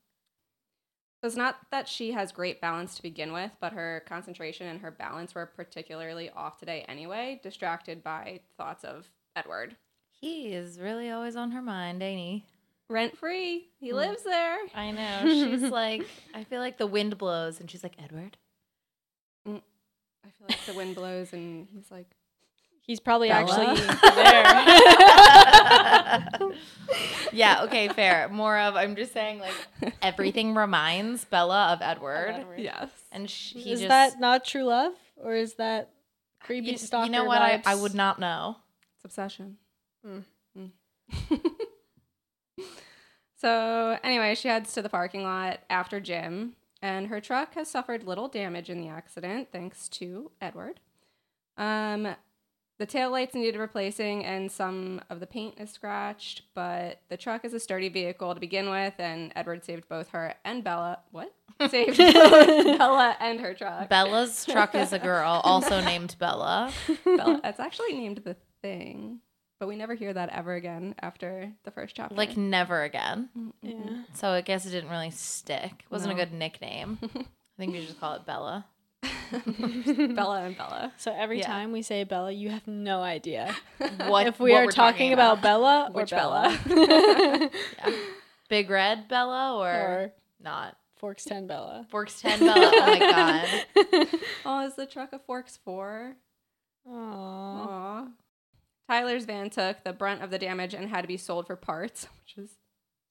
Speaker 4: So it's not that she has great balance to begin with, but her concentration and her balance were particularly off today anyway, distracted by thoughts of Edward.
Speaker 3: He is really always on her mind, ain't he?
Speaker 4: Rent free. He lives there.
Speaker 3: I know. She's like, I feel like the wind blows, and she's like, Edward.
Speaker 4: I feel like the wind blows and he's like,
Speaker 5: He's probably
Speaker 3: Bella?
Speaker 5: actually there.
Speaker 3: yeah, okay, fair. More of, I'm just saying, like, everything reminds Bella of Edward.
Speaker 4: yes.
Speaker 3: And she, he
Speaker 5: is
Speaker 3: just.
Speaker 5: that not true love, or is that creepy
Speaker 3: you,
Speaker 5: stalker?
Speaker 3: you know what? I, I
Speaker 5: vibes?
Speaker 3: would not know.
Speaker 4: It's obsession.
Speaker 5: Mm.
Speaker 4: Mm. so, anyway, she heads to the parking lot after Jim, and her truck has suffered little damage in the accident thanks to Edward. Um, the taillights needed replacing, and some of the paint is scratched, but the truck is a sturdy vehicle to begin with, and Edward saved both her and Bella. What? saved both Bella and her truck.
Speaker 3: Bella's truck is a girl, also named Bella.
Speaker 4: Bella. It's actually named The Thing, but we never hear that ever again after the first chapter.
Speaker 3: Like, never again.
Speaker 5: Mm, Yeah.
Speaker 3: So I guess it didn't really stick. Wasn't
Speaker 4: No.
Speaker 3: a good nickname. I think we should just call it Bella.
Speaker 4: Bella and Bella.
Speaker 5: So every
Speaker 3: Yeah.
Speaker 5: time we say Bella, you have no idea
Speaker 3: What
Speaker 5: if we
Speaker 3: what
Speaker 5: are
Speaker 3: we're
Speaker 5: talking about, Bella or
Speaker 3: Which
Speaker 5: Bella,
Speaker 3: Big Red Bella or,
Speaker 5: or
Speaker 3: not.
Speaker 5: Forks Ten Bella.
Speaker 3: Forks 10 Bella. Oh my God.
Speaker 4: Oh, is the truck a Forks 4?
Speaker 5: Aww.
Speaker 4: Aw. Tyler's van took the brunt of the damage and had to be sold for parts, which is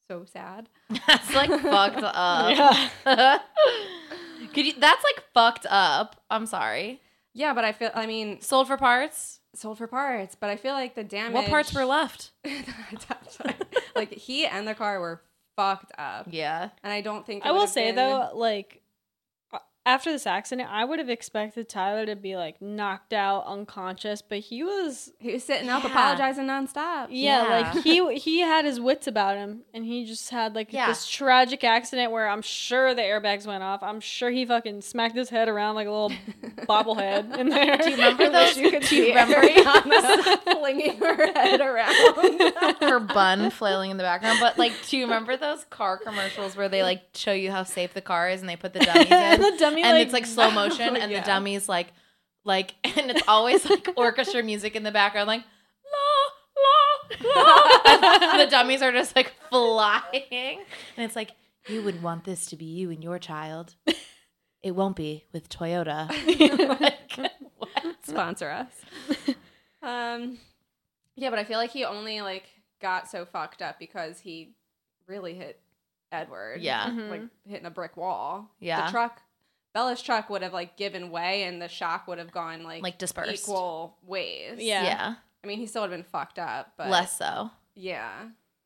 Speaker 4: so sad.
Speaker 3: That's like fucked up.
Speaker 5: Yeah.
Speaker 3: Could you, that's like fucked up. I'm sorry.
Speaker 4: Yeah, but I feel, I mean,
Speaker 3: Sold for parts.
Speaker 4: sold for parts, but I feel like the damage.
Speaker 3: What parts were left?
Speaker 4: like, he and the car were fucked up.
Speaker 3: Yeah.
Speaker 4: And I don't think. it
Speaker 5: I will
Speaker 4: would've
Speaker 5: say
Speaker 4: been-
Speaker 5: though, like a- after this accident, I would have expected Tyler to be like knocked out, unconscious, but he was
Speaker 4: He was sitting up
Speaker 3: Yeah.
Speaker 4: apologizing nonstop.
Speaker 5: yeah,
Speaker 3: Yeah.
Speaker 5: like he he had his wits about him, and he just had like
Speaker 3: Yeah.
Speaker 5: this tragic accident where I'm sure the airbags went off. I'm sure he fucking smacked his head around like a little bobblehead in there. Do you
Speaker 3: Remember those? Do you remember
Speaker 4: flinging her head around.
Speaker 3: her bun flailing in the background? But like, do you remember those car commercials where they like show you how safe the car is and they put the dummies in?
Speaker 5: and the dummy
Speaker 3: and
Speaker 5: like,
Speaker 3: it's like slow motion and the dummy's like like and it's always like orchestra music in the background like la la la and the dummies are just like flying and it's like you would want this to be you and your child it won't be with toyota like, what?
Speaker 4: Sponsor us. um, yeah, but I feel like he only like got so fucked up because he really hit Edward.
Speaker 3: Yeah.
Speaker 4: like hitting a brick wall.
Speaker 3: Yeah.
Speaker 4: the truck. Bella's truck would have like given way, and the shock would have gone like,
Speaker 3: like dispersed
Speaker 4: equal ways.
Speaker 5: Yeah.
Speaker 3: yeah
Speaker 4: I mean he still would have been fucked up, but
Speaker 3: less so
Speaker 4: Yeah,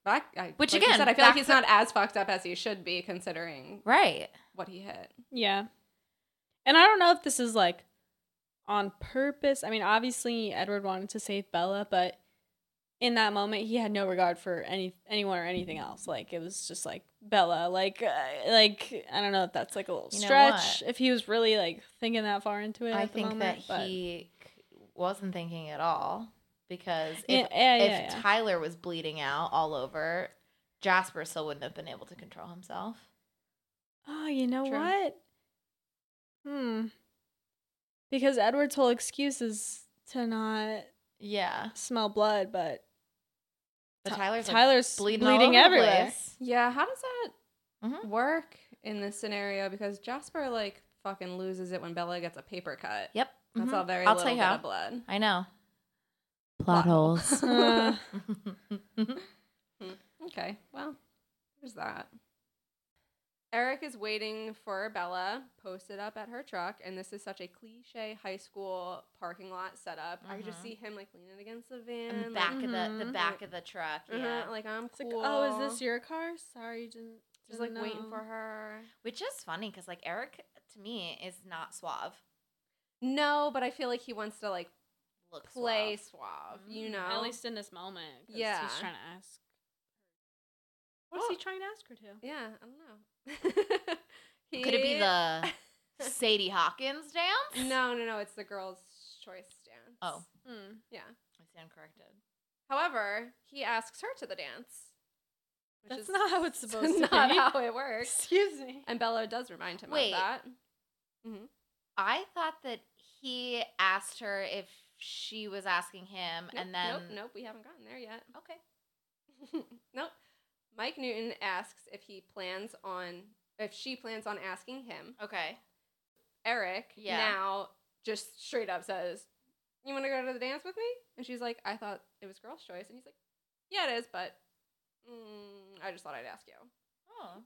Speaker 4: but I, I,
Speaker 3: Which
Speaker 4: like you
Speaker 3: again,
Speaker 4: said, I feel like
Speaker 3: back
Speaker 4: he's
Speaker 3: to-
Speaker 4: not as fucked up as he should be considering
Speaker 3: right
Speaker 4: what he hit.
Speaker 5: Yeah. And I don't know if this is like on purpose. I mean, obviously Edward wanted to save Bella, but in that moment he had no regard for any anyone or anything else. Like it was just like Bella, like uh, like I don't know if that's like a little
Speaker 3: You know
Speaker 5: stretch if he was really like thinking that far into it
Speaker 3: i
Speaker 5: at the
Speaker 3: think
Speaker 5: moment.
Speaker 3: that he c- wasn't thinking at all because if,
Speaker 5: Yeah, yeah,
Speaker 3: if
Speaker 5: yeah, yeah.
Speaker 3: tyler was bleeding out all over jasper still wouldn't have been able to control himself
Speaker 5: but, Oh, you know
Speaker 4: True.
Speaker 5: what? Hmm. Because Edward's whole excuse is to not
Speaker 3: yeah
Speaker 5: smell blood, but
Speaker 3: but
Speaker 5: Ty-
Speaker 3: Tyler's like,
Speaker 5: Tyler's
Speaker 3: bleeding, all
Speaker 5: bleeding
Speaker 3: over the
Speaker 5: everywhere.
Speaker 3: place.
Speaker 4: Yeah, how does that
Speaker 3: Mhm.
Speaker 4: work in this scenario? Because Jasper like fucking loses it when Bella gets a paper cut.
Speaker 3: Yep,
Speaker 4: That's
Speaker 3: mhm.
Speaker 4: all very
Speaker 3: I'll
Speaker 4: little
Speaker 3: tell you
Speaker 4: bit
Speaker 3: how.
Speaker 4: of blood.
Speaker 3: I know.
Speaker 4: Plot hole.
Speaker 5: Uh,
Speaker 4: Hmm. Okay, well, there's that. Eric is waiting for Bella, posted up at her truck, and this is such a cliche high school parking lot setup. I could just
Speaker 3: Mhm.
Speaker 4: see him like leaning against the van,
Speaker 3: And
Speaker 4: like,
Speaker 3: back of the the
Speaker 5: Mhm.
Speaker 3: back of the truck,
Speaker 4: uh-huh,
Speaker 3: yeah.
Speaker 4: like I'm
Speaker 5: It's
Speaker 4: cool.
Speaker 5: Mm-hmm. like, oh, is this your car? Sorry, didn't.
Speaker 4: Just like
Speaker 5: didn't
Speaker 4: waiting
Speaker 5: know."
Speaker 4: for her.
Speaker 3: Which is funny because like Eric to me is not suave.
Speaker 4: No, but I feel like he wants to like
Speaker 3: Look
Speaker 4: play
Speaker 3: suave.
Speaker 4: suave, you
Speaker 5: Mm,
Speaker 4: know.
Speaker 5: At least in this moment. 'cause
Speaker 4: Yeah.
Speaker 5: He's trying to ask. What's he
Speaker 4: Oh.
Speaker 5: trying to ask her to?
Speaker 4: yeah, I don't know.
Speaker 3: Could it be
Speaker 4: He-
Speaker 3: the Sadie Hawkins dance?
Speaker 4: No, no, no. It's the girl's choice dance.
Speaker 3: Oh,
Speaker 5: Hmm.
Speaker 4: yeah.
Speaker 3: I stand corrected.
Speaker 4: However, he asks her to the dance. which
Speaker 5: That's
Speaker 4: is
Speaker 5: not how it's supposed to
Speaker 4: not
Speaker 5: be.
Speaker 4: how it works.
Speaker 5: Excuse me.
Speaker 4: And Bella does remind him
Speaker 3: Wait.
Speaker 4: of that. hmm
Speaker 3: I thought that he asked her if she was asking him, and then
Speaker 4: nope, nope, we haven't gotten there yet.
Speaker 3: okay,
Speaker 4: nope. Mike Newton asks if he plans on if she plans on asking him.
Speaker 3: okay,
Speaker 4: Eric
Speaker 3: Yeah.
Speaker 4: now just straight up says, "You want to go to the dance with me?" And she's like, "I thought it was girls' choice," and he's like, "Yeah, it is, but mm, I just thought I'd ask you."
Speaker 3: oh,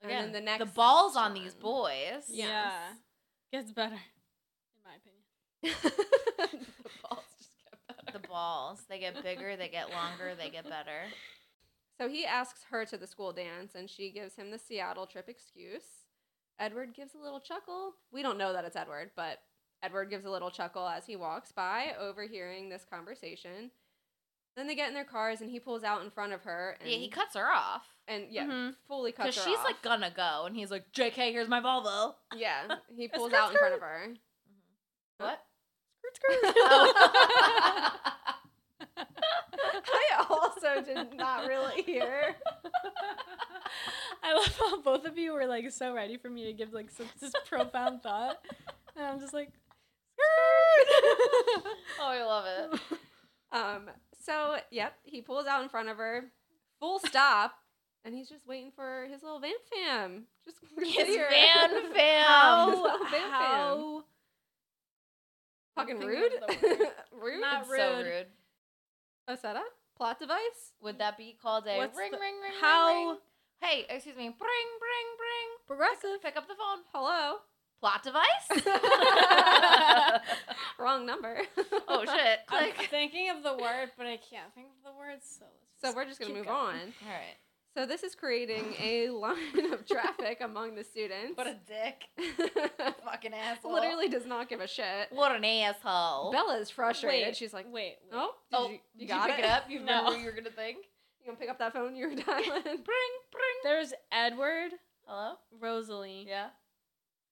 Speaker 4: And then the next
Speaker 3: the balls on these
Speaker 4: one.
Speaker 3: boys.
Speaker 4: Yes.
Speaker 5: Yeah. Gets better, in my opinion.
Speaker 4: the balls just kept better.
Speaker 3: the balls they get bigger, they get longer, they get better.
Speaker 4: So he asks her to the school dance, and she gives him the Seattle trip excuse. Edward gives a little chuckle. We don't know that it's Edward, but Edward gives a little chuckle as he walks by, overhearing this conversation. Then they get in their cars, and he pulls out in front of her. And,
Speaker 3: Yeah, he cuts her off
Speaker 4: and yeah,
Speaker 5: Mhm.
Speaker 4: fully
Speaker 3: because
Speaker 4: cuts her
Speaker 3: she's
Speaker 4: off.
Speaker 3: like gonna go, and he's like, "JK, here's my Volvo."
Speaker 4: yeah, he
Speaker 3: It's
Speaker 4: pulls
Speaker 3: her
Speaker 4: out in front of her.
Speaker 3: What?
Speaker 4: I
Speaker 3: Oh.
Speaker 4: also did not really hear.
Speaker 5: I love how both of you were like so ready for me to give like such this profound thought, and I'm just like,
Speaker 3: Oh, I love it.
Speaker 4: Um, so yep, he pulls out in front of her, full stop, and he's just waiting for his little van fam. Just sit
Speaker 3: His
Speaker 4: here.
Speaker 3: van fam.
Speaker 5: how,
Speaker 4: Bam, bam.
Speaker 5: how
Speaker 4: fucking
Speaker 5: I'm
Speaker 4: rude.
Speaker 5: thinking of the word.
Speaker 4: rude.
Speaker 5: Not
Speaker 3: It's so
Speaker 5: rude.
Speaker 3: rude.
Speaker 4: A setup? Plot device?
Speaker 3: Would that be called a
Speaker 5: What's
Speaker 3: ring,
Speaker 5: the-
Speaker 3: ring, ring,
Speaker 5: how-
Speaker 3: ring, ring? Hey, excuse me. Bring, bring, bring.
Speaker 4: Progressive.
Speaker 3: Pick up the phone.
Speaker 4: Hello.
Speaker 3: Plot device?
Speaker 4: Wrong number.
Speaker 3: oh, shit.
Speaker 5: I'm
Speaker 3: Click.
Speaker 5: thinking of the word, but I can't think of the word, so let's
Speaker 4: So we're just gonna
Speaker 5: keep
Speaker 4: move
Speaker 5: going.
Speaker 4: on.
Speaker 3: All right.
Speaker 4: So this is creating a line of traffic among the students.
Speaker 3: What a dick. Fucking asshole.
Speaker 4: literally does not give a shit.
Speaker 3: What an asshole.
Speaker 4: Bella's frustrated.
Speaker 5: Wait,
Speaker 4: She's like,
Speaker 5: wait, wait.
Speaker 4: "Oh, did
Speaker 3: oh,
Speaker 4: you,
Speaker 3: did
Speaker 4: you got
Speaker 3: pick it, up? You
Speaker 5: No.
Speaker 3: remember what you were going to think?
Speaker 4: You gonna pick up that phone you were dialing?
Speaker 5: There's Edward,
Speaker 3: Hello?
Speaker 5: Rosalie,
Speaker 3: Yeah.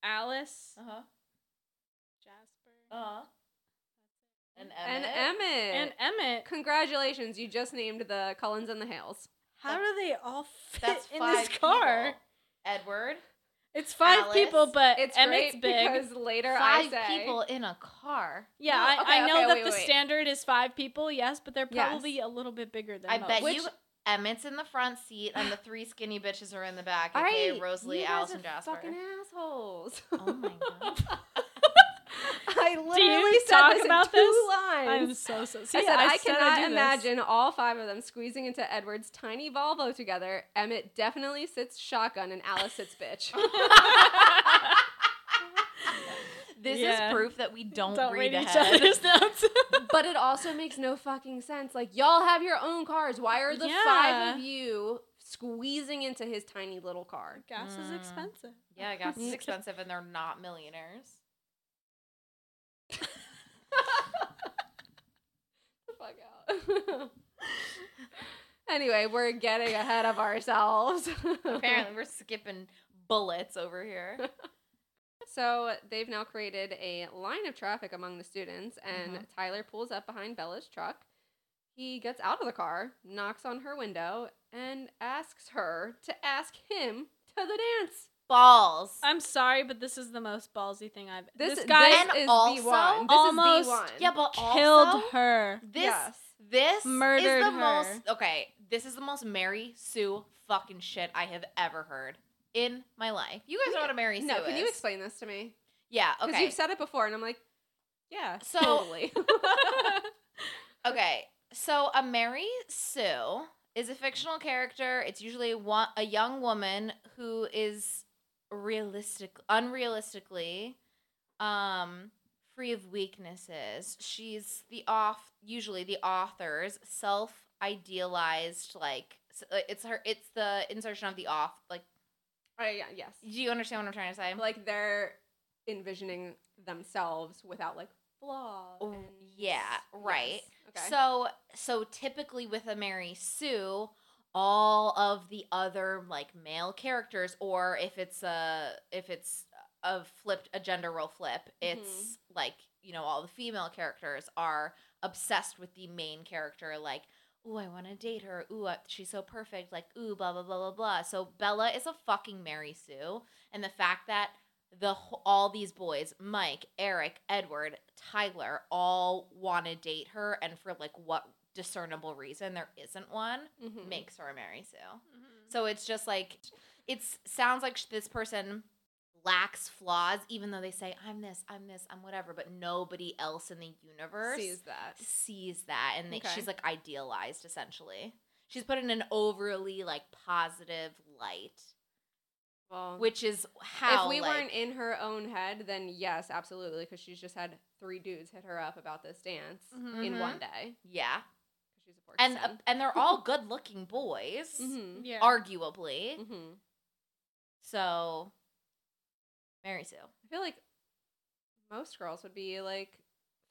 Speaker 5: Alice,
Speaker 3: Uh huh.
Speaker 5: Jasper,
Speaker 3: Uh huh. And
Speaker 4: and
Speaker 3: Emmett.
Speaker 4: Emmett.
Speaker 5: and Emmett.
Speaker 4: Congratulations, you just named the Cullens and the Hales.
Speaker 5: How do they all fit
Speaker 3: That's
Speaker 5: in
Speaker 3: five
Speaker 5: this car?
Speaker 3: people. Edward.
Speaker 5: It's five people,
Speaker 3: Alice.
Speaker 5: but
Speaker 4: It's
Speaker 5: Uh, Emmett's
Speaker 4: great
Speaker 5: big.
Speaker 4: because later I
Speaker 3: Five
Speaker 4: say
Speaker 3: people in a car.
Speaker 5: Yeah,
Speaker 4: No,
Speaker 5: I,
Speaker 4: okay,
Speaker 5: I know
Speaker 4: okay,
Speaker 5: that
Speaker 4: wait,
Speaker 5: the
Speaker 4: wait, wait.
Speaker 5: standard is five people, yes, but they're
Speaker 4: Yes.
Speaker 5: probably a little bit bigger than
Speaker 3: I
Speaker 5: most.
Speaker 3: bet
Speaker 4: Which-
Speaker 3: you Emmett's in the front seat and the three skinny bitches are in the back. Okay, Rosalie,
Speaker 4: you
Speaker 3: Alice,
Speaker 4: guys
Speaker 3: and
Speaker 4: are
Speaker 3: Jasper.
Speaker 4: Fucking assholes.
Speaker 3: Oh my god.
Speaker 4: I literally said
Speaker 5: talk
Speaker 4: this
Speaker 5: about
Speaker 4: in two
Speaker 5: this?
Speaker 4: lines.
Speaker 5: I'm so so. See,
Speaker 4: I said I,
Speaker 5: said
Speaker 4: cannot
Speaker 5: do this.
Speaker 4: imagine all five of them squeezing into Edward's tiny Volvo together. Emmett definitely sits shotgun and Alice sits bitch.
Speaker 3: This
Speaker 5: Yeah.
Speaker 3: is proof that we don't,
Speaker 5: Don't
Speaker 3: read,
Speaker 5: read each
Speaker 3: ahead.
Speaker 5: other's notes.
Speaker 4: but it also makes no fucking sense. Like y'all have your own cars. Why are the five
Speaker 5: Yeah.
Speaker 4: of you squeezing into his tiny little car?
Speaker 5: Gas is
Speaker 3: Mm.
Speaker 5: expensive.
Speaker 3: yeah, gas is expensive and they're not millionaires.
Speaker 4: The fuck out. anyway, we're getting ahead of ourselves.
Speaker 3: Apparently, we're skipping bullets over here.
Speaker 4: So they've now created a line of traffic among the students, and
Speaker 3: Mhm.
Speaker 4: Tyler pulls up behind Bella's truck. He gets out of the car, knocks on her window, and asks her to ask him to the dance.
Speaker 3: Balls.
Speaker 5: I'm sorry, but this is the most ballsy thing I've.
Speaker 4: This,
Speaker 5: This, guy
Speaker 4: this
Speaker 3: And
Speaker 4: is
Speaker 3: also
Speaker 4: the one. This is
Speaker 5: almost-
Speaker 4: the one.
Speaker 3: yeah, but
Speaker 5: killed
Speaker 3: also,
Speaker 5: her.
Speaker 3: This
Speaker 4: Yes.
Speaker 3: this
Speaker 5: Murdered
Speaker 3: is the
Speaker 5: her.
Speaker 3: most okay. This is the most Mary Sue fucking shit I have ever heard in my life. You guys know what a Mary Sue
Speaker 4: no,
Speaker 3: is.
Speaker 4: can you explain this to me?
Speaker 3: Yeah.
Speaker 4: Because
Speaker 3: Okay.
Speaker 4: you've said it before, and I'm like, yeah,
Speaker 3: So-
Speaker 4: totally.
Speaker 3: Okay. So a Mary Sue is a fictional character. It's usually one, a young woman who is realistic, unrealistically, um, free of weaknesses. She's the off, usually the author's self idealized, like s- uh, it's her, it's the insertion of the off. Like,
Speaker 4: Oh yeah, yes.
Speaker 3: do you understand what I'm trying to say?
Speaker 4: Like they're envisioning themselves without like flaw.
Speaker 3: Oh,
Speaker 4: and-
Speaker 3: yeah, right.
Speaker 4: Yes, Okay.
Speaker 3: So so typically with a Mary Sue, all of the other like male characters, or if it's a if it's a flipped a gender role flip, it's like you know all the female characters are obsessed with the main character, like. Ooh, I want to date her. Ooh, uh, she's so perfect. Like, ooh, blah blah blah blah blah. So Bella is a fucking Mary Sue, and the fact that the wh- all these boys mike eric edward tyler all want to date her and for like what discernible reason there isn't one
Speaker 4: Mhm.
Speaker 3: makes her a mary sue
Speaker 4: Mm-hmm.
Speaker 3: so it's just like it sounds like sh- this person lacks flaws even though they say i'm this i'm this i'm whatever but nobody else in the universe
Speaker 4: sees that.
Speaker 3: sees that and they,
Speaker 4: Okay.
Speaker 3: she's like idealized essentially she's put in an overly like positive light
Speaker 4: Well,
Speaker 3: which is how
Speaker 4: Um, if we
Speaker 3: like-
Speaker 4: weren't in her own head, then yes, absolutely, because she's just had three dudes hit her up about this dance in
Speaker 3: Mhm.
Speaker 4: one day.
Speaker 3: yeah
Speaker 4: 'cause She's a pork
Speaker 3: and and they're all good looking boys
Speaker 4: mm-hmm.
Speaker 5: Yeah.
Speaker 3: arguably
Speaker 4: Mm-hmm.
Speaker 3: so mary sue
Speaker 4: I feel like most girls would be like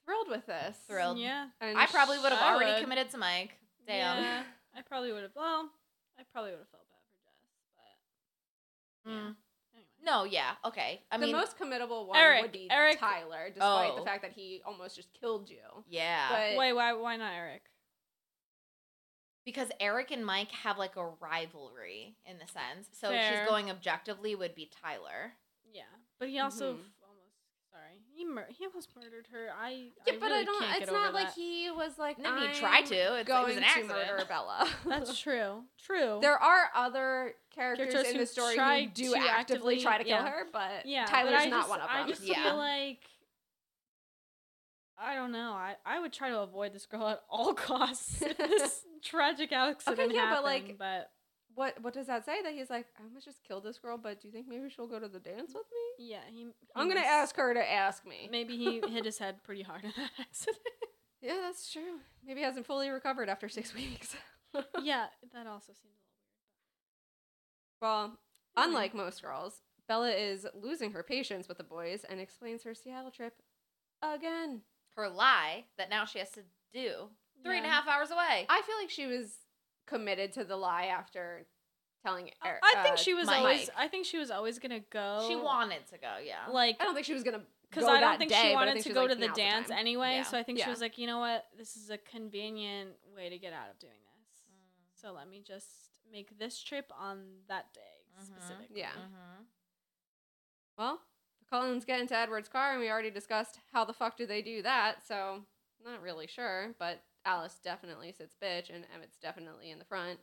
Speaker 4: thrilled with this.
Speaker 3: thrilled
Speaker 5: Yeah.
Speaker 4: And
Speaker 3: i probably would have
Speaker 5: I
Speaker 3: already
Speaker 5: would.
Speaker 3: committed to mike damn
Speaker 5: Yeah, I probably would have. Well, I probably would have felt bad for Jess, but yeah.
Speaker 3: Mm.
Speaker 5: Anyway.
Speaker 3: no yeah okay i
Speaker 4: the
Speaker 3: mean
Speaker 4: most committable one
Speaker 5: Eric,
Speaker 4: would be
Speaker 5: Eric-
Speaker 4: Tyler, despite
Speaker 3: Oh.
Speaker 4: the fact that he almost just killed you.
Speaker 3: yeah
Speaker 4: But
Speaker 5: Wait, why? Why not Eric?
Speaker 3: because eric and mike have like a rivalry in the sense so if
Speaker 5: Fair.
Speaker 3: she's going objectively would be tyler
Speaker 5: Yeah, but he also
Speaker 4: Mhm.
Speaker 5: f- almost. Sorry, he mur- he almost murdered her. I.
Speaker 4: yeah,
Speaker 5: I
Speaker 4: but I
Speaker 5: really
Speaker 4: don't.
Speaker 5: Can't get
Speaker 4: It's not
Speaker 5: over
Speaker 4: like
Speaker 5: that.
Speaker 4: he was like.
Speaker 3: No, he
Speaker 4: I'm
Speaker 3: tried to. It's- it was
Speaker 4: going
Speaker 3: an
Speaker 4: to
Speaker 3: accident."
Speaker 4: murder Bella.
Speaker 5: That's true. True.
Speaker 4: There are other characters
Speaker 5: Characters
Speaker 4: in
Speaker 5: who
Speaker 4: the story
Speaker 5: try
Speaker 4: who do
Speaker 5: to
Speaker 4: actively,
Speaker 5: actively-
Speaker 4: try to kill
Speaker 5: yeah.
Speaker 4: her, but
Speaker 5: yeah, but
Speaker 4: Tyler's
Speaker 5: I
Speaker 4: not
Speaker 5: just,
Speaker 4: one of them.
Speaker 5: I just
Speaker 3: Yeah.
Speaker 5: feel like. I don't know. I, I would try to avoid this girl at all costs. if this tragic accident
Speaker 4: yeah, but,
Speaker 5: happened,
Speaker 4: like,
Speaker 5: but
Speaker 4: what what does that say? That he's like, I almost just killed this girl, but do you think maybe she'll go to the dance with me?
Speaker 5: yeah, he. he
Speaker 4: I'm gonna
Speaker 5: was-
Speaker 4: ask her to ask me.
Speaker 5: Maybe he hit his head pretty hard in that accident.
Speaker 4: Yeah, that's true. Maybe he hasn't fully recovered after six weeks.
Speaker 5: yeah, that also seems Hmm.
Speaker 4: Well, unlike most girls, Bella is losing her patience with the boys and explains her Seattle trip again.
Speaker 3: her lie that now she has to do three and a
Speaker 5: Yeah.
Speaker 3: half hours away
Speaker 4: I feel like she was committed to the lie after telling Eric.
Speaker 5: I
Speaker 4: uh,
Speaker 5: think she was
Speaker 3: Mike.
Speaker 5: always. I think she was always gonna go.
Speaker 3: she wanted to go yeah
Speaker 5: like
Speaker 4: I don't think she was gonna
Speaker 5: because
Speaker 4: go
Speaker 5: I don't
Speaker 4: that
Speaker 5: think
Speaker 4: day, but
Speaker 5: she
Speaker 4: I
Speaker 5: wanted
Speaker 4: think
Speaker 5: to
Speaker 4: was
Speaker 5: go
Speaker 4: like,
Speaker 5: to the
Speaker 4: "Now's
Speaker 5: dance
Speaker 4: time."
Speaker 5: anyway.
Speaker 3: Yeah.
Speaker 5: So I think
Speaker 4: Yeah.
Speaker 5: she was like, you know what, this is a convenient way to get out of doing this.
Speaker 4: Mm.
Speaker 5: So let me just make this trip on that day
Speaker 3: Mhm.
Speaker 5: specifically.
Speaker 4: Mm-hmm. Yeah.
Speaker 3: Mhm.
Speaker 4: Well, the Collins get into Edward's car, and we already discussed how the fuck do they do that. So not really sure, but Alice definitely sits bitch, and Emmett's definitely in the front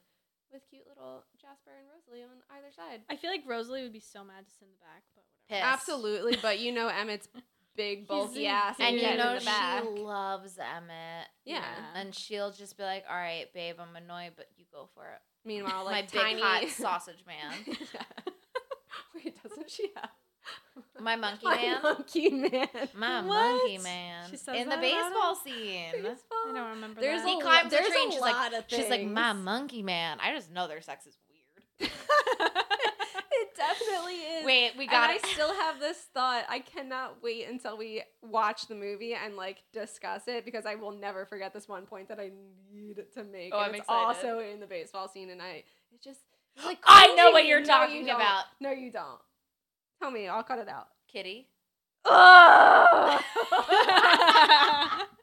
Speaker 4: with cute little Jasper and Rosalie on either side.
Speaker 5: I feel like Rosalie would be so mad to send the back, but
Speaker 3: Pissed.
Speaker 5: whatever.
Speaker 4: Absolutely, but you know Emmett's big bulky ass
Speaker 3: and
Speaker 4: head
Speaker 3: you
Speaker 4: in
Speaker 3: know
Speaker 4: the back.
Speaker 3: she loves Emmett.
Speaker 4: Yeah.
Speaker 3: And she'll just be like, "All right, babe, I'm annoyed, but you go for it."
Speaker 4: Meanwhile, like
Speaker 3: My
Speaker 4: tiny
Speaker 3: big hot sausage man,
Speaker 4: Yeah. Wait, doesn't she have
Speaker 3: my monkey
Speaker 4: My
Speaker 3: man,
Speaker 4: monkey man?
Speaker 3: my
Speaker 5: What?
Speaker 3: monkey man
Speaker 5: She says
Speaker 3: in the
Speaker 5: that about
Speaker 3: baseball
Speaker 4: Baseball.
Speaker 3: scene.
Speaker 5: I don't remember.
Speaker 4: There's
Speaker 5: that.
Speaker 4: a
Speaker 3: He
Speaker 4: lo-
Speaker 3: climbs the
Speaker 4: there's a
Speaker 3: tree. And she's like,
Speaker 4: lot of
Speaker 3: she's like, my
Speaker 4: things."
Speaker 3: monkey man. I just know their sex is weird.
Speaker 4: it definitely is.
Speaker 3: Wait, we
Speaker 4: And
Speaker 3: got
Speaker 4: I
Speaker 3: it.
Speaker 4: still have this thought. I cannot wait until we watch the movie and like discuss it because I will never forget this one point that I need to make.
Speaker 3: Oh,
Speaker 4: and
Speaker 3: I'm
Speaker 4: it's
Speaker 3: excited.
Speaker 4: also in the baseball scene, and I it just it's like
Speaker 3: I know what
Speaker 4: cringy.
Speaker 3: you're
Speaker 4: No, you
Speaker 3: talking
Speaker 4: don't.
Speaker 3: about.
Speaker 4: No, you don't. Tell me. I'll cut it out.
Speaker 3: Kitty.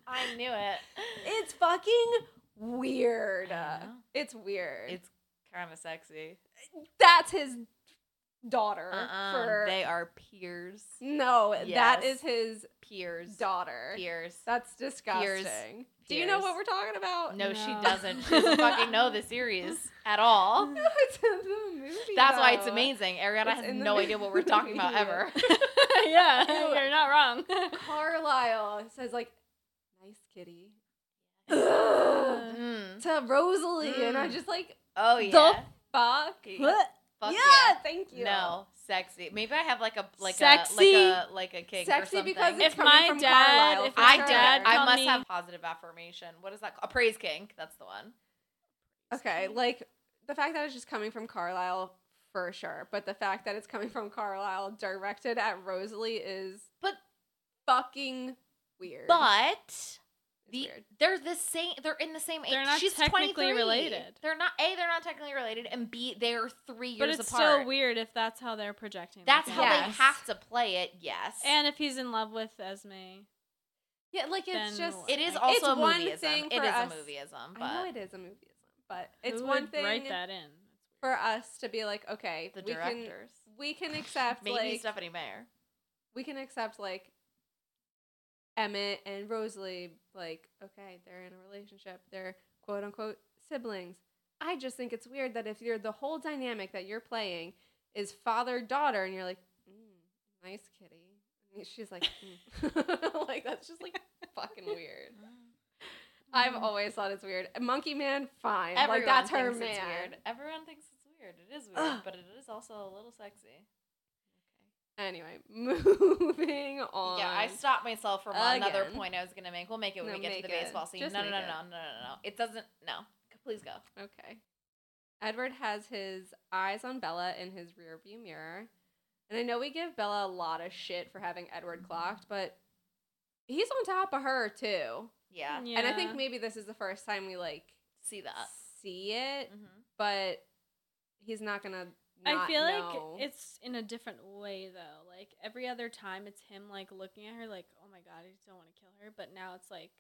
Speaker 3: I knew it.
Speaker 4: it's fucking weird.
Speaker 3: I know.
Speaker 4: It's weird.
Speaker 3: It's kind of sexy.
Speaker 4: That's his daughter.
Speaker 3: Uh-uh.
Speaker 4: for
Speaker 3: They are peers.
Speaker 4: no, that
Speaker 3: Yes.
Speaker 4: is his
Speaker 3: Peers.
Speaker 4: daughter.
Speaker 3: Peers.
Speaker 4: That's disgusting. Do you know
Speaker 3: Peers.
Speaker 4: what we're talking about?
Speaker 3: No, she
Speaker 5: No.
Speaker 3: doesn't. She doesn't fucking know the series at all.
Speaker 4: No, it's in the movie.
Speaker 3: That's why it's
Speaker 4: though.
Speaker 3: amazing. Ariana
Speaker 4: It's
Speaker 3: has
Speaker 4: in the
Speaker 3: no idea what we're talking about
Speaker 4: movie.
Speaker 3: ever.
Speaker 5: yeah, you're not wrong.
Speaker 4: Carlisle says like, "Nice kitty." to Rosalie, and I
Speaker 3: Mm.
Speaker 4: just like
Speaker 3: Oh
Speaker 4: the
Speaker 3: yeah.
Speaker 4: fuck.
Speaker 3: Yeah. Fuck
Speaker 4: yeah,
Speaker 3: yeah.
Speaker 4: thank you.
Speaker 3: No, sexy. Maybe I have like a like
Speaker 5: Sexy.
Speaker 3: a like a like a kink
Speaker 4: Sexy
Speaker 3: or something.
Speaker 4: because it's
Speaker 5: If
Speaker 4: coming
Speaker 5: my
Speaker 4: from
Speaker 5: dad-
Speaker 4: Carlisle,
Speaker 5: if
Speaker 4: for
Speaker 5: my
Speaker 3: I
Speaker 4: sure.
Speaker 3: did.
Speaker 5: dad
Speaker 3: I
Speaker 5: called
Speaker 3: must
Speaker 5: me-
Speaker 3: have positive affirmation. What is that? Called? A praise kink. That's the one.
Speaker 4: Okay, like the fact that it's just coming from Carlisle for sure, but the fact that it's coming from Carlisle directed at Rosalie is
Speaker 3: But-
Speaker 4: fucking weird.
Speaker 3: But
Speaker 4: It's
Speaker 3: the
Speaker 4: weird.
Speaker 3: they're the same. They're in the same age.
Speaker 5: They're not
Speaker 3: She's
Speaker 5: technically
Speaker 3: 23.
Speaker 5: related.
Speaker 3: They're not a. They're not technically related, and b they are three years
Speaker 5: But it's
Speaker 3: apart.
Speaker 5: still weird if that's how they're projecting. their
Speaker 3: That's how they
Speaker 4: Yes.
Speaker 5: family.
Speaker 3: have to play it. Yes,
Speaker 5: And if he's in love with Esme,
Speaker 4: yeah, like it's
Speaker 5: then
Speaker 4: just
Speaker 3: it is
Speaker 5: It's
Speaker 3: also a
Speaker 4: one
Speaker 3: movieism.
Speaker 4: thing
Speaker 3: it
Speaker 4: for
Speaker 3: is
Speaker 4: us-
Speaker 3: a movieism, but
Speaker 4: I know it is a movieism, but it's
Speaker 5: who
Speaker 4: one
Speaker 5: would
Speaker 4: thing
Speaker 5: Write that in.
Speaker 4: for us to be like, okay,
Speaker 3: the
Speaker 4: we can
Speaker 3: directors,
Speaker 4: we can accept
Speaker 3: maybe
Speaker 4: like
Speaker 3: Stephanie Mayer.
Speaker 4: we can accept like Emmett and Rosalie, like, okay, they're in a relationship, they're quote unquote siblings. I just think it's weird that if you're the whole dynamic that you're playing is father daughter, and you're like, mm, nice kitty. And she's like, mm. like that's just like fucking weird. I've always thought it's weird. Monkey Man, fine.
Speaker 3: Mm. Everyone
Speaker 4: like that's her
Speaker 3: thinks
Speaker 4: man.
Speaker 3: It's weird. Everyone thinks it's weird. It is weird, but it is also a little sexy.
Speaker 4: Anyway, moving on.
Speaker 3: Yeah, I stopped myself from another
Speaker 4: Again.
Speaker 3: point I was gonna make. We'll Um, make it when
Speaker 4: No,
Speaker 3: we get to the
Speaker 4: make it.
Speaker 3: baseball scene.
Speaker 4: Just
Speaker 3: no, no,
Speaker 4: make
Speaker 3: no, no,
Speaker 4: it.
Speaker 3: no, no, no. It doesn't. No, please go.
Speaker 4: Okay. Edward has his eyes on Bella in his rearview mirror. And I know we give Bella a lot of shit for having Edward
Speaker 5: Mm-hmm.
Speaker 4: clocked, but he's on top of her too.
Speaker 3: Yeah,
Speaker 5: Yeah. Uh,
Speaker 4: And I think maybe this is the first time we like
Speaker 3: see that.
Speaker 4: see it,
Speaker 3: hmm
Speaker 4: but he's not gonna.
Speaker 5: mm-hmm. I
Speaker 4: not
Speaker 5: feel
Speaker 4: know.
Speaker 5: like it's in a different way though. Like every other time, it's him like looking at her like, "Oh my god, I just don't want to kill her." But now it's like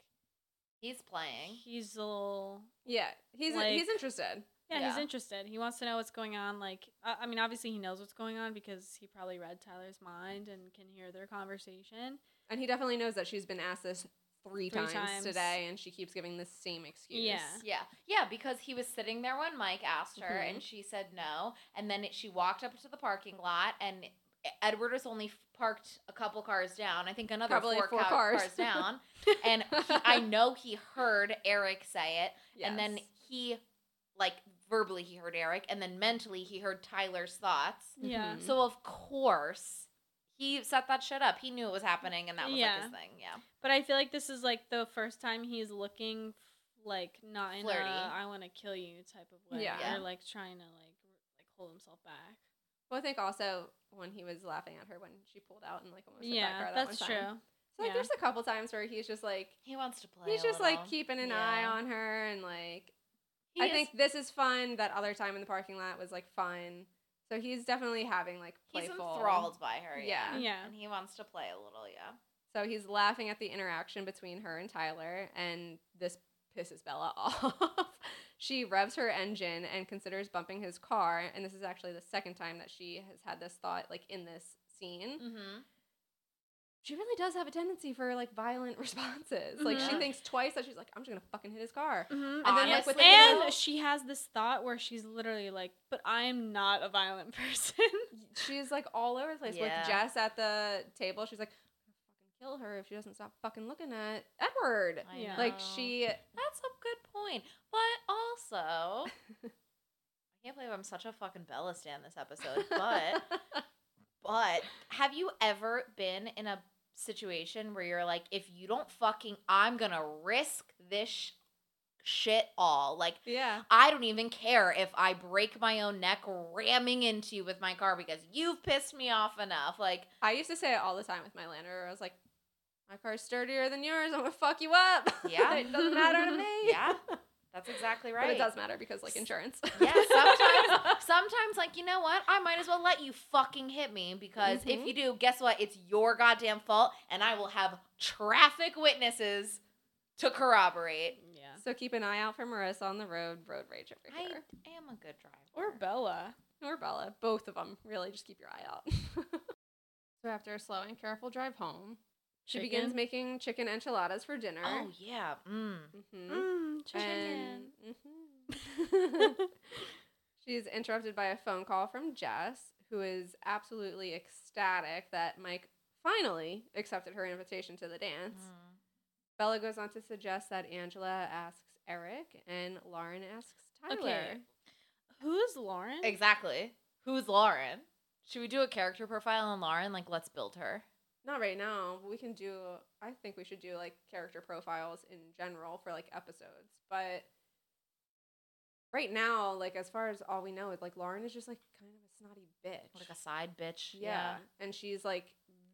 Speaker 3: He's playing.
Speaker 5: he's a little.
Speaker 4: yeah, he's he's
Speaker 5: like-
Speaker 4: interested.
Speaker 5: Yeah, he's
Speaker 3: Yeah.
Speaker 5: interested. He wants to know what's going on. Like, I I mean, obviously he knows what's going on because he probably read Tyler's mind and can hear their conversation.
Speaker 4: And he definitely knows that she's been asked this three,
Speaker 5: Three
Speaker 4: times,
Speaker 5: times.
Speaker 4: today, and she keeps giving the same excuse.
Speaker 5: Yeah.
Speaker 3: Yeah, Mm-hmm. yeah, because he was sitting there when Mike asked her,
Speaker 4: Mhm.
Speaker 3: and she said no, and then it, she walked up to the parking lot, and E, Edward was only f- parked a couple cars down. I think another
Speaker 4: Probably
Speaker 3: four,
Speaker 4: four
Speaker 3: ca-
Speaker 4: cars.
Speaker 3: cars. down, and he, I know he heard Eric say it, and then
Speaker 4: Yes.
Speaker 3: he, like verbally, he heard Eric, and then mentally he heard Tyler's thoughts.
Speaker 5: Yeah.
Speaker 4: Mhm.
Speaker 3: So of course he set that shit up. He knew it was happening, and that was like
Speaker 5: Yeah.
Speaker 3: his thing. Yeah,
Speaker 5: But I feel like this is like the first time he's looking like not in
Speaker 3: Flirty.
Speaker 5: a I want to kill you type of way.
Speaker 4: Yeah.
Speaker 5: Or like trying to like like hold himself back.
Speaker 4: Well, I think also when he was laughing at her when she pulled out and like almost hit that
Speaker 5: yeah,
Speaker 4: car that
Speaker 5: that's
Speaker 4: one
Speaker 5: true.
Speaker 4: time. So like,
Speaker 5: Yeah.
Speaker 4: there's a couple times where he's just like
Speaker 3: he wants to play.
Speaker 4: he's
Speaker 3: a
Speaker 4: just like
Speaker 3: little.
Speaker 4: keeping an
Speaker 3: Yeah.
Speaker 4: eye on her and like
Speaker 3: He
Speaker 4: I
Speaker 3: is-
Speaker 4: think this is fun. That other time in the parking lot was like fun. So he's definitely having like
Speaker 3: he's
Speaker 4: playful.
Speaker 3: enthralled by her. Yeah.
Speaker 4: Yeah.
Speaker 5: Yeah.
Speaker 3: And he wants to play a little, yeah.
Speaker 4: So he's laughing at the interaction between her and Tyler, and this pisses Bella off. she revs her engine and considers bumping his car, and this is actually the second time that she has had this thought like in this scene.
Speaker 3: Mm-hmm.
Speaker 4: she really does have a tendency for like violent responses. Like she
Speaker 3: Mm-hmm.
Speaker 5: Mhm.
Speaker 4: thinks twice that she's like, I'm just gonna fucking hit his car.
Speaker 5: Mhm.
Speaker 4: And then,
Speaker 3: like,
Speaker 5: Yes,
Speaker 3: with the
Speaker 5: and
Speaker 3: little-
Speaker 5: she has this thought where she's literally like, "But I am not a violent person."
Speaker 4: She's like all over the place
Speaker 3: Yeah.
Speaker 4: with Jess at the table. She's like, I'm gonna fucking kill her if she doesn't stop fucking looking at Edward.
Speaker 3: I
Speaker 5: Yeah.
Speaker 4: Like
Speaker 3: know.
Speaker 4: she,
Speaker 3: That's a good point. But also, I can't believe I'm such a fucking Bella stan this episode. But, but have you ever been in a situation where you're like, if you don't fucking, I'm gonna risk this sh- shit all. Like,
Speaker 4: yeah,
Speaker 3: I don't even care if I break my own neck ramming into you with my car because you've pissed me off enough. Like,
Speaker 4: I used to say it all the time with my Lander. where I was like, my car's sturdier than yours. I'm gonna fuck you up.
Speaker 3: Yeah.
Speaker 4: it doesn't matter to me.
Speaker 3: yeah, that's exactly right.
Speaker 4: But it does matter because like insurance.
Speaker 3: Yeah, sometimes, sometimes, like you know what? I might as well let you fucking hit me because if
Speaker 4: Mhm.
Speaker 3: you do, guess what? It's your goddamn fault, and I will have traffic witnesses to corroborate.
Speaker 5: yeah.
Speaker 4: so keep an eye out for Marissa on the road. Road rage over
Speaker 3: I
Speaker 4: here.
Speaker 3: am a good driver.
Speaker 5: Or Bella.
Speaker 4: or Bella, both of them. Really, just keep your eye out. so after a slow and careful drive home, she begins
Speaker 5: Chicken.
Speaker 4: making chicken enchiladas for dinner.
Speaker 3: Oh yeah, mm.
Speaker 4: hmm
Speaker 5: Mm,
Speaker 4: And
Speaker 5: chicken.
Speaker 4: Mhm. she's interrupted by a phone call from Jess, who is absolutely ecstatic that Mike finally accepted her invitation to the dance.
Speaker 3: Mm.
Speaker 4: Bella goes on to suggest that Angela asks Eric and Lauren asks Tyler.
Speaker 5: Okay. Who's Lauren?
Speaker 3: Exactly. Who's Lauren? Should we do a character profile on Lauren? Like, let's build her.
Speaker 4: Not right now. but We can do. I think we should do like character profiles in general for like episodes, but right now, like as far as all we know is like Lauren is just like kind of a snotty bitch.
Speaker 3: Like a side bitch.
Speaker 4: yeah. and she's like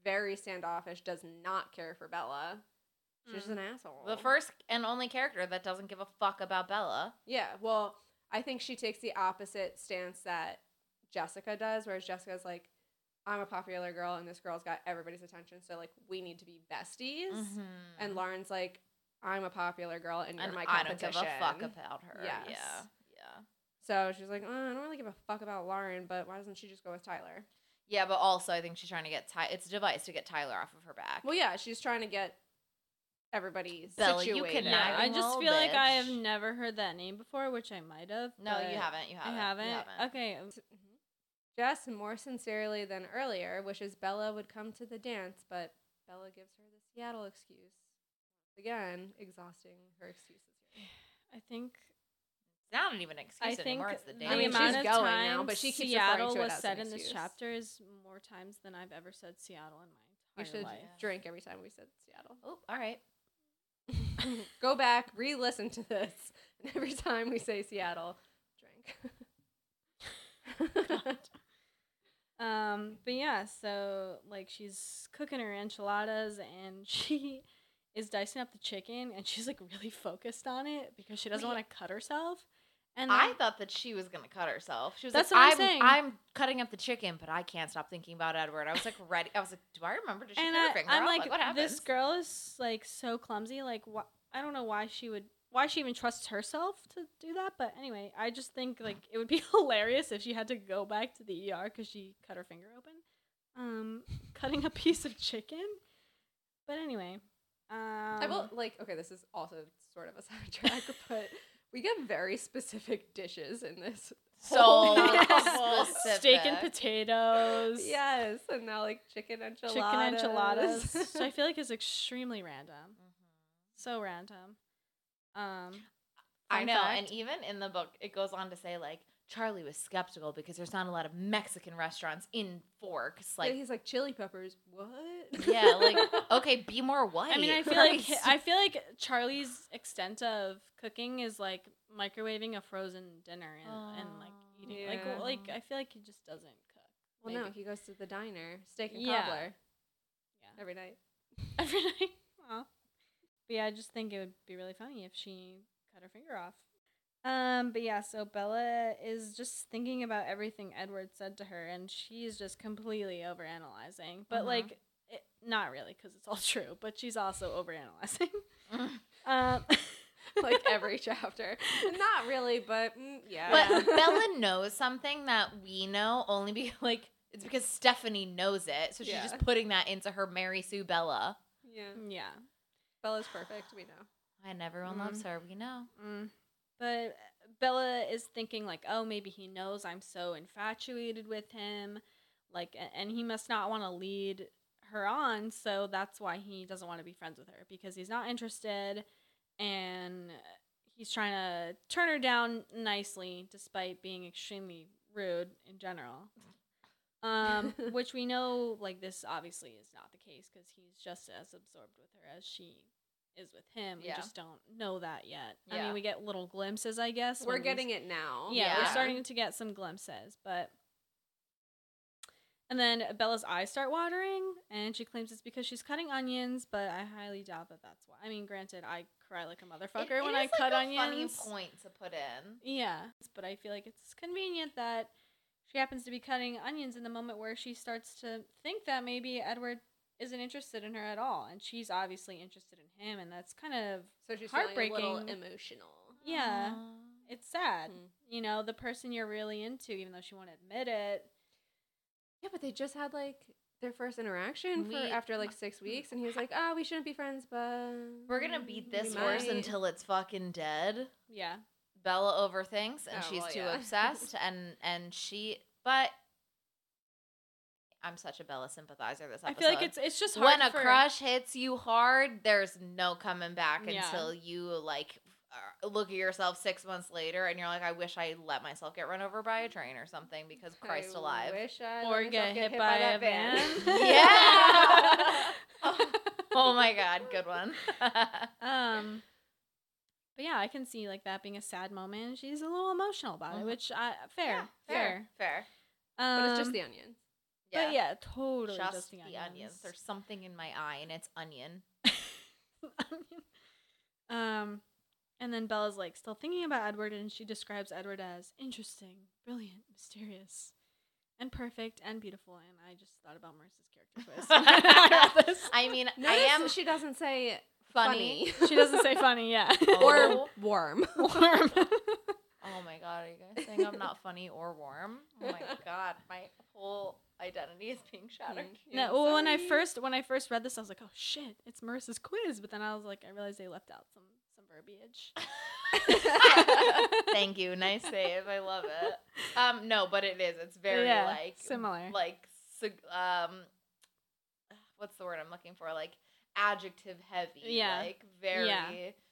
Speaker 4: very standoffish. Does not care for Bella.
Speaker 3: Mm.
Speaker 4: She's just an asshole.
Speaker 3: The first and only character that doesn't give a fuck about Bella.
Speaker 4: Yeah. Well, I think she takes the opposite stance that Jessica does, whereas Jessica's like, I'm a popular girl and this girl's got everybody's attention, so like we need to be besties.
Speaker 3: Mhm.
Speaker 4: And Lauren's like, I'm a popular girl and you're
Speaker 3: And
Speaker 4: my
Speaker 3: I
Speaker 4: competition.
Speaker 3: don't give a fuck about her.
Speaker 4: Yes.
Speaker 3: Yeah. Yeah.
Speaker 4: So she's like, "Uh, I don't really give a fuck about Lauren, but why doesn't she just go with Tyler?
Speaker 3: Yeah, but also I think she's trying to get Ty. It's a device to get Tyler off of her back.
Speaker 4: Well, yeah, she's trying to get everybody
Speaker 3: Bella, you
Speaker 4: situated.
Speaker 3: can
Speaker 5: Yeah, I
Speaker 3: nagging
Speaker 5: just
Speaker 3: little
Speaker 5: feel like I have
Speaker 3: bitch.
Speaker 5: never heard that name before, which I might have.
Speaker 3: No,
Speaker 5: but
Speaker 3: you haven't. You haven't.
Speaker 5: I haven't.
Speaker 3: You haven't.
Speaker 5: Okay. um,
Speaker 4: Jess, more sincerely than earlier, wishes Bella would come to the dance, but Bella gives her the Seattle excuse. Again, exhausting her excuses. here.
Speaker 5: I think
Speaker 3: It's not even an excuse
Speaker 5: I think
Speaker 3: anymore. It's the
Speaker 5: the
Speaker 3: damn
Speaker 4: I mean,
Speaker 5: amount
Speaker 4: she's
Speaker 5: of
Speaker 4: going
Speaker 5: times
Speaker 4: now, but she keeps referring
Speaker 5: Seattle
Speaker 4: to it
Speaker 5: was
Speaker 4: as an
Speaker 5: said in this
Speaker 4: excuse.
Speaker 5: chapter is more times than I've ever said Seattle in my
Speaker 4: We
Speaker 5: entire
Speaker 4: should
Speaker 5: life.
Speaker 4: drink every time we said Seattle.
Speaker 3: Oh, all right.
Speaker 4: Go back, re listen to this, and every time we say Seattle, drink.
Speaker 5: Um, but yeah, so like she's cooking her enchiladas and she is dicing up the chicken and she's like really focused on it because she doesn't
Speaker 3: Wait.
Speaker 5: want to cut herself. And
Speaker 3: I
Speaker 5: then-
Speaker 3: thought that she was gonna cut herself. She was
Speaker 5: That's
Speaker 3: like,
Speaker 5: what I'm
Speaker 3: I'm,
Speaker 5: saying.
Speaker 3: I'm cutting up the chicken, but I can't stop thinking about Edward. I was like, ready. I was like, do I remember? Did she
Speaker 5: and
Speaker 3: cut
Speaker 5: I,
Speaker 3: her finger
Speaker 5: I'm
Speaker 3: off?
Speaker 5: like,
Speaker 3: what happened?
Speaker 5: this girl is like so clumsy. Like, wh- I don't know why she would, why she even trusts herself to do that. But anyway, I just think like it would be hilarious if she had to go back to the ER because she cut her finger open, um, cutting a piece of chicken. But anyway, um,
Speaker 4: I will like okay, this is also sort of a sidetrack, but we get very specific dishes in this.
Speaker 3: so uh,
Speaker 5: Yeah.
Speaker 3: specific.
Speaker 5: steak and potatoes.
Speaker 4: Yes, and now like chicken enchiladas.
Speaker 5: chicken enchiladas. so I feel like it's extremely random. So random. Um,
Speaker 3: I
Speaker 5: fun
Speaker 3: know,
Speaker 5: fact.
Speaker 3: and even in the book, it goes on to say like Charlie was skeptical because there's not a lot of Mexican restaurants in Forks.
Speaker 4: like
Speaker 3: Like,
Speaker 4: he's like chili peppers. What?
Speaker 3: yeah, like oh, okay, be more white.
Speaker 5: I mean, I feel like hi-
Speaker 3: Christ.
Speaker 5: I feel like Charlie's extent of cooking is like microwaving a frozen dinner and, and like eating like
Speaker 4: Yeah.
Speaker 5: well, like I feel like he just doesn't cook.
Speaker 4: well, no,
Speaker 5: maybe.
Speaker 4: he goes to the diner, steak and
Speaker 5: Yeah.
Speaker 4: cobbler
Speaker 5: yeah,
Speaker 4: every night.
Speaker 5: every night. Aw. But yeah, I just think it would be really funny if she cut her finger off. Um, but yeah, so Bella is just thinking about everything Edward said to her, and she's just completely overanalyzing. But
Speaker 4: Uh-huh.
Speaker 3: Mhm.
Speaker 5: like, it, not really, because it's all true. But she's also overanalyzing. um,
Speaker 4: Like every chapter. Not really, but mm, yeah.
Speaker 3: But Bella knows something that we know only because like it's because Stephanie knows it. So she's
Speaker 4: Yeah.
Speaker 3: just putting that into her Mary Sue Bella.
Speaker 4: yeah,
Speaker 5: yeah.
Speaker 4: Bella's perfect. We know.
Speaker 3: And everyone
Speaker 4: Mm-hmm.
Speaker 3: loves her, we know.
Speaker 5: Mm. But Bella is thinking like, oh, maybe he knows I'm so infatuated with him, like, a- and he must not want to lead her on, so that's why he doesn't want to be friends with her because he's not interested, and he's trying to turn her down nicely despite being extremely rude in general. Um, which we know, like this obviously is not the case because he's just as absorbed with her as she is with him.
Speaker 3: Yeah.
Speaker 5: We just don't know that yet. I
Speaker 3: Yeah.
Speaker 5: mean, we get little glimpses, I guess.
Speaker 4: We're getting it now.
Speaker 5: Yeah,
Speaker 3: Yeah.
Speaker 5: we're starting to get some glimpses, but. And then Bella's eyes start watering, and she claims it's because she's cutting onions, but I highly doubt that that's why. I mean, granted, I cry like a motherfucker
Speaker 3: It- it
Speaker 5: when
Speaker 3: is,
Speaker 5: I
Speaker 3: like,
Speaker 5: cut
Speaker 3: a
Speaker 5: onions.
Speaker 3: Funny point to put in.
Speaker 5: Yeah, but I feel like it's convenient that she happens to be cutting onions in the moment where she starts to think that maybe Edward isn't interested in her at all, and she's obviously interested in him, and that's kind of
Speaker 4: So she's heartbreaking.
Speaker 5: heartbreaking.
Speaker 4: Feeling a little emotional.
Speaker 5: yeah, it's sad.
Speaker 3: Hmm.
Speaker 4: Mhm.
Speaker 5: You know, the person you're really into, even though she won't admit it.
Speaker 4: Yeah, but they just had like their first interaction
Speaker 3: We-
Speaker 4: for after like six weeks, and he was like, "Oh, we shouldn't be friends, but
Speaker 3: We're gonna beat this
Speaker 4: we
Speaker 3: horse
Speaker 4: might."
Speaker 3: until it's fucking dead.
Speaker 5: Yeah,
Speaker 3: Bella overthinks and
Speaker 4: Oh,
Speaker 3: she's
Speaker 4: well,
Speaker 3: too
Speaker 4: yeah.
Speaker 3: obsessed and and she but I'm such a Bella sympathizer this episode.
Speaker 5: I feel like it's it's just hard
Speaker 3: when a
Speaker 5: for-
Speaker 3: crush hits you hard, there's no coming back
Speaker 5: Yeah.
Speaker 3: until you like are- look at yourself six months later and you're like, I wish I let myself get run over by a train or something because Christ
Speaker 4: I
Speaker 3: alive.
Speaker 4: Wish I
Speaker 5: Or
Speaker 4: or get,
Speaker 5: get
Speaker 4: hit,
Speaker 5: hit
Speaker 4: by,
Speaker 5: by
Speaker 4: that
Speaker 5: a
Speaker 4: van.
Speaker 3: Yeah. Oh my god, good one.
Speaker 5: Um, but yeah, I can see like that being a sad moment. and She's a little emotional about
Speaker 3: Mhm.
Speaker 5: it, which I fair,
Speaker 3: Yeah,
Speaker 5: fair.
Speaker 3: fair.
Speaker 5: Um,
Speaker 4: but it's just the onions.
Speaker 3: Yeah.
Speaker 5: But yeah, totally
Speaker 3: just,
Speaker 5: just,
Speaker 3: the onions. There's something in my eye, and it's onion.
Speaker 5: um, and then Bella's like still thinking about Edward, and she describes Edward as interesting, brilliant, mysterious, and perfect and beautiful. And I just thought about Marissa's character twist.
Speaker 3: I mean, I
Speaker 4: Notice
Speaker 3: am
Speaker 4: She doesn't say
Speaker 3: funny.
Speaker 4: funny.
Speaker 5: she doesn't say funny, yeah.
Speaker 3: Or-
Speaker 4: warm.
Speaker 5: Warm.
Speaker 3: Oh my god, are you guys saying I'm not funny or warm? Oh my god, my whole identity is being shattered.
Speaker 5: No, well, when I first when I first read this, I was like, "Oh shit, it's Marissa's quiz," but then I was like, I realized they left out some some verbiage.
Speaker 3: Thank you. Nice save. I love it. Um, no, but it is. It's very
Speaker 5: Yeah,
Speaker 3: like
Speaker 5: similar.
Speaker 3: Like sig- um, what's the word I'm looking for? Like adjective heavy.
Speaker 5: Yeah.
Speaker 3: Like very
Speaker 5: Yeah.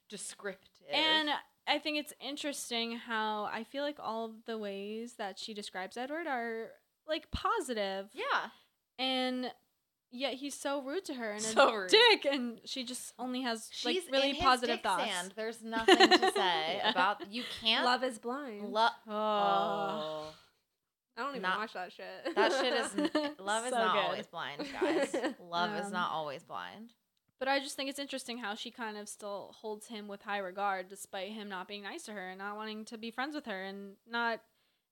Speaker 3: descriptive.
Speaker 5: And uh, I think it's interesting how I feel like all of the ways that she describes Edward are like positive,
Speaker 3: yeah,
Speaker 5: and yet he's so rude to her and
Speaker 3: So
Speaker 5: a
Speaker 3: rude.
Speaker 5: dick, and she just only has
Speaker 3: she's
Speaker 5: like really
Speaker 3: in his
Speaker 5: positive
Speaker 3: dick
Speaker 5: thoughts.
Speaker 3: Sand. There's nothing to say
Speaker 5: Yeah.
Speaker 3: about you can't
Speaker 4: Love is blind.
Speaker 3: love.
Speaker 5: Oh,
Speaker 3: Oh.
Speaker 4: I don't even
Speaker 3: Not-
Speaker 4: watch that shit.
Speaker 3: That shit is love is
Speaker 5: So
Speaker 3: not
Speaker 5: good.
Speaker 3: always blind, guys. Love is
Speaker 5: Um,
Speaker 3: not always blind.
Speaker 5: but I just think it's interesting how she kind of still holds him with high regard despite him not being nice to her and not wanting to be friends with her and not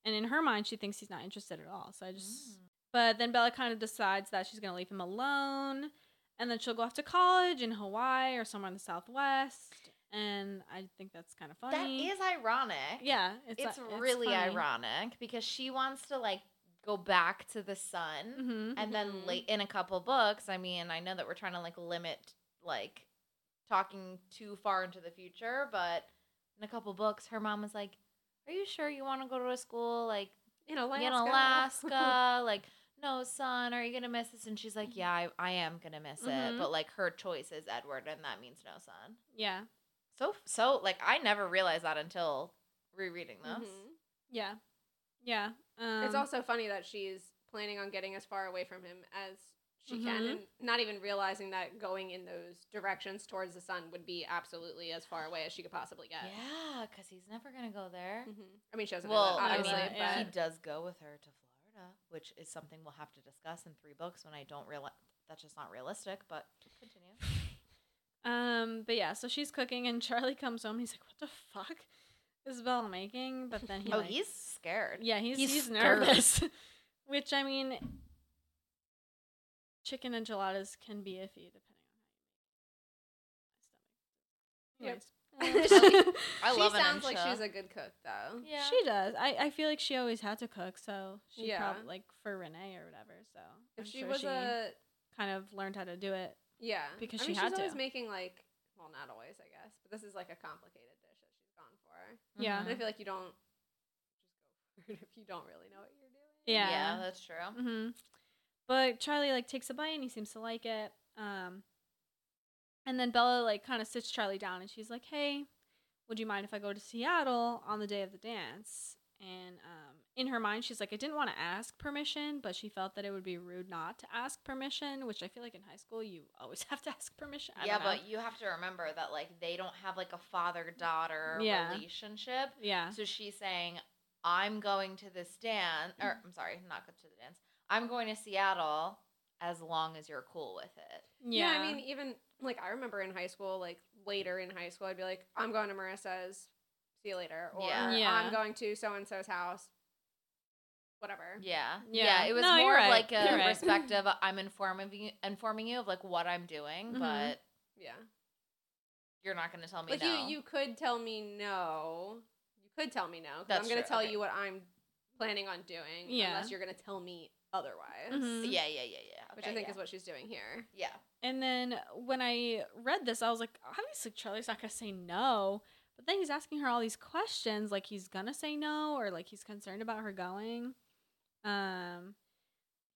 Speaker 5: and in her mind she thinks he's not interested at all. So I just
Speaker 3: Mm.
Speaker 5: But then Bella kind of decides that she's going to leave him alone and then she'll go off to college in Hawaii or somewhere in the Southwest. And I think that's kind of funny.
Speaker 3: That is ironic.
Speaker 5: Yeah,
Speaker 3: It's, really
Speaker 5: funny.
Speaker 3: ironic because she wants to like go back to the sun
Speaker 5: Mhm.
Speaker 3: and then
Speaker 4: Mhm.
Speaker 3: late in a couple books, I mean, I know that we're trying to like limit like talking too far into the future, but in a couple books her mom was like, "Are you sure you want to go to a school like
Speaker 4: in Alaska.
Speaker 3: in Alaska. like, no, son, are you gonna miss this? And she's like, Yeah, I, I am gonna miss it.
Speaker 5: Mhm.
Speaker 3: But like, her choice is Edward, and that means no son.
Speaker 5: Yeah.
Speaker 3: So, so like, I never realized that until rereading this.
Speaker 4: Mhm.
Speaker 5: Yeah. Yeah. Um,
Speaker 4: it's also funny that she's planning on getting as far away from him as she can,
Speaker 5: Mhm.
Speaker 4: and not even realizing that going in those directions towards the sun would be absolutely as far away as she could possibly get.
Speaker 3: Yeah, because he's never gonna go there.
Speaker 4: hmm I mean, she doesn't
Speaker 3: Well,
Speaker 4: know that,
Speaker 3: I
Speaker 4: obviously,
Speaker 3: mean,
Speaker 5: yeah.
Speaker 3: he
Speaker 4: but
Speaker 3: does go with her to Florida, which is something we'll have to discuss in three books. When I don't realize that's just not realistic, but continue.
Speaker 5: Um, but yeah, so she's cooking and Charlie comes home. He's like, "What the fuck is Bella making?" But then he
Speaker 3: oh,
Speaker 5: like,
Speaker 3: he's scared.
Speaker 5: yeah, he's
Speaker 3: he's
Speaker 5: he's,
Speaker 3: scared.
Speaker 5: nervous. Which I mean, chicken enchiladas can be iffy depending on how you
Speaker 4: Yep.
Speaker 5: stomach. Anyways, um,
Speaker 3: I
Speaker 4: she
Speaker 3: love an
Speaker 4: sounds like
Speaker 3: encha.
Speaker 4: she's a good cook, though.
Speaker 3: yeah.
Speaker 5: she does. I, I feel like she always had to cook, so she
Speaker 4: Yeah.
Speaker 5: probably like for Renee or whatever. So
Speaker 4: If
Speaker 5: I'm
Speaker 4: she
Speaker 5: sure
Speaker 4: was a
Speaker 5: kind of learned how to do it.
Speaker 4: yeah,
Speaker 5: because
Speaker 4: I
Speaker 5: she
Speaker 4: mean,
Speaker 5: had
Speaker 4: she's always
Speaker 5: to.
Speaker 4: making like well, not always, I guess, but this is like a complicated dish that she's gone for.
Speaker 5: Yeah.
Speaker 4: And I feel like you don't just go for it if you don't really know what you're doing.
Speaker 5: Yeah.
Speaker 3: yeah, that's true.
Speaker 4: Mm-hmm.
Speaker 5: hmm But Charlie like takes a bite and he seems to like it. Um, and then Bella like kind of sits Charlie down and she's like, "Hey, would you mind if I go to Seattle on the day of the dance?" And um, in her mind, she's like, "I didn't want to ask permission, but she felt that it would be rude not to ask permission." Which I feel like in high school, you always have to ask permission. I
Speaker 3: yeah,
Speaker 5: don't know.
Speaker 3: but you have to remember that like they don't have like a father daughter
Speaker 5: Yeah.
Speaker 3: relationship.
Speaker 5: yeah,
Speaker 3: So she's saying, "I'm going to this dance,"
Speaker 4: Mm-hmm.
Speaker 3: or I'm sorry, not go to the dance. I'm going to Seattle as long as you're cool with it.
Speaker 4: Yeah.
Speaker 5: yeah,
Speaker 4: I mean, even like I remember in high school, like later in high school, I'd be like, I'm going to Marissa's, see you later, or
Speaker 3: Yeah.
Speaker 5: Yeah.
Speaker 4: I'm going to so and so's house, whatever.
Speaker 3: Yeah, yeah.
Speaker 5: Yeah.
Speaker 3: it was
Speaker 5: No, you're
Speaker 3: more of
Speaker 5: right.
Speaker 3: like a
Speaker 5: You're right.
Speaker 3: perspective. I'm informing you, informing you of like what I'm doing,
Speaker 4: Mm-hmm.
Speaker 5: Mhm.
Speaker 3: but
Speaker 4: Yeah.
Speaker 3: you're not going to tell me
Speaker 4: Like
Speaker 3: no.
Speaker 4: you, you could tell me no. You could tell me no. 'cause
Speaker 3: That's
Speaker 4: I'm going
Speaker 3: true,
Speaker 4: to tell
Speaker 3: okay.
Speaker 4: you what I'm planning on doing,
Speaker 5: Yeah.
Speaker 4: unless you're going to tell me otherwise,
Speaker 5: Mhm.
Speaker 3: yeah, yeah, yeah, yeah.
Speaker 4: which
Speaker 3: Okay,
Speaker 4: I think
Speaker 3: yeah.
Speaker 4: is what she's doing here.
Speaker 3: Yeah,
Speaker 5: And then when I read this, I was like, obviously Charlie's not gonna say no. But then he's asking her all these questions, like he's gonna say no, or like he's concerned about her going. Um,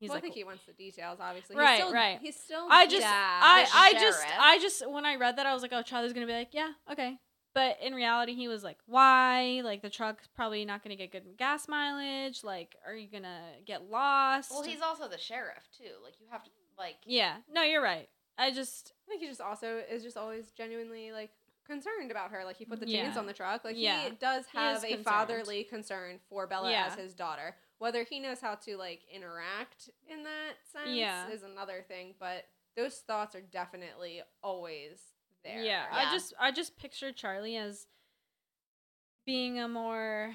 Speaker 5: He's
Speaker 4: well,
Speaker 5: like,
Speaker 4: I think he wants the details. Obviously,
Speaker 5: right,
Speaker 4: he's still,
Speaker 5: right.
Speaker 4: He's still.
Speaker 5: I just,
Speaker 4: dad.
Speaker 5: I,
Speaker 3: the
Speaker 5: I just,
Speaker 3: sheriff.
Speaker 5: I just. When I read that, I was like, oh, Tyler's gonna be like, yeah, okay. But in reality, he was like, why? Like the truck's probably not gonna get good gas mileage. Like, are you gonna get lost?
Speaker 3: Well, he's also the sheriff too. Like you have to like
Speaker 5: yeah. No, you're right. I just,
Speaker 4: I think he just also is just always genuinely like concerned about her. Like he put the chains
Speaker 5: Yeah.
Speaker 4: on the truck. Like
Speaker 5: Yeah.
Speaker 4: he does
Speaker 5: He is
Speaker 4: have a
Speaker 5: concerned.
Speaker 4: fatherly concern for Bella as
Speaker 5: Yeah.
Speaker 4: his daughter. Whether he knows how to like interact in that sense
Speaker 5: Yeah.
Speaker 4: is another thing. But those thoughts are definitely always there.
Speaker 5: Yeah,
Speaker 3: Yeah.
Speaker 5: I just I just picture Charlie as being a more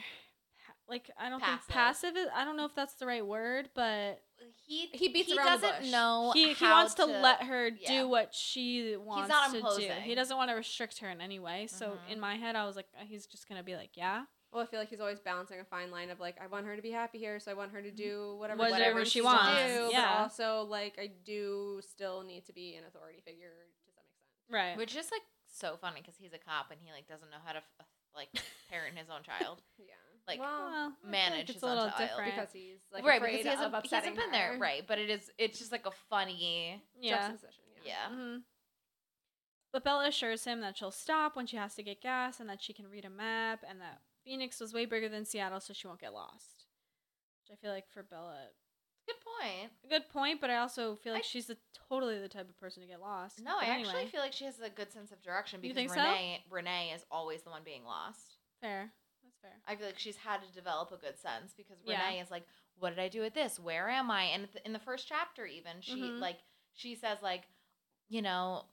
Speaker 5: pa- like I don't
Speaker 3: Passive.
Speaker 5: think passive is I don't know if that's the right word, but
Speaker 3: he
Speaker 4: He beats
Speaker 3: he
Speaker 4: around the
Speaker 3: doesn't
Speaker 4: bush.
Speaker 3: know
Speaker 5: he, he
Speaker 3: how
Speaker 5: wants to, let her
Speaker 3: yeah.
Speaker 5: do what she wants
Speaker 3: not
Speaker 5: to do.
Speaker 3: imposing.
Speaker 5: He doesn't want to restrict her in any way. So
Speaker 3: Mhm.
Speaker 5: in my head, I was like, uh, he's just gonna be like, yeah,
Speaker 4: Well, I feel like he's always balancing a fine line of like, I want her to be happy here, so I want her to do whatever,
Speaker 5: Whatever
Speaker 3: she
Speaker 4: she
Speaker 3: wants,
Speaker 4: wants. To do,
Speaker 5: yeah.
Speaker 4: But also, like, I do still need to be an authority figure to some extent.
Speaker 5: right.
Speaker 3: Which is like so funny because he's a cop and he like doesn't know how to f- uh, like parent his own child.
Speaker 4: Yeah.
Speaker 3: Like,
Speaker 5: Well, I feel like
Speaker 3: manage his
Speaker 5: it's a little
Speaker 3: own child.
Speaker 5: different.
Speaker 4: Oh, because he's like
Speaker 3: right,
Speaker 4: afraid
Speaker 3: because he
Speaker 4: of
Speaker 3: hasn't, he hasn't
Speaker 4: upsetting
Speaker 3: been
Speaker 4: her.
Speaker 3: there, right? But it is it's just like a funny,
Speaker 5: yeah.
Speaker 4: Juxtaposition,
Speaker 3: yeah.
Speaker 5: Mhm. But Bella assures him that she'll stop when she has to get gas and that she can read a map and that Phoenix was way bigger than Seattle, so she won't get lost. Which I feel like for Bella,
Speaker 3: Good point.
Speaker 5: a good point, but I also feel like
Speaker 3: I-
Speaker 5: she's the, totally the type of person to get lost.
Speaker 3: No,
Speaker 5: But
Speaker 3: I
Speaker 5: anyway,
Speaker 3: actually feel like she has a good sense of direction
Speaker 5: You
Speaker 3: because
Speaker 5: think so?
Speaker 3: Renee Renee is always the one being lost.
Speaker 5: fair. That's fair.
Speaker 3: I feel like she's had to develop a good sense because
Speaker 5: Yeah.
Speaker 3: Renee is like, "What did I do with this? Where am I?" And at the- in the first chapter, even she
Speaker 4: Mm-hmm.
Speaker 5: Mhm.
Speaker 3: like she says like, you know,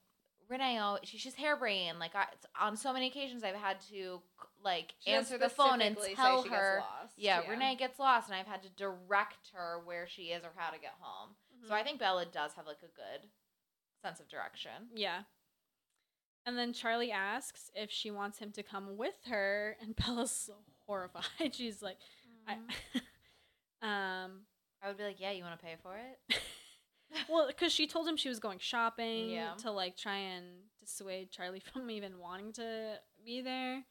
Speaker 3: Renee, oh, she, she's harebrained. Like I, on so many occasions, I've had to like
Speaker 4: She doesn't
Speaker 3: answer the phone and
Speaker 4: specifically say
Speaker 3: tell
Speaker 4: she gets
Speaker 3: her,
Speaker 4: lost,
Speaker 3: yeah, Renee gets lost, and I've had to direct her where she is or how to get home. So
Speaker 4: Mm-hmm.
Speaker 3: I think Bella does have like a good sense of direction.
Speaker 5: Yeah. And then Charlie asks if she wants him to come with her, and Bella's so horrified. She's like,
Speaker 3: Mm-hmm.
Speaker 5: I, um,
Speaker 3: I would be like, "Yeah, you want to pay for it?"
Speaker 5: Well, because she told him she was going shopping
Speaker 3: Yeah.
Speaker 5: to like try and dissuade Charlie from even wanting to be there.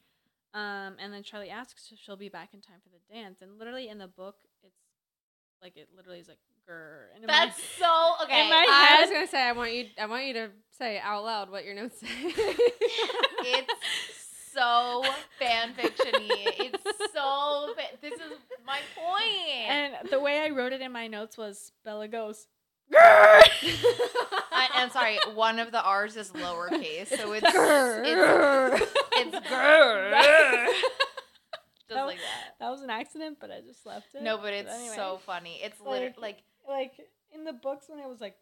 Speaker 5: Um, and then Charlie asks if she'll be back in time for the dance. And literally in the book, it's like it literally is like grr. And in my-
Speaker 3: That's so okay.
Speaker 5: my
Speaker 3: I-
Speaker 4: I was
Speaker 5: head-
Speaker 4: gonna say I want you I want you to say out loud what your notes say.
Speaker 3: it's so fanfictiony. It's so. Fa- this is my point.
Speaker 5: and the way I wrote it in my notes was Bella goes.
Speaker 3: I, am sorry. One of the R's is lowercase, so it's it's, it's grr. Just
Speaker 5: That-
Speaker 3: like that.
Speaker 5: That was an accident, but I just left it.
Speaker 3: No, but it's
Speaker 5: anyway.
Speaker 3: so funny. It's literally
Speaker 5: Like-
Speaker 3: like
Speaker 5: like in the books when it was like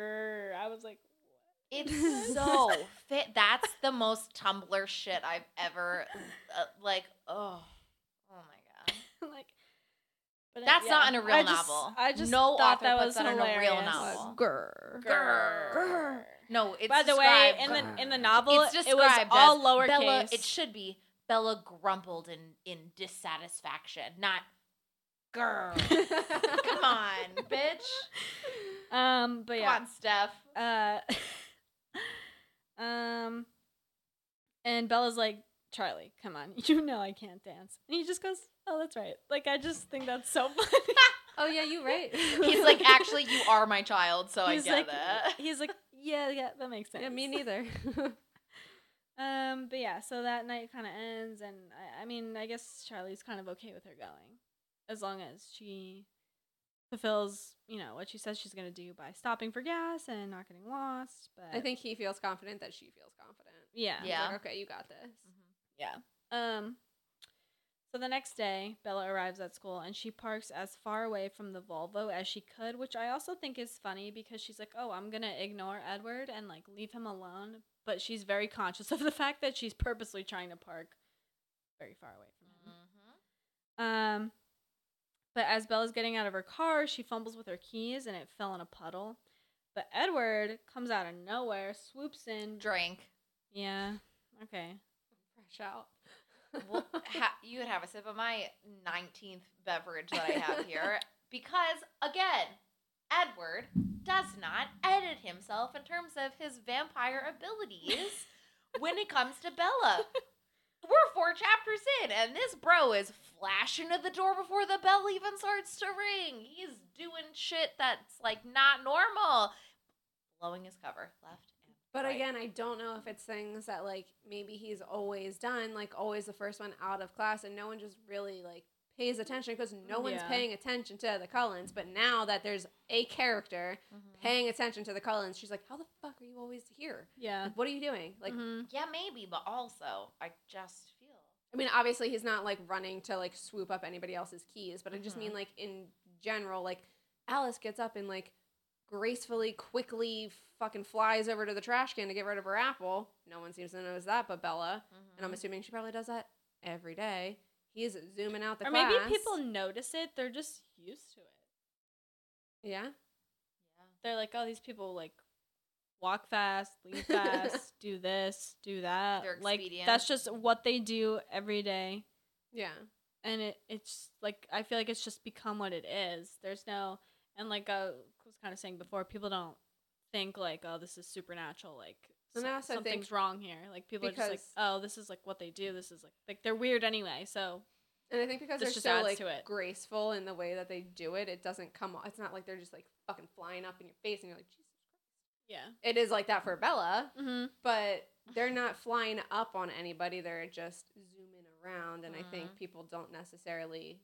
Speaker 5: grr, I was like,
Speaker 3: It's so fit. That's the most Tumblr shit I've ever uh, like. Oh, oh my god.
Speaker 5: like. But it-
Speaker 3: That's
Speaker 5: yeah.
Speaker 3: not in a real
Speaker 5: I just-
Speaker 3: novel.
Speaker 5: I just
Speaker 3: no
Speaker 5: thought
Speaker 3: author
Speaker 5: that
Speaker 3: puts
Speaker 5: was
Speaker 3: that in a real
Speaker 5: hilarious.
Speaker 3: novel.
Speaker 4: Uh, Grr.
Speaker 3: Grr. No, it's
Speaker 5: By the way,
Speaker 3: described-
Speaker 5: in the in the novel,
Speaker 3: it's described
Speaker 5: it was all
Speaker 3: as
Speaker 5: lowercase.
Speaker 3: Bella, it should be Bella grumbled in in dissatisfaction, not girl. Come on, bitch.
Speaker 5: um, but
Speaker 3: Come
Speaker 5: yeah.
Speaker 3: on, Steph.
Speaker 5: Uh, um, and Bella's like, Charlie, come on, you know I can't dance, and he just goes, Oh, that's right. Like I just think that's so funny.
Speaker 4: Oh yeah, you right.
Speaker 3: He's like, actually, you are my child, so I
Speaker 5: he's
Speaker 3: get
Speaker 5: like,
Speaker 3: that.
Speaker 5: he's like, yeah, yeah, that makes sense.
Speaker 4: Yeah, me neither.
Speaker 5: Um, but yeah, so that night kind of ends, and I, I mean, I guess Charlie's kind of okay with her going, as long as she fulfills, you know, what she says she's gonna do by stopping for gas and not getting lost. But
Speaker 4: I think he feels confident that she feels confident.
Speaker 5: yeah,
Speaker 4: He's
Speaker 3: Yeah. Mm-hmm.
Speaker 4: like, okay, you got this.
Speaker 5: yeah. Um, so the next day, Bella arrives at school and she parks as far away from the Volvo as she could, which I also think is funny because she's like, "Oh, I'm gonna ignore Edward and like leave him alone," but she's very conscious of the fact that she's purposely trying to park very far away from him. Um, but as Bella's getting out of her car, she fumbles with her keys and it fell in a puddle. But Edward comes out of nowhere, swoops in.
Speaker 3: Drink.
Speaker 5: yeah. Okay.
Speaker 4: Fresh out.
Speaker 3: well, ha- you could have a sip of my 19th beverage that I have here because, again, Edward does not edit himself in terms of his vampire abilities when it comes to Bella. We're four chapters in, and this bro is flash into the door before the bell even starts to ring. He's doing shit that's like not normal. Blowing his cover left and
Speaker 4: But
Speaker 3: right.
Speaker 4: again, I don't know if it's things that like maybe he's always done, like always the first one out of class, and no one just really like pays attention because no one's
Speaker 5: Mm, Yeah.
Speaker 4: paying attention to the Cullens. But now that there's a character
Speaker 5: Mm-hmm.
Speaker 4: paying attention to the Cullens, she's like, "How the fuck are you always here?
Speaker 5: Yeah.
Speaker 4: Like, what are you doing?" Like,
Speaker 5: Mhm.
Speaker 3: yeah, maybe, but also I just feel
Speaker 4: I mean, obviously he's not like running to like swoop up anybody else's keys, but I just
Speaker 3: Mhm.
Speaker 5: Mm-hmm.
Speaker 4: mean like in general, like Alice gets up and like gracefully, quickly fucking flies over to the trash can to get rid of her apple. No one seems to notice that but Bella.
Speaker 5: Mm-hmm.
Speaker 4: And I'm assuming she probably does that every day. He's zooming out the
Speaker 5: or
Speaker 4: class.
Speaker 5: maybe people notice it. They're just used to it.
Speaker 4: Yeah.
Speaker 5: They're like, oh, these people like walk fast, leave fast, do this, do that.
Speaker 3: They're
Speaker 5: like
Speaker 3: expedient.
Speaker 5: that's just what they do every day.
Speaker 4: Yeah.
Speaker 5: and it it's like I feel like it's just become what it is. There's no and like uh, I was kind of saying before, people don't think like oh this is supernatural like
Speaker 4: And I
Speaker 5: so-
Speaker 4: also think
Speaker 5: something's wrong here. Like people are just like
Speaker 4: because-
Speaker 5: oh this is like what they do. This is like like they're weird anyway. So
Speaker 4: And I think because
Speaker 5: This
Speaker 4: they're
Speaker 5: just
Speaker 4: so
Speaker 5: adds
Speaker 4: like
Speaker 5: to it.
Speaker 4: graceful in the way that they do it, it doesn't come off. It's not like they're just like fucking flying up in your face and you're like, Jesus
Speaker 5: yeah.
Speaker 4: Christ. It is like that for Bella.
Speaker 5: Mm-hmm.
Speaker 4: but they're not flying up on anybody. They're just zooming around, and I
Speaker 3: Mm-hmm.
Speaker 4: think people don't necessarily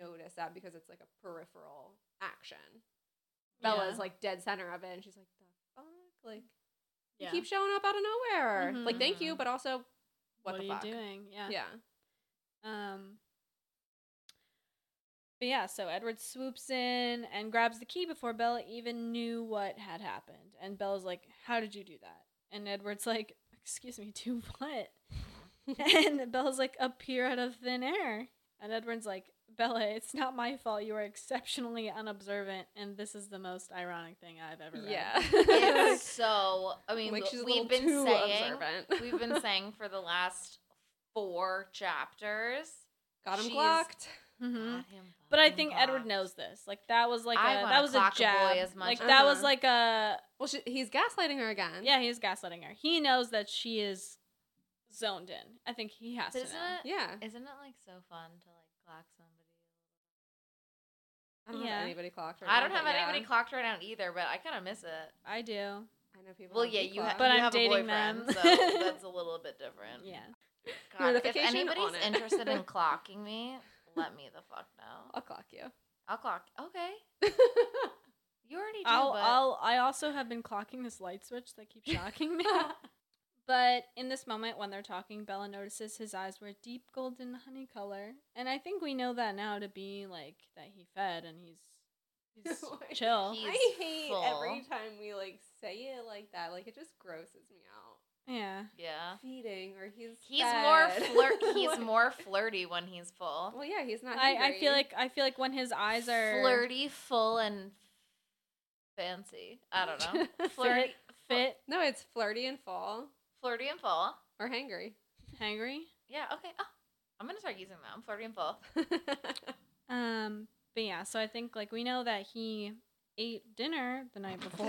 Speaker 4: notice that because it's like a peripheral action. Bella's
Speaker 5: Yeah.
Speaker 4: like dead center of it, and she's like, "The fuck!" Like
Speaker 5: Yeah.
Speaker 4: you keep showing up out of nowhere. Like thank you,
Speaker 3: Mhm.
Speaker 4: but also, what,
Speaker 5: what,
Speaker 4: the
Speaker 5: are
Speaker 4: fuck?
Speaker 5: you doing? Yeah.
Speaker 4: Yeah,
Speaker 5: Um. But yeah, so Edward swoops in and grabs the key before Bella even knew what had happened. And Bella's like, How did you do that? And Edward's like, Excuse me, do what? and Bella's like, Appear out of thin air. And Edward's like, Bella, it's not my fault. You are exceptionally unobservant. And this is the most ironic thing I've ever read.
Speaker 4: yeah.
Speaker 3: It's so I mean
Speaker 4: like she's a little
Speaker 3: we've been
Speaker 4: too
Speaker 3: saying
Speaker 4: observant.
Speaker 3: we've been saying for the last four chapters.
Speaker 4: got him
Speaker 3: she's-
Speaker 4: clocked.
Speaker 5: hmm
Speaker 3: God, him
Speaker 5: But I
Speaker 3: fucking
Speaker 5: think
Speaker 3: blocked.
Speaker 5: Edward knows this. Like, that was like
Speaker 3: I
Speaker 5: a,
Speaker 3: wanna
Speaker 5: that was a
Speaker 3: clock a boy
Speaker 5: jab.
Speaker 3: as much
Speaker 5: like,
Speaker 3: as-
Speaker 5: that was
Speaker 4: Uh-huh.
Speaker 5: like a.
Speaker 4: Well, she, he's gaslighting her again.
Speaker 5: Yeah, he's gaslighting her. He knows that she is zoned in. I think he has
Speaker 3: But
Speaker 5: to
Speaker 3: isn't
Speaker 5: know.
Speaker 3: it
Speaker 4: yeah.
Speaker 3: isn't it like so fun to like clock somebody?
Speaker 4: I don't have
Speaker 5: Yeah.
Speaker 4: anybody clocked. Right
Speaker 3: I
Speaker 4: now,
Speaker 3: don't have
Speaker 4: but yeah.
Speaker 3: anybody clocked right now either, but I kind of miss it.
Speaker 5: I do.
Speaker 3: Mm-hmm.
Speaker 4: I know people.
Speaker 3: Well,
Speaker 4: have
Speaker 3: yeah,
Speaker 4: me
Speaker 3: you, ha-
Speaker 4: clocked.
Speaker 5: But
Speaker 3: you
Speaker 5: I'm
Speaker 3: have
Speaker 5: dating
Speaker 3: a boyfriend,
Speaker 5: them.
Speaker 3: so that's a little bit different.
Speaker 5: Yeah.
Speaker 3: God, if
Speaker 4: Notification
Speaker 3: anybody's
Speaker 4: on it.
Speaker 3: interested in clocking me, let me the fuck know.
Speaker 4: I'll clock you.
Speaker 3: I'll clock. Okay, you already do.
Speaker 5: I'll,
Speaker 3: but
Speaker 5: I'll, I also have been clocking this light switch that keeps shocking me. but in this moment, when they're talking, Bella notices his eyes were a deep golden honey color. And I think we know that now to be like that he fed and he's, he's chill.
Speaker 3: He's
Speaker 4: I hate every
Speaker 3: full.
Speaker 4: time we like say it like that. Like it just grosses me out.
Speaker 5: yeah.
Speaker 3: yeah.
Speaker 4: Feeding or he's
Speaker 3: Uh, He's more
Speaker 4: fed.
Speaker 3: flirt. He's
Speaker 4: Like-
Speaker 3: more flirty when he's full.
Speaker 4: Well, yeah, he's not.
Speaker 5: I, I
Speaker 4: hungry.
Speaker 5: feel like I feel like when his eyes are
Speaker 3: flirty, full, and fancy. I don't know. Flirty,
Speaker 5: Fit, fit,
Speaker 4: no, it's flirty and fall
Speaker 3: flirty, and full.
Speaker 4: or hangry.
Speaker 3: oh.
Speaker 5: hangry.
Speaker 3: Yeah. Okay. Oh, I'm gonna start using that. I'm flirty and full.
Speaker 5: Um, but yeah, so I think like we know that he ate dinner the night before,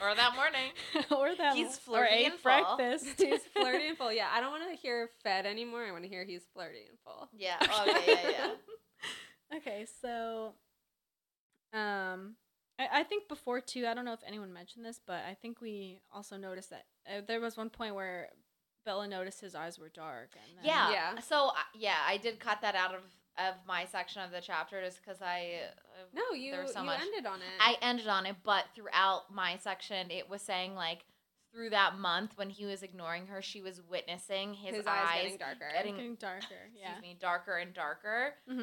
Speaker 3: or that morning.
Speaker 5: or that
Speaker 3: He's
Speaker 5: or
Speaker 3: flirty
Speaker 5: ate
Speaker 3: and full.
Speaker 5: breakfast.
Speaker 4: he's flirty and full. Yeah, I don't want to hear fed anymore. I want to hear he's flirty and full.
Speaker 3: Yeah. Oh yeah. Yeah. Yeah.
Speaker 5: Okay, so, um, I, I think before too. I don't know if anyone mentioned this, but I think we also noticed that uh, there was one point where Bella noticed his eyes were dark. And then,
Speaker 3: Yeah.
Speaker 4: Yeah.
Speaker 3: So I- yeah, I did cut that out of of my section of the chapter just because I uh,
Speaker 4: No, you
Speaker 3: There was so
Speaker 4: you
Speaker 3: much.
Speaker 4: ended on it.
Speaker 3: I ended on it, but throughout my section, it was saying like through that month when he was ignoring her, she was witnessing his, eyes,
Speaker 4: getting darker.
Speaker 3: getting-
Speaker 5: getting darker.
Speaker 3: excuse
Speaker 5: Yeah.
Speaker 3: me darker and darker.
Speaker 5: Mm-hmm.
Speaker 4: I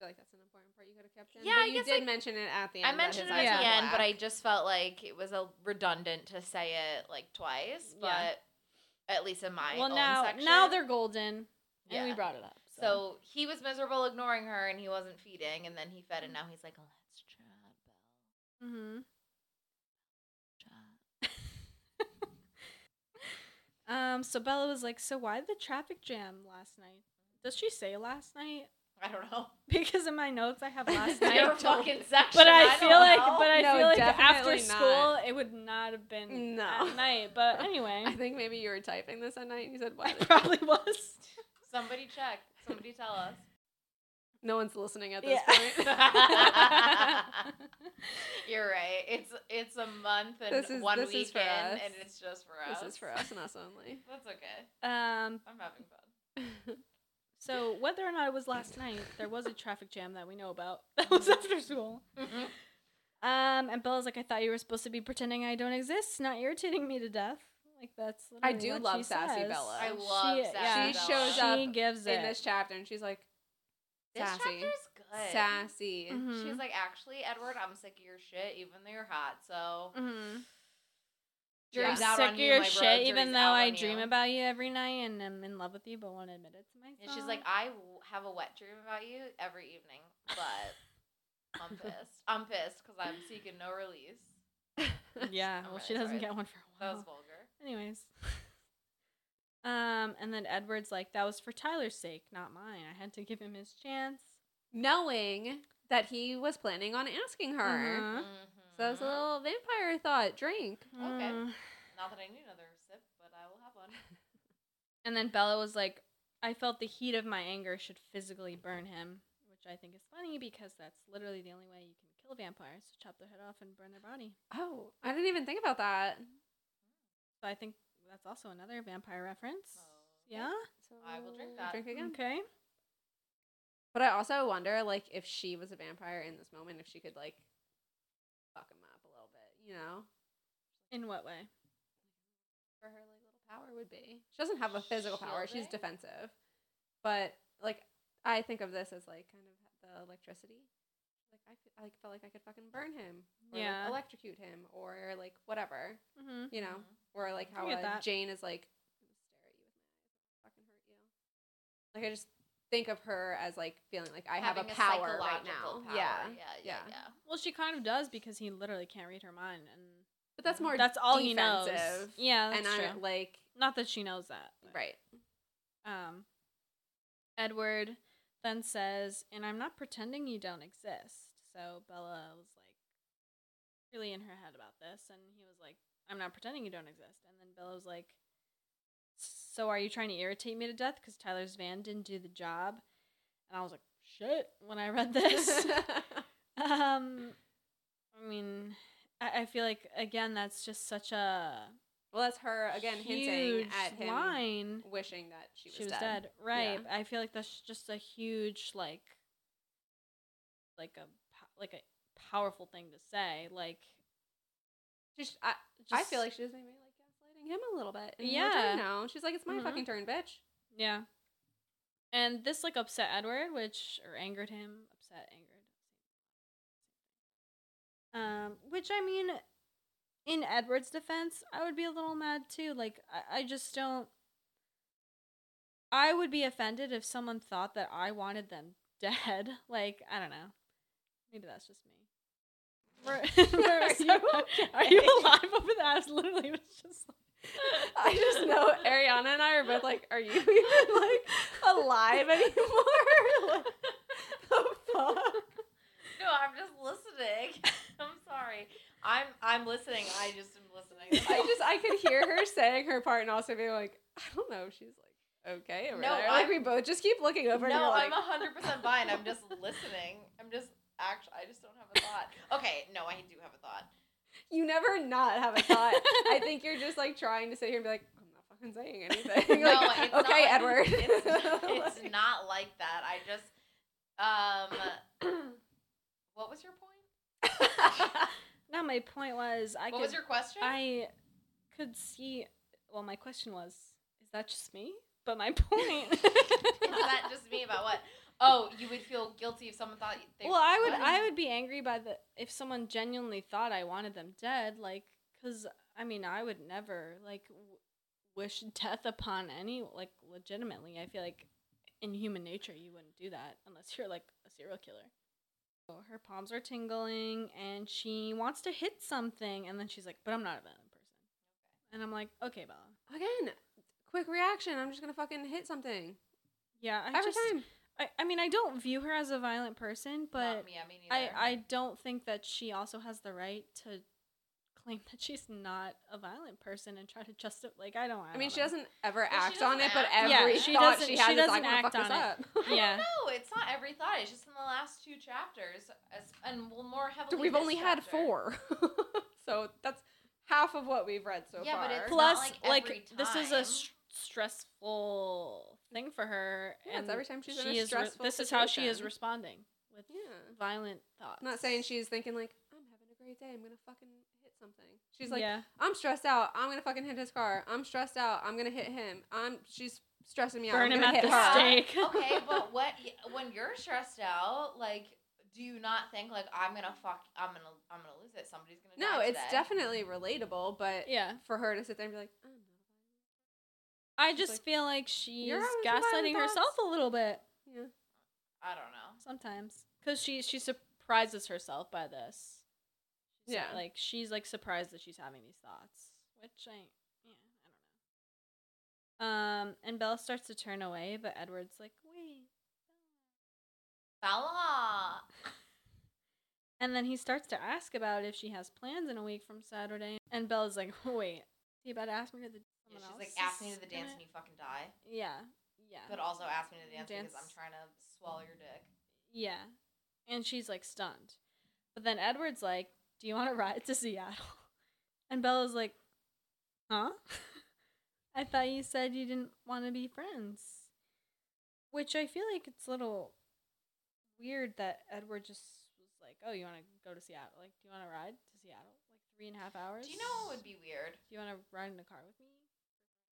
Speaker 4: feel like that's an important part you could have kept in.
Speaker 3: Yeah,
Speaker 4: but
Speaker 3: I
Speaker 4: you
Speaker 3: guess,
Speaker 4: did
Speaker 3: like,
Speaker 4: mention it at the end.
Speaker 3: I
Speaker 4: that
Speaker 3: mentioned it at
Speaker 4: his eyes
Speaker 3: the
Speaker 4: were
Speaker 3: end, but I
Speaker 4: black.
Speaker 3: just felt like it was a redundant to say it like twice,
Speaker 5: Yeah.
Speaker 3: but at least in my
Speaker 5: Well,
Speaker 3: own
Speaker 5: now
Speaker 3: section.
Speaker 5: now they're golden, and we
Speaker 3: Yeah.
Speaker 5: brought it up.
Speaker 3: So he was miserable ignoring her, and he wasn't feeding, and then he fed, and now he's like, "Let's try it, Belle.
Speaker 4: Mm-hmm.
Speaker 5: hmm
Speaker 3: Try it."
Speaker 5: Um, so Bella was like, "So why the traffic jam last night?" Does she say last night?
Speaker 3: I don't know.
Speaker 5: Because in my notes I have last
Speaker 3: Your
Speaker 5: night.
Speaker 3: fucking section.
Speaker 5: But I,
Speaker 3: don't
Speaker 5: feel like,
Speaker 3: know.
Speaker 5: but I
Speaker 4: No,
Speaker 5: feel like after
Speaker 4: definitely
Speaker 5: school
Speaker 4: not.
Speaker 5: it would not have been
Speaker 4: No.
Speaker 5: at night. But anyway,
Speaker 4: I think maybe you were typing this at night and you said, "Why?"
Speaker 5: probably was.
Speaker 3: Somebody check. Somebody tell us.
Speaker 4: No one's listening at this
Speaker 5: Yeah.
Speaker 4: point.
Speaker 3: You're right. It's it's a month and
Speaker 4: This is-
Speaker 3: one
Speaker 4: this
Speaker 3: weekend,
Speaker 4: is for us.
Speaker 3: and it's just for us.
Speaker 4: this is for us and us only.
Speaker 3: That's okay.
Speaker 5: Um,
Speaker 3: I'm having fun.
Speaker 5: so whether or not it was last night, there was a traffic jam that we know about. That was
Speaker 3: Mm-hmm.
Speaker 5: after school. Um, and Bella's like, I thought you were supposed to be pretending I don't exist, not irritating me to death. Like that's.
Speaker 4: I
Speaker 5: literally
Speaker 4: do
Speaker 5: what
Speaker 4: love
Speaker 5: she
Speaker 4: sassy
Speaker 5: says.
Speaker 4: Bella.
Speaker 3: I love
Speaker 5: she,
Speaker 3: sassy
Speaker 5: yeah,
Speaker 4: She
Speaker 3: Bella.
Speaker 4: shows
Speaker 5: she
Speaker 4: up
Speaker 5: gives it.
Speaker 4: in this chapter, and she's like,
Speaker 3: This
Speaker 4: sassy,
Speaker 3: chapter's good.
Speaker 4: sassy.
Speaker 5: Mhm.
Speaker 3: She's like, actually, Edward, I'm sick of your shit, even though you're hot. So
Speaker 5: Mhm.
Speaker 3: jury's
Speaker 5: I'm
Speaker 3: out
Speaker 5: sick
Speaker 3: on
Speaker 5: of
Speaker 3: you,
Speaker 5: your
Speaker 3: my bro.
Speaker 5: shit,
Speaker 3: Jury's
Speaker 5: even though
Speaker 3: out
Speaker 5: I
Speaker 3: on
Speaker 5: dream
Speaker 3: you.
Speaker 5: about you every night and I'm in love with you, but won't admit it to myself.
Speaker 3: And she's like, I w- have a wet dream about you every evening, but I'm pissed. I'm pissed because I'm seeking no release.
Speaker 5: yeah,
Speaker 3: I'm
Speaker 5: well,
Speaker 3: really
Speaker 5: she
Speaker 3: sorry.
Speaker 5: doesn't get one for a while.
Speaker 3: That was vulgar.
Speaker 5: Anyways. Um, and then Edward's like, that was for Tyler's sake, not mine. I had to give him his chance.
Speaker 4: knowing that he was planning on asking her.
Speaker 5: Uh-huh.
Speaker 4: So it's a
Speaker 3: Mhm.
Speaker 4: little vampire thought drink.
Speaker 3: Okay.
Speaker 5: Mm.
Speaker 3: Not that I need another sip, but I will have one.
Speaker 5: And then Bella was like, I felt the heat of my anger should physically burn him, which I think is funny because that's literally the only way you can kill vampires to chop their head off and burn their body.
Speaker 4: Oh, I didn't even think about that.
Speaker 5: So I think that's also another vampire reference.
Speaker 3: Oh.
Speaker 5: Yeah?
Speaker 4: So
Speaker 3: I will drink that.
Speaker 4: Drink again.
Speaker 5: Okay.
Speaker 4: But I also wonder, like, if she was a vampire in this moment, if she could like fuck him up a little bit, you know,
Speaker 5: In what way?
Speaker 4: for her like little power would be. She doesn't have a physical power; she's
Speaker 3: Shielding?
Speaker 4: defensive. But like, I think of this as like kind of the electricity. Like I, f- I like, felt like I could fucking burn him, or like,
Speaker 5: Yeah.
Speaker 4: electrocute him, or like whatever,
Speaker 5: Mm-hmm.
Speaker 4: you know,
Speaker 3: Mhm.
Speaker 4: or like
Speaker 5: I
Speaker 4: how
Speaker 5: get
Speaker 4: uh,
Speaker 5: that.
Speaker 4: Jane is like stare at you with my eyes, fucking hurt you. Like I just think of her as like feeling like I have
Speaker 3: Having
Speaker 4: a power right now.
Speaker 3: psychological
Speaker 4: Yeah.
Speaker 3: power. yeah, yeah,
Speaker 4: yeah.
Speaker 3: yeah.
Speaker 5: Well, she kind of does because he literally can't read her mind, and
Speaker 4: But that's more
Speaker 5: that's all he knows.
Speaker 4: defensive,
Speaker 5: Yeah, that's
Speaker 4: and
Speaker 5: true.
Speaker 4: I'm like
Speaker 5: Not that she knows that. but-
Speaker 4: right.
Speaker 5: Um, Edward then says, "And I'm not pretending you don't exist." So Bella was like, really in her head about this, and he was like, "I'm not pretending you don't exist." And then Bella was like, "So are you trying to irritate me to death because Tyler's van didn't do the job?" And I was like, "Shit!" When I read this. Um, I mean, I, I feel like again that's just such a
Speaker 4: well, that's her again hinting
Speaker 5: huge
Speaker 4: at him
Speaker 5: line.
Speaker 4: wishing that she was, dead.
Speaker 5: right?
Speaker 4: Yeah.
Speaker 5: I feel like that's just a huge like, like a po- like a powerful thing to say. Like,
Speaker 4: Just, I, I
Speaker 5: just,
Speaker 4: feel like she was maybe like gaslighting him a little bit. And
Speaker 5: Yeah.
Speaker 4: yeah, Mm-hmm. now she's like, it's my
Speaker 5: Mhm.
Speaker 4: fucking turn, bitch.
Speaker 5: yeah. And this like upset Edward, which or angered him, upset angered. Um, which I mean, in Edward's defense, I would be a little mad too. Like, I, I just don't. I would be offended if someone thought that I wanted them dead. Like, I don't know. Maybe that's just me. Mar- Marissa,
Speaker 4: you
Speaker 5: are you alive over that? I was literally was just like,
Speaker 4: I just know Ariana and I are both like, are you even like alive anymore? Like, the fuck?
Speaker 3: No, I'm just listening. I'm sorry. I'm I'm listening. I just am listening.
Speaker 4: I just I could hear her saying her part and also being like, I don't know if she's like okay over
Speaker 3: No,
Speaker 4: there. Like
Speaker 3: I'm-
Speaker 4: we both just keep looking over. and
Speaker 3: no,
Speaker 4: you're
Speaker 3: I'm
Speaker 4: like,
Speaker 3: hundred percent fine. I'm just listening. I'm just actually. I just don't have a thought. Okay, no, I do have a thought.
Speaker 4: you never not have a thought. I think you're just like trying to sit here and be like, I'm not fucking saying anything.
Speaker 3: no,
Speaker 4: Like,
Speaker 3: it's
Speaker 4: okay,
Speaker 3: not
Speaker 4: Edward.
Speaker 3: like, It's, it's
Speaker 4: Like,
Speaker 3: not like that. I just um. what was your point?
Speaker 5: now my point was, I
Speaker 3: what
Speaker 5: could
Speaker 3: was your question?
Speaker 5: I could see. Well, my question was, is that just me? But my point.
Speaker 3: Is that just me about what? Oh, you would feel guilty if someone thought you. They,
Speaker 5: well, I would
Speaker 3: what?
Speaker 5: I would be angry by the if someone genuinely thought I wanted them dead, like because I mean I would never like w- wish death upon any like legitimately. I feel like in human nature you wouldn't do that unless you're like a serial killer. So her palms are tingling and she wants to hit something, and then she's like, "But I'm not a violent person," and I'm like, "Okay, Bella."
Speaker 4: Again, quick reaction. I'm just gonna fucking hit something
Speaker 5: Yeah, I
Speaker 4: every
Speaker 5: just,
Speaker 4: time.
Speaker 5: I, I mean, I don't view her as a violent person,
Speaker 3: Not
Speaker 5: but
Speaker 3: me, I mean,
Speaker 5: I,
Speaker 3: neither.
Speaker 5: I don't think that she also has the right to like that she's not a violent person and try to just like I don't. I,
Speaker 4: I mean,
Speaker 5: don't
Speaker 4: she
Speaker 5: know.
Speaker 4: doesn't ever
Speaker 3: she
Speaker 4: act
Speaker 3: doesn't
Speaker 4: on it, but
Speaker 3: act.
Speaker 4: every
Speaker 5: yeah, she
Speaker 4: thought
Speaker 5: doesn't.
Speaker 4: she has is, "I'm
Speaker 5: doesn't
Speaker 4: gonna
Speaker 5: act
Speaker 4: fuck
Speaker 5: on
Speaker 4: this
Speaker 5: it.
Speaker 4: up."
Speaker 5: Yeah,
Speaker 3: No, it's not every thought. It's just in the last two chapters, as, and well, more heavily.
Speaker 4: We've
Speaker 3: this
Speaker 4: only had
Speaker 3: chapter.
Speaker 4: four, so that's half of what we've read so
Speaker 3: Yeah,
Speaker 4: far.
Speaker 3: but it's not-
Speaker 5: plus
Speaker 3: like,
Speaker 5: like,
Speaker 3: every
Speaker 5: this is
Speaker 3: time.
Speaker 5: a st- stressful thing for her
Speaker 4: Yeah, it's
Speaker 5: and
Speaker 4: every time she's in
Speaker 5: she
Speaker 4: a
Speaker 5: is re-
Speaker 4: stressful
Speaker 5: this is how she is
Speaker 4: situation.
Speaker 5: responding with
Speaker 4: Yeah.
Speaker 5: violent thoughts
Speaker 4: I'm not saying she's thinking like, "I'm having a great day. I'm gonna fucking hit something." She's like,
Speaker 5: Yeah.
Speaker 4: "I'm stressed out. I'm gonna fucking hit his car. I'm stressed out. I'm gonna hit him. I'm." She's stressing me out.
Speaker 5: Burn
Speaker 4: I'm
Speaker 5: him
Speaker 4: gonna
Speaker 5: at
Speaker 4: hit
Speaker 5: the
Speaker 4: her."
Speaker 5: stake.
Speaker 3: okay, but what when you're stressed out, like, do you not think like I'm gonna fuck, I'm gonna, I'm gonna lose it. Somebody's gonna.
Speaker 4: No,
Speaker 3: die
Speaker 4: it's
Speaker 3: today.
Speaker 4: definitely relatable, but
Speaker 5: yeah
Speaker 4: for her to sit there and be like, "Oh, "I'm not
Speaker 5: i
Speaker 4: She's
Speaker 5: just
Speaker 4: like,
Speaker 5: feel like she's
Speaker 4: having some violent
Speaker 5: gaslighting
Speaker 4: thoughts."
Speaker 5: herself a little bit
Speaker 4: Yeah.
Speaker 3: I don't know.
Speaker 5: sometimes because she she surprises herself by this She's
Speaker 4: Yeah.
Speaker 5: like she's like surprised that she's having these thoughts which i yeah i don't know um and bella starts to turn away but edward's like wait
Speaker 3: Bella.
Speaker 5: And then he starts to ask about if she has plans in a week from Saturday. And Bella's like, wait, you about to ask me to the
Speaker 3: Yeah,
Speaker 5: someone
Speaker 3: she's
Speaker 5: else
Speaker 3: like, ask me
Speaker 5: is
Speaker 3: to the dance and
Speaker 5: gonna-"
Speaker 3: you fucking die.
Speaker 5: Yeah. Yeah.
Speaker 3: But also ask me to the dance, because I'm
Speaker 5: Dance.
Speaker 3: trying to swallow your dick.
Speaker 5: yeah. And she's like stunned. But then Edward's like, do you want to ride to Seattle? And Bella's like, huh? I thought you said you didn't want to be friends. Which I feel like it's a little weird that Edward just was like, oh, you want to go to Seattle? Like, do you want to ride to Seattle? Like three and a half hours?
Speaker 3: Do you know what would be weird?
Speaker 5: Do you want to ride in the car with me?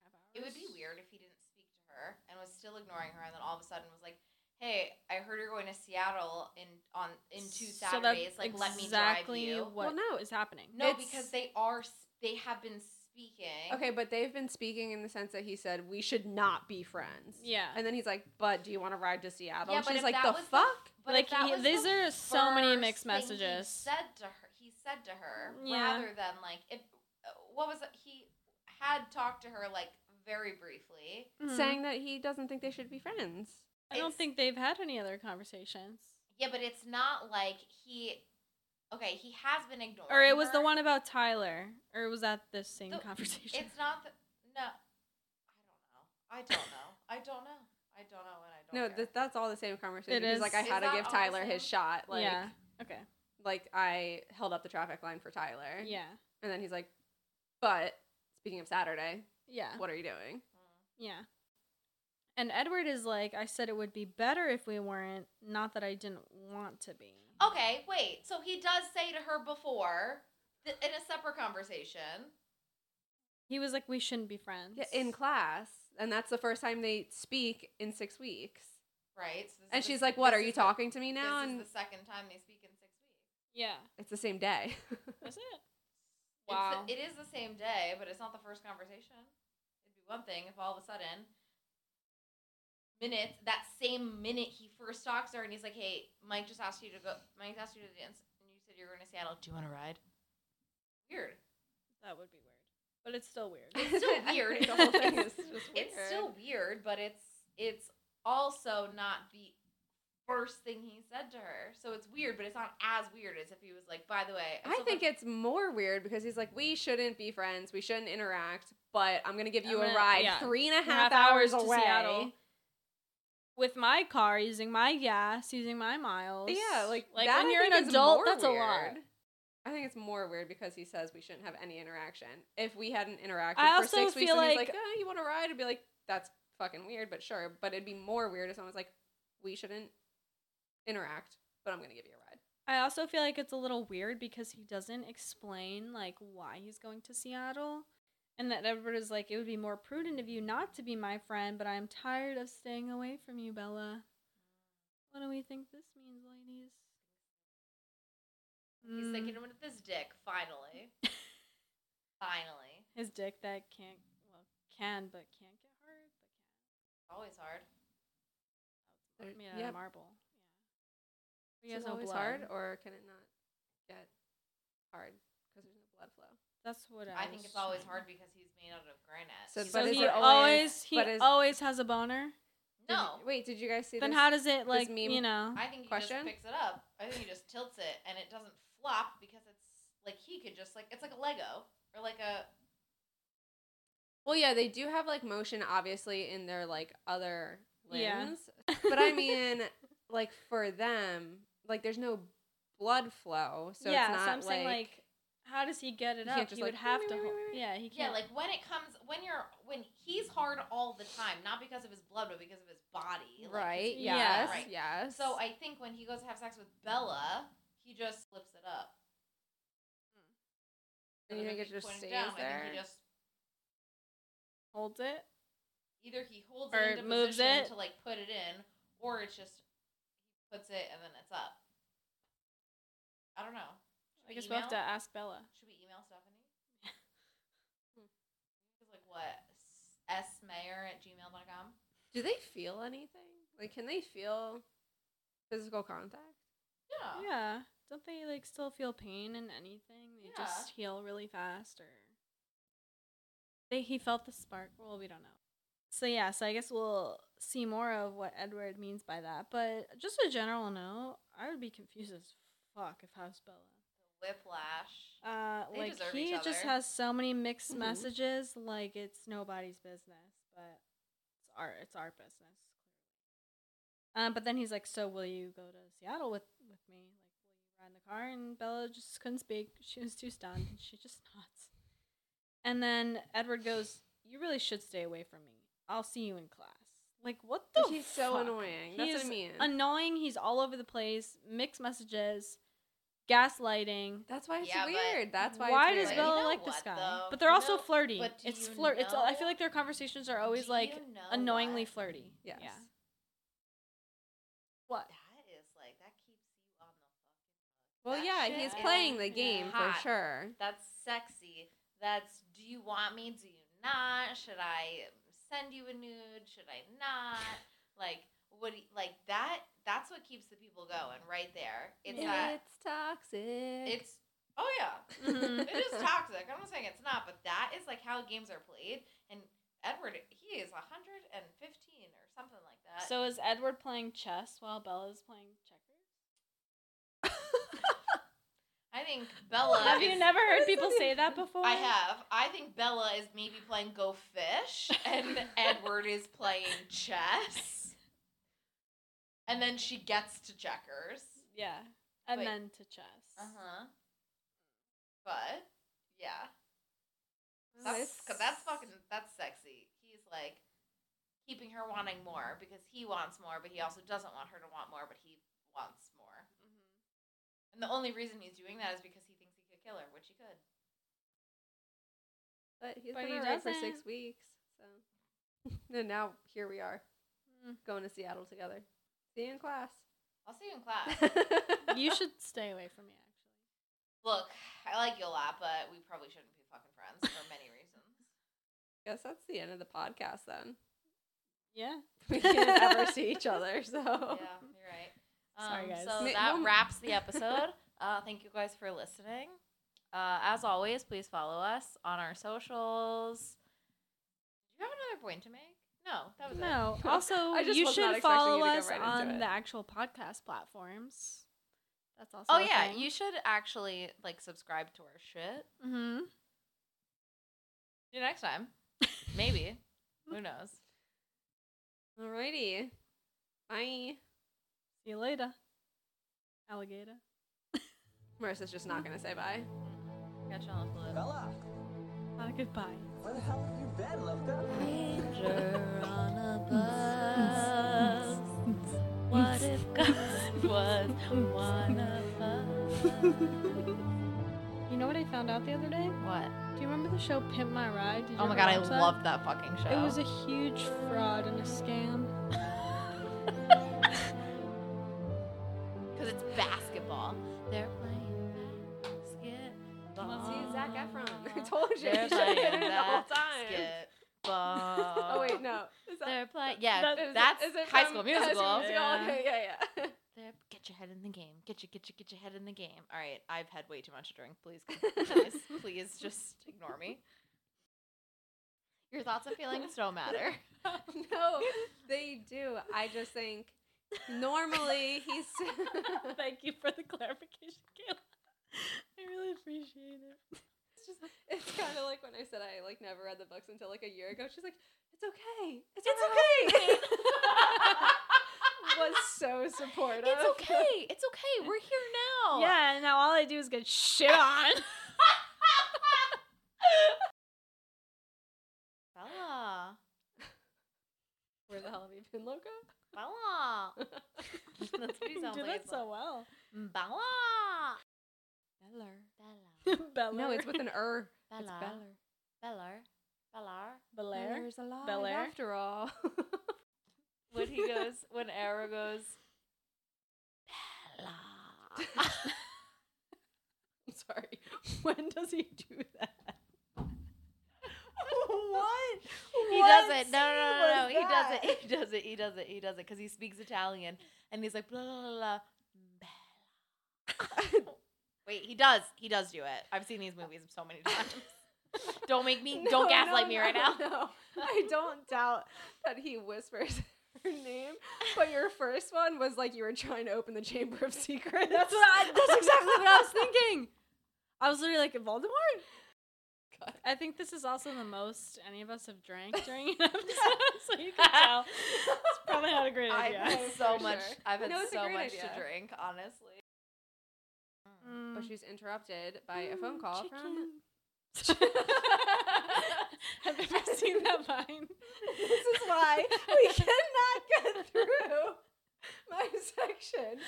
Speaker 5: Half hours?
Speaker 3: It would be weird if he didn't speak to her and was still ignoring her, and then all of a sudden was like, "Hey, I heard you're going to Seattle in on in two
Speaker 5: So
Speaker 3: Saturdays.
Speaker 5: that's
Speaker 3: like, let me drive
Speaker 5: exactly
Speaker 3: you."
Speaker 5: What
Speaker 4: Well, no,
Speaker 5: is happening?
Speaker 3: no,
Speaker 4: it's-
Speaker 3: because they are s- they have been speaking.
Speaker 4: Okay, but they've been speaking in the sense that he said we should not be friends.
Speaker 5: Yeah.
Speaker 4: And then he's like, "But do you want to ride to Seattle?"
Speaker 3: Yeah,
Speaker 4: and
Speaker 3: but
Speaker 4: she's
Speaker 3: if
Speaker 4: like,
Speaker 3: that
Speaker 4: "The
Speaker 3: was the-
Speaker 4: fuck."
Speaker 3: But
Speaker 5: Like,
Speaker 3: if that
Speaker 5: he-
Speaker 3: was
Speaker 5: these
Speaker 3: the
Speaker 5: are so many
Speaker 3: first
Speaker 5: mixed
Speaker 3: thing he
Speaker 5: messages.
Speaker 3: said to her, he said to her,
Speaker 5: Yeah.
Speaker 3: rather than like if uh, what was it? he had talked to her like very briefly.
Speaker 5: Mhm.
Speaker 4: Saying that he doesn't think they should be friends.
Speaker 5: I don't
Speaker 3: It's-
Speaker 5: think they've had any other conversations.
Speaker 3: Yeah, but it's not like he. Okay, he has been ignoring.
Speaker 5: Or it was the
Speaker 3: her.
Speaker 5: one about Tyler. Or was that the same
Speaker 3: The-
Speaker 5: conversation?
Speaker 3: It's not the no. I don't know. I don't know. I don't know. I don't know, and I don't.
Speaker 4: No,
Speaker 3: care.
Speaker 4: th- that's all the same conversation.
Speaker 5: It
Speaker 4: He's
Speaker 5: is.
Speaker 4: like, "I
Speaker 5: Is
Speaker 4: had to
Speaker 3: that
Speaker 4: give
Speaker 3: all the
Speaker 4: Tyler his
Speaker 3: same?
Speaker 4: shot." Like,
Speaker 5: yeah. Okay.
Speaker 4: like I held up the traffic line for Tyler.
Speaker 5: Yeah.
Speaker 4: And then he's like, "But speaking of Saturday,
Speaker 5: Yeah.
Speaker 4: what are you doing?"
Speaker 5: Yeah. And Edward is like, I said it would be better if we weren't. Not that I didn't want to be.
Speaker 3: okay, wait. So he does say to her before th- in a separate conversation.
Speaker 5: He was like, we shouldn't be friends.
Speaker 4: Yeah, in class, and that's the first time they speak in six weeks.
Speaker 3: Right. So this
Speaker 4: And
Speaker 3: is the-
Speaker 4: she's like, "What
Speaker 3: this
Speaker 4: are you
Speaker 3: is the-
Speaker 4: talking to me now?"
Speaker 3: This
Speaker 4: And
Speaker 3: is the second time they speak in six weeks.
Speaker 5: Yeah.
Speaker 4: it's the same day.
Speaker 5: Was it?
Speaker 3: It's the-
Speaker 5: Wow.
Speaker 3: it is the same day, but it's not the first conversation. It'd be one thing if all of a sudden, minutes that same minute he first talks to her and he's like, "Hey, Mike just asked you to go. Mike asked you to dance, and you said you were going to Seattle. Do you want to ride?" Weird.
Speaker 5: that would be weird. But it's still weird.
Speaker 3: It's still
Speaker 4: I
Speaker 3: weird.
Speaker 4: think the whole thing is just
Speaker 3: It's
Speaker 4: weird.
Speaker 3: still weird, but it's it's also not the first thing he said to her. So it's weird, but it's not as weird as if he was like, "By the way,
Speaker 4: I
Speaker 3: still
Speaker 4: think
Speaker 3: fucking-
Speaker 4: it's more weird because he's like, we shouldn't be friends. We shouldn't interact. But I'm gonna give you
Speaker 5: I'm
Speaker 4: a
Speaker 5: gonna-
Speaker 4: ride
Speaker 5: yeah.
Speaker 4: three and a
Speaker 5: and a
Speaker 4: half, hours, away.
Speaker 5: with my car using my gas using my miles
Speaker 4: Yeah, like
Speaker 5: like
Speaker 4: that
Speaker 5: when
Speaker 4: I
Speaker 5: you're an
Speaker 4: think is
Speaker 5: adult
Speaker 4: more
Speaker 5: that's a lot
Speaker 4: weird. I think it's more weird because he says we shouldn't have any interaction. If we hadn't interacted
Speaker 5: I
Speaker 4: for
Speaker 5: also
Speaker 4: six weeks,
Speaker 5: feel
Speaker 4: and he's
Speaker 5: like-
Speaker 4: like, oh, you want a ride? I'd be like, that's fucking weird, but sure. But it'd be more weird if someone was like, we shouldn't interact, but I'm gonna give you a ride.
Speaker 5: i also feel like it's a little weird because he doesn't explain like why he's going to seattle and that edward is like it would be more prudent of you not to be my friend but i'm tired of staying away from you bella what do we think this means ladies
Speaker 3: He's
Speaker 5: Mm,
Speaker 3: thinking about this dick, finally. finally.
Speaker 5: his dick that can't well can but can't get hard but can
Speaker 3: Always hard.
Speaker 5: They're
Speaker 4: They're-
Speaker 5: made out
Speaker 4: yeah.
Speaker 5: of marble. Yeah.
Speaker 4: Is it always hard, or can it not get hard because there's no blood flow?
Speaker 5: That's what I.
Speaker 3: I think
Speaker 5: was
Speaker 3: it's always hard
Speaker 5: trying-
Speaker 3: because he's made out of granite.
Speaker 4: So-
Speaker 3: He's
Speaker 4: but
Speaker 5: so
Speaker 3: like,
Speaker 4: is
Speaker 5: he
Speaker 4: it
Speaker 5: always,
Speaker 4: always-
Speaker 5: he
Speaker 4: but is-
Speaker 5: always has a boner.
Speaker 4: Did you-
Speaker 3: no.
Speaker 4: wait, did you guys see?
Speaker 5: Then
Speaker 4: this?
Speaker 5: how does
Speaker 4: this
Speaker 5: it like
Speaker 4: meme-
Speaker 5: you know?
Speaker 3: I think he
Speaker 4: Question?
Speaker 3: just picks it up. I think he just tilts it and it doesn't flop because it's Like he could just like it's like a Lego or like a
Speaker 4: Well, yeah, they do have like motion obviously in their like other
Speaker 5: Yeah.
Speaker 4: limbs. But I mean, like for them, like there's no blood flow, so
Speaker 5: yeah,
Speaker 4: it's not
Speaker 5: so I'm saying
Speaker 4: like
Speaker 5: like, how does he get it
Speaker 4: You
Speaker 5: up?
Speaker 4: can't just,
Speaker 5: he
Speaker 4: like,
Speaker 5: would have to.
Speaker 4: meow, meow,
Speaker 5: Hold,
Speaker 4: meow,
Speaker 5: yeah, he
Speaker 3: yeah.
Speaker 5: can't.
Speaker 3: Like when it comes when you're when he's hard all the time, not because of his blood, but because of his body. Like, 'cause
Speaker 4: right.
Speaker 3: he's- yeah,
Speaker 4: Yes.
Speaker 3: right.
Speaker 4: Yes.
Speaker 3: So I think when he goes to have sex with Bella, he just flips it up.
Speaker 4: And you
Speaker 3: Instead of
Speaker 4: think it
Speaker 3: him
Speaker 4: just
Speaker 3: pointing
Speaker 4: stays
Speaker 3: down, I
Speaker 4: there.
Speaker 3: think he just
Speaker 5: holds it.
Speaker 3: either he holds
Speaker 5: Or
Speaker 3: it into
Speaker 5: moves
Speaker 3: position
Speaker 5: it.
Speaker 3: to like put it in, or it's just he puts it and then it's up. I don't know. Should
Speaker 5: I
Speaker 3: we
Speaker 5: guess we'll have to Hmm.
Speaker 3: email?
Speaker 5: ask Bella.
Speaker 3: Should we email Stephanie? It's like what? S mayor at gmail.com.
Speaker 4: do they feel anything? Like, can they feel physical contact?
Speaker 3: Yeah.
Speaker 5: Yeah. Don't they like still feel pain and anything? They
Speaker 3: Yeah.
Speaker 5: just heal really fast, or they he felt the spark. Well, we don't know. So yeah, so I guess we'll see more of what Edward means by that. But just a general note, I would be confused as fuck if House Bella.
Speaker 3: Whiplash.
Speaker 5: Uh,
Speaker 3: They
Speaker 5: like
Speaker 3: deserve
Speaker 5: he
Speaker 3: each
Speaker 5: just
Speaker 3: other.
Speaker 5: has so many mixed
Speaker 4: Mhm.
Speaker 5: messages. Like it's nobody's business, but it's our it's our business. Um, but then he's like, "So will you go to Seattle with with me? Like, will you ride in the car?" And Bella just couldn't speak. She was too stunned. and She just nods. And then Edward goes, "You really should stay away from me. I'll see you in class." Like, what the?
Speaker 4: But he's so
Speaker 5: fuck?
Speaker 4: annoying. That's what I
Speaker 5: He's
Speaker 4: mean.
Speaker 5: Annoying. He's all over the place. Mixed messages. Gaslighting.
Speaker 4: That's why it's
Speaker 3: Yeah, but
Speaker 4: weird. That's why.
Speaker 5: Why
Speaker 4: it's
Speaker 5: does
Speaker 4: weird.
Speaker 5: Bella
Speaker 3: You know
Speaker 5: like this
Speaker 3: what,
Speaker 5: guy?
Speaker 3: though?
Speaker 5: But they're
Speaker 3: You
Speaker 5: also
Speaker 3: know-
Speaker 5: flirty.
Speaker 3: but do
Speaker 5: It's
Speaker 3: you
Speaker 5: flirt. It's. I feel
Speaker 3: know-
Speaker 5: like their conversations are always
Speaker 3: Do
Speaker 5: like
Speaker 3: you know
Speaker 5: annoyingly
Speaker 3: what?
Speaker 5: flirty.
Speaker 4: Yes.
Speaker 5: Yeah. What?
Speaker 3: That is like that keeps you on the fucking. hook.
Speaker 4: Well,
Speaker 3: That
Speaker 4: yeah,
Speaker 3: shit
Speaker 4: he's
Speaker 3: is
Speaker 4: playing the
Speaker 5: Yeah.
Speaker 4: game
Speaker 3: hot.
Speaker 4: for sure.
Speaker 3: That's sexy. That's do you want me? Do you not? Should I send you a nude? Should I not? Like what? do you- like that? That's what keeps the people going right there. It's that.
Speaker 4: It's toxic.
Speaker 3: It's oh yeah.
Speaker 5: Mm-hmm.
Speaker 3: It is toxic. I'm not saying it's not, but that is like how games are played. And Edward, he is 115 or something like that.
Speaker 5: So is Edward playing chess while Bella's playing checkers?
Speaker 3: I think Bella.
Speaker 5: Have you
Speaker 3: is-
Speaker 5: never heard people say that before?
Speaker 3: I have. I think Bella is maybe playing Go Fish, and Edward is playing chess. And then she gets to checkers.
Speaker 5: Yeah. And
Speaker 3: Wait.
Speaker 5: then to chess.
Speaker 3: Uh huh. But yeah, that's
Speaker 4: It's-
Speaker 3: 'cause that's fucking that's sexy. He's like keeping her wanting more because he wants more, but he also doesn't want her to want more, but he wants more. And the only reason he's doing that is because he thinks he could kill her, which he could.
Speaker 4: But he's
Speaker 5: But
Speaker 4: been
Speaker 5: he
Speaker 4: around for
Speaker 5: doesn't.
Speaker 4: six weeks. So and now here we are. Going to Seattle together. See you in class.
Speaker 3: I'll see you in class.
Speaker 5: You should stay away from me, actually.
Speaker 3: Look, I like you a lot, but we probably shouldn't be fucking friends for many reasons.
Speaker 4: Guess that's the end of the podcast then.
Speaker 5: Yeah.
Speaker 4: We can't ever see each other, so
Speaker 3: yeah, you're right. Um,
Speaker 5: Oh. Sorry, guys.
Speaker 3: So
Speaker 4: Ma-
Speaker 3: that
Speaker 4: well-
Speaker 3: wraps the episode. Uh, thank you guys for listening. Uh, as always, please follow us on our socials. Do you have another point to make? No, that was it.
Speaker 5: No. Also,
Speaker 4: I just
Speaker 5: you
Speaker 4: was not
Speaker 5: should
Speaker 4: expecting
Speaker 5: follow
Speaker 4: you to go
Speaker 5: us
Speaker 4: right into
Speaker 5: on
Speaker 4: it.
Speaker 5: the actual podcast platforms. That's also.
Speaker 3: Oh yeah, you should actually like subscribe to our shit.
Speaker 4: Mm-hmm.
Speaker 5: hmm
Speaker 3: See you next time, maybe. Who knows?
Speaker 4: Alrighty. Bye.
Speaker 5: See you later, alligator.
Speaker 4: Marissa's just not gonna say bye.
Speaker 3: Catch you on the flip.
Speaker 2: Bella,
Speaker 5: Not a goodbye.
Speaker 2: where the hell have you been, Lefka?
Speaker 3: What if God was one of us?
Speaker 5: You know what I found out the other day?
Speaker 3: What?
Speaker 5: Do you remember the show Pimp My Ride? Did you
Speaker 3: Oh my
Speaker 5: ever
Speaker 3: god, I
Speaker 5: watch that?
Speaker 3: love that fucking show.
Speaker 5: It was a huge fraud and a scam.
Speaker 3: because it's basketball. They're playing basketball.
Speaker 4: See Zach Efron. I told you.
Speaker 3: They're
Speaker 4: you should've
Speaker 3: playing
Speaker 4: hit it the whole time.
Speaker 3: basketball.
Speaker 4: Oh wait, no. Is that-
Speaker 3: They're playing. Yeah,
Speaker 4: that- is it-
Speaker 3: that's
Speaker 4: is it
Speaker 3: High
Speaker 4: from
Speaker 3: School
Speaker 4: High
Speaker 3: Musical.
Speaker 4: School Musical?
Speaker 5: Yeah.
Speaker 4: Okay, yeah, yeah.
Speaker 3: There, get your head in the game. Get your, get your, get your head in the game. All right, I've had way too much to drink. Please, guys, please just ignore me. Your thoughts and feelings don't matter.
Speaker 4: no, they do. I just think normally he's.
Speaker 5: Thank you for the clarification, Kayla. I really appreciate it.
Speaker 4: It's just it's kind of like when I said I like never read the books until like a year ago. She's like, "It's okay. It's, okay." was so supportive.
Speaker 3: It's okay. It's okay. We're here now.
Speaker 5: Yeah, and now all I do is get shit on.
Speaker 3: Bella.
Speaker 4: Where the hell have you been, Loco?
Speaker 3: Bella. That's what he sounds
Speaker 5: do
Speaker 3: like. Mm,
Speaker 5: that so well.
Speaker 3: Bella.
Speaker 4: Beller.
Speaker 3: Bella.
Speaker 5: Beller.
Speaker 4: No, it's with an er. It's
Speaker 3: Bella. Beller.
Speaker 4: Beller.
Speaker 3: Beller.
Speaker 5: Belair.
Speaker 4: Beller's alive
Speaker 5: Belair.
Speaker 4: after all.
Speaker 3: When he goes, when Arrow goes, Bella.
Speaker 4: I'm sorry. When does he do that?
Speaker 5: what?
Speaker 3: He does it. No, no, no, no. He does it. He does it. He does it. He does it because he speaks Italian and he's like blah blah blah. blah. Bella. Wait, he does. He does do it. I've seen these movies so many times. don't make me.
Speaker 4: No,
Speaker 3: don't gaslight
Speaker 4: no,
Speaker 3: me right
Speaker 4: no,
Speaker 3: now.
Speaker 4: No, I don't doubt that he whispers her name, but your first one was like you were trying to open the Chamber of Secrets.
Speaker 5: That's what I, that's exactly what I was thinking. I was literally like Voldemort. I think this is also the most any of us have drank during an episode, so you can tell it's probably not a great
Speaker 4: I
Speaker 5: idea.
Speaker 3: I've had
Speaker 4: know,
Speaker 3: so
Speaker 4: for
Speaker 3: much.
Speaker 4: sure.
Speaker 3: I've had
Speaker 4: No, it's a
Speaker 3: so
Speaker 4: great
Speaker 3: much
Speaker 4: idea.
Speaker 3: to drink, honestly.
Speaker 4: But she's interrupted by a
Speaker 5: Mm,
Speaker 4: phone call from.
Speaker 5: I've never seen that line.
Speaker 4: This is why we cannot get through my section.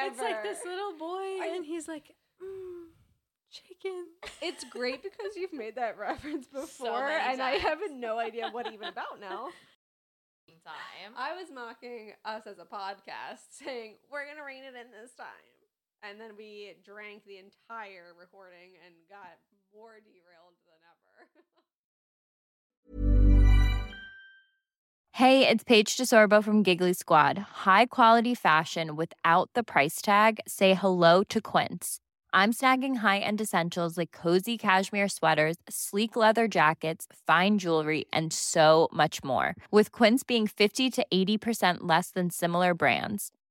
Speaker 4: Ever.
Speaker 5: It's like this little boy,
Speaker 4: I-
Speaker 5: and he's like, mm, chicken.
Speaker 4: It's great because you've made that reference before,
Speaker 3: many
Speaker 4: and I
Speaker 3: times.
Speaker 4: have no idea what even about now.
Speaker 3: Time.
Speaker 7: Uh,
Speaker 4: I was mocking us as a podcast, saying we're gonna rein it in this time, and then we drank the entire recording and got more derailed than ever.
Speaker 7: Hey, it's Paige DeSorbo from Giggly Squad. High quality fashion without the price tag. Say hello to Quince. I'm snagging high-end essentials like cozy cashmere sweaters, sleek leather jackets, fine jewelry, and so much more. With Quince being 50 to 80% less than similar brands.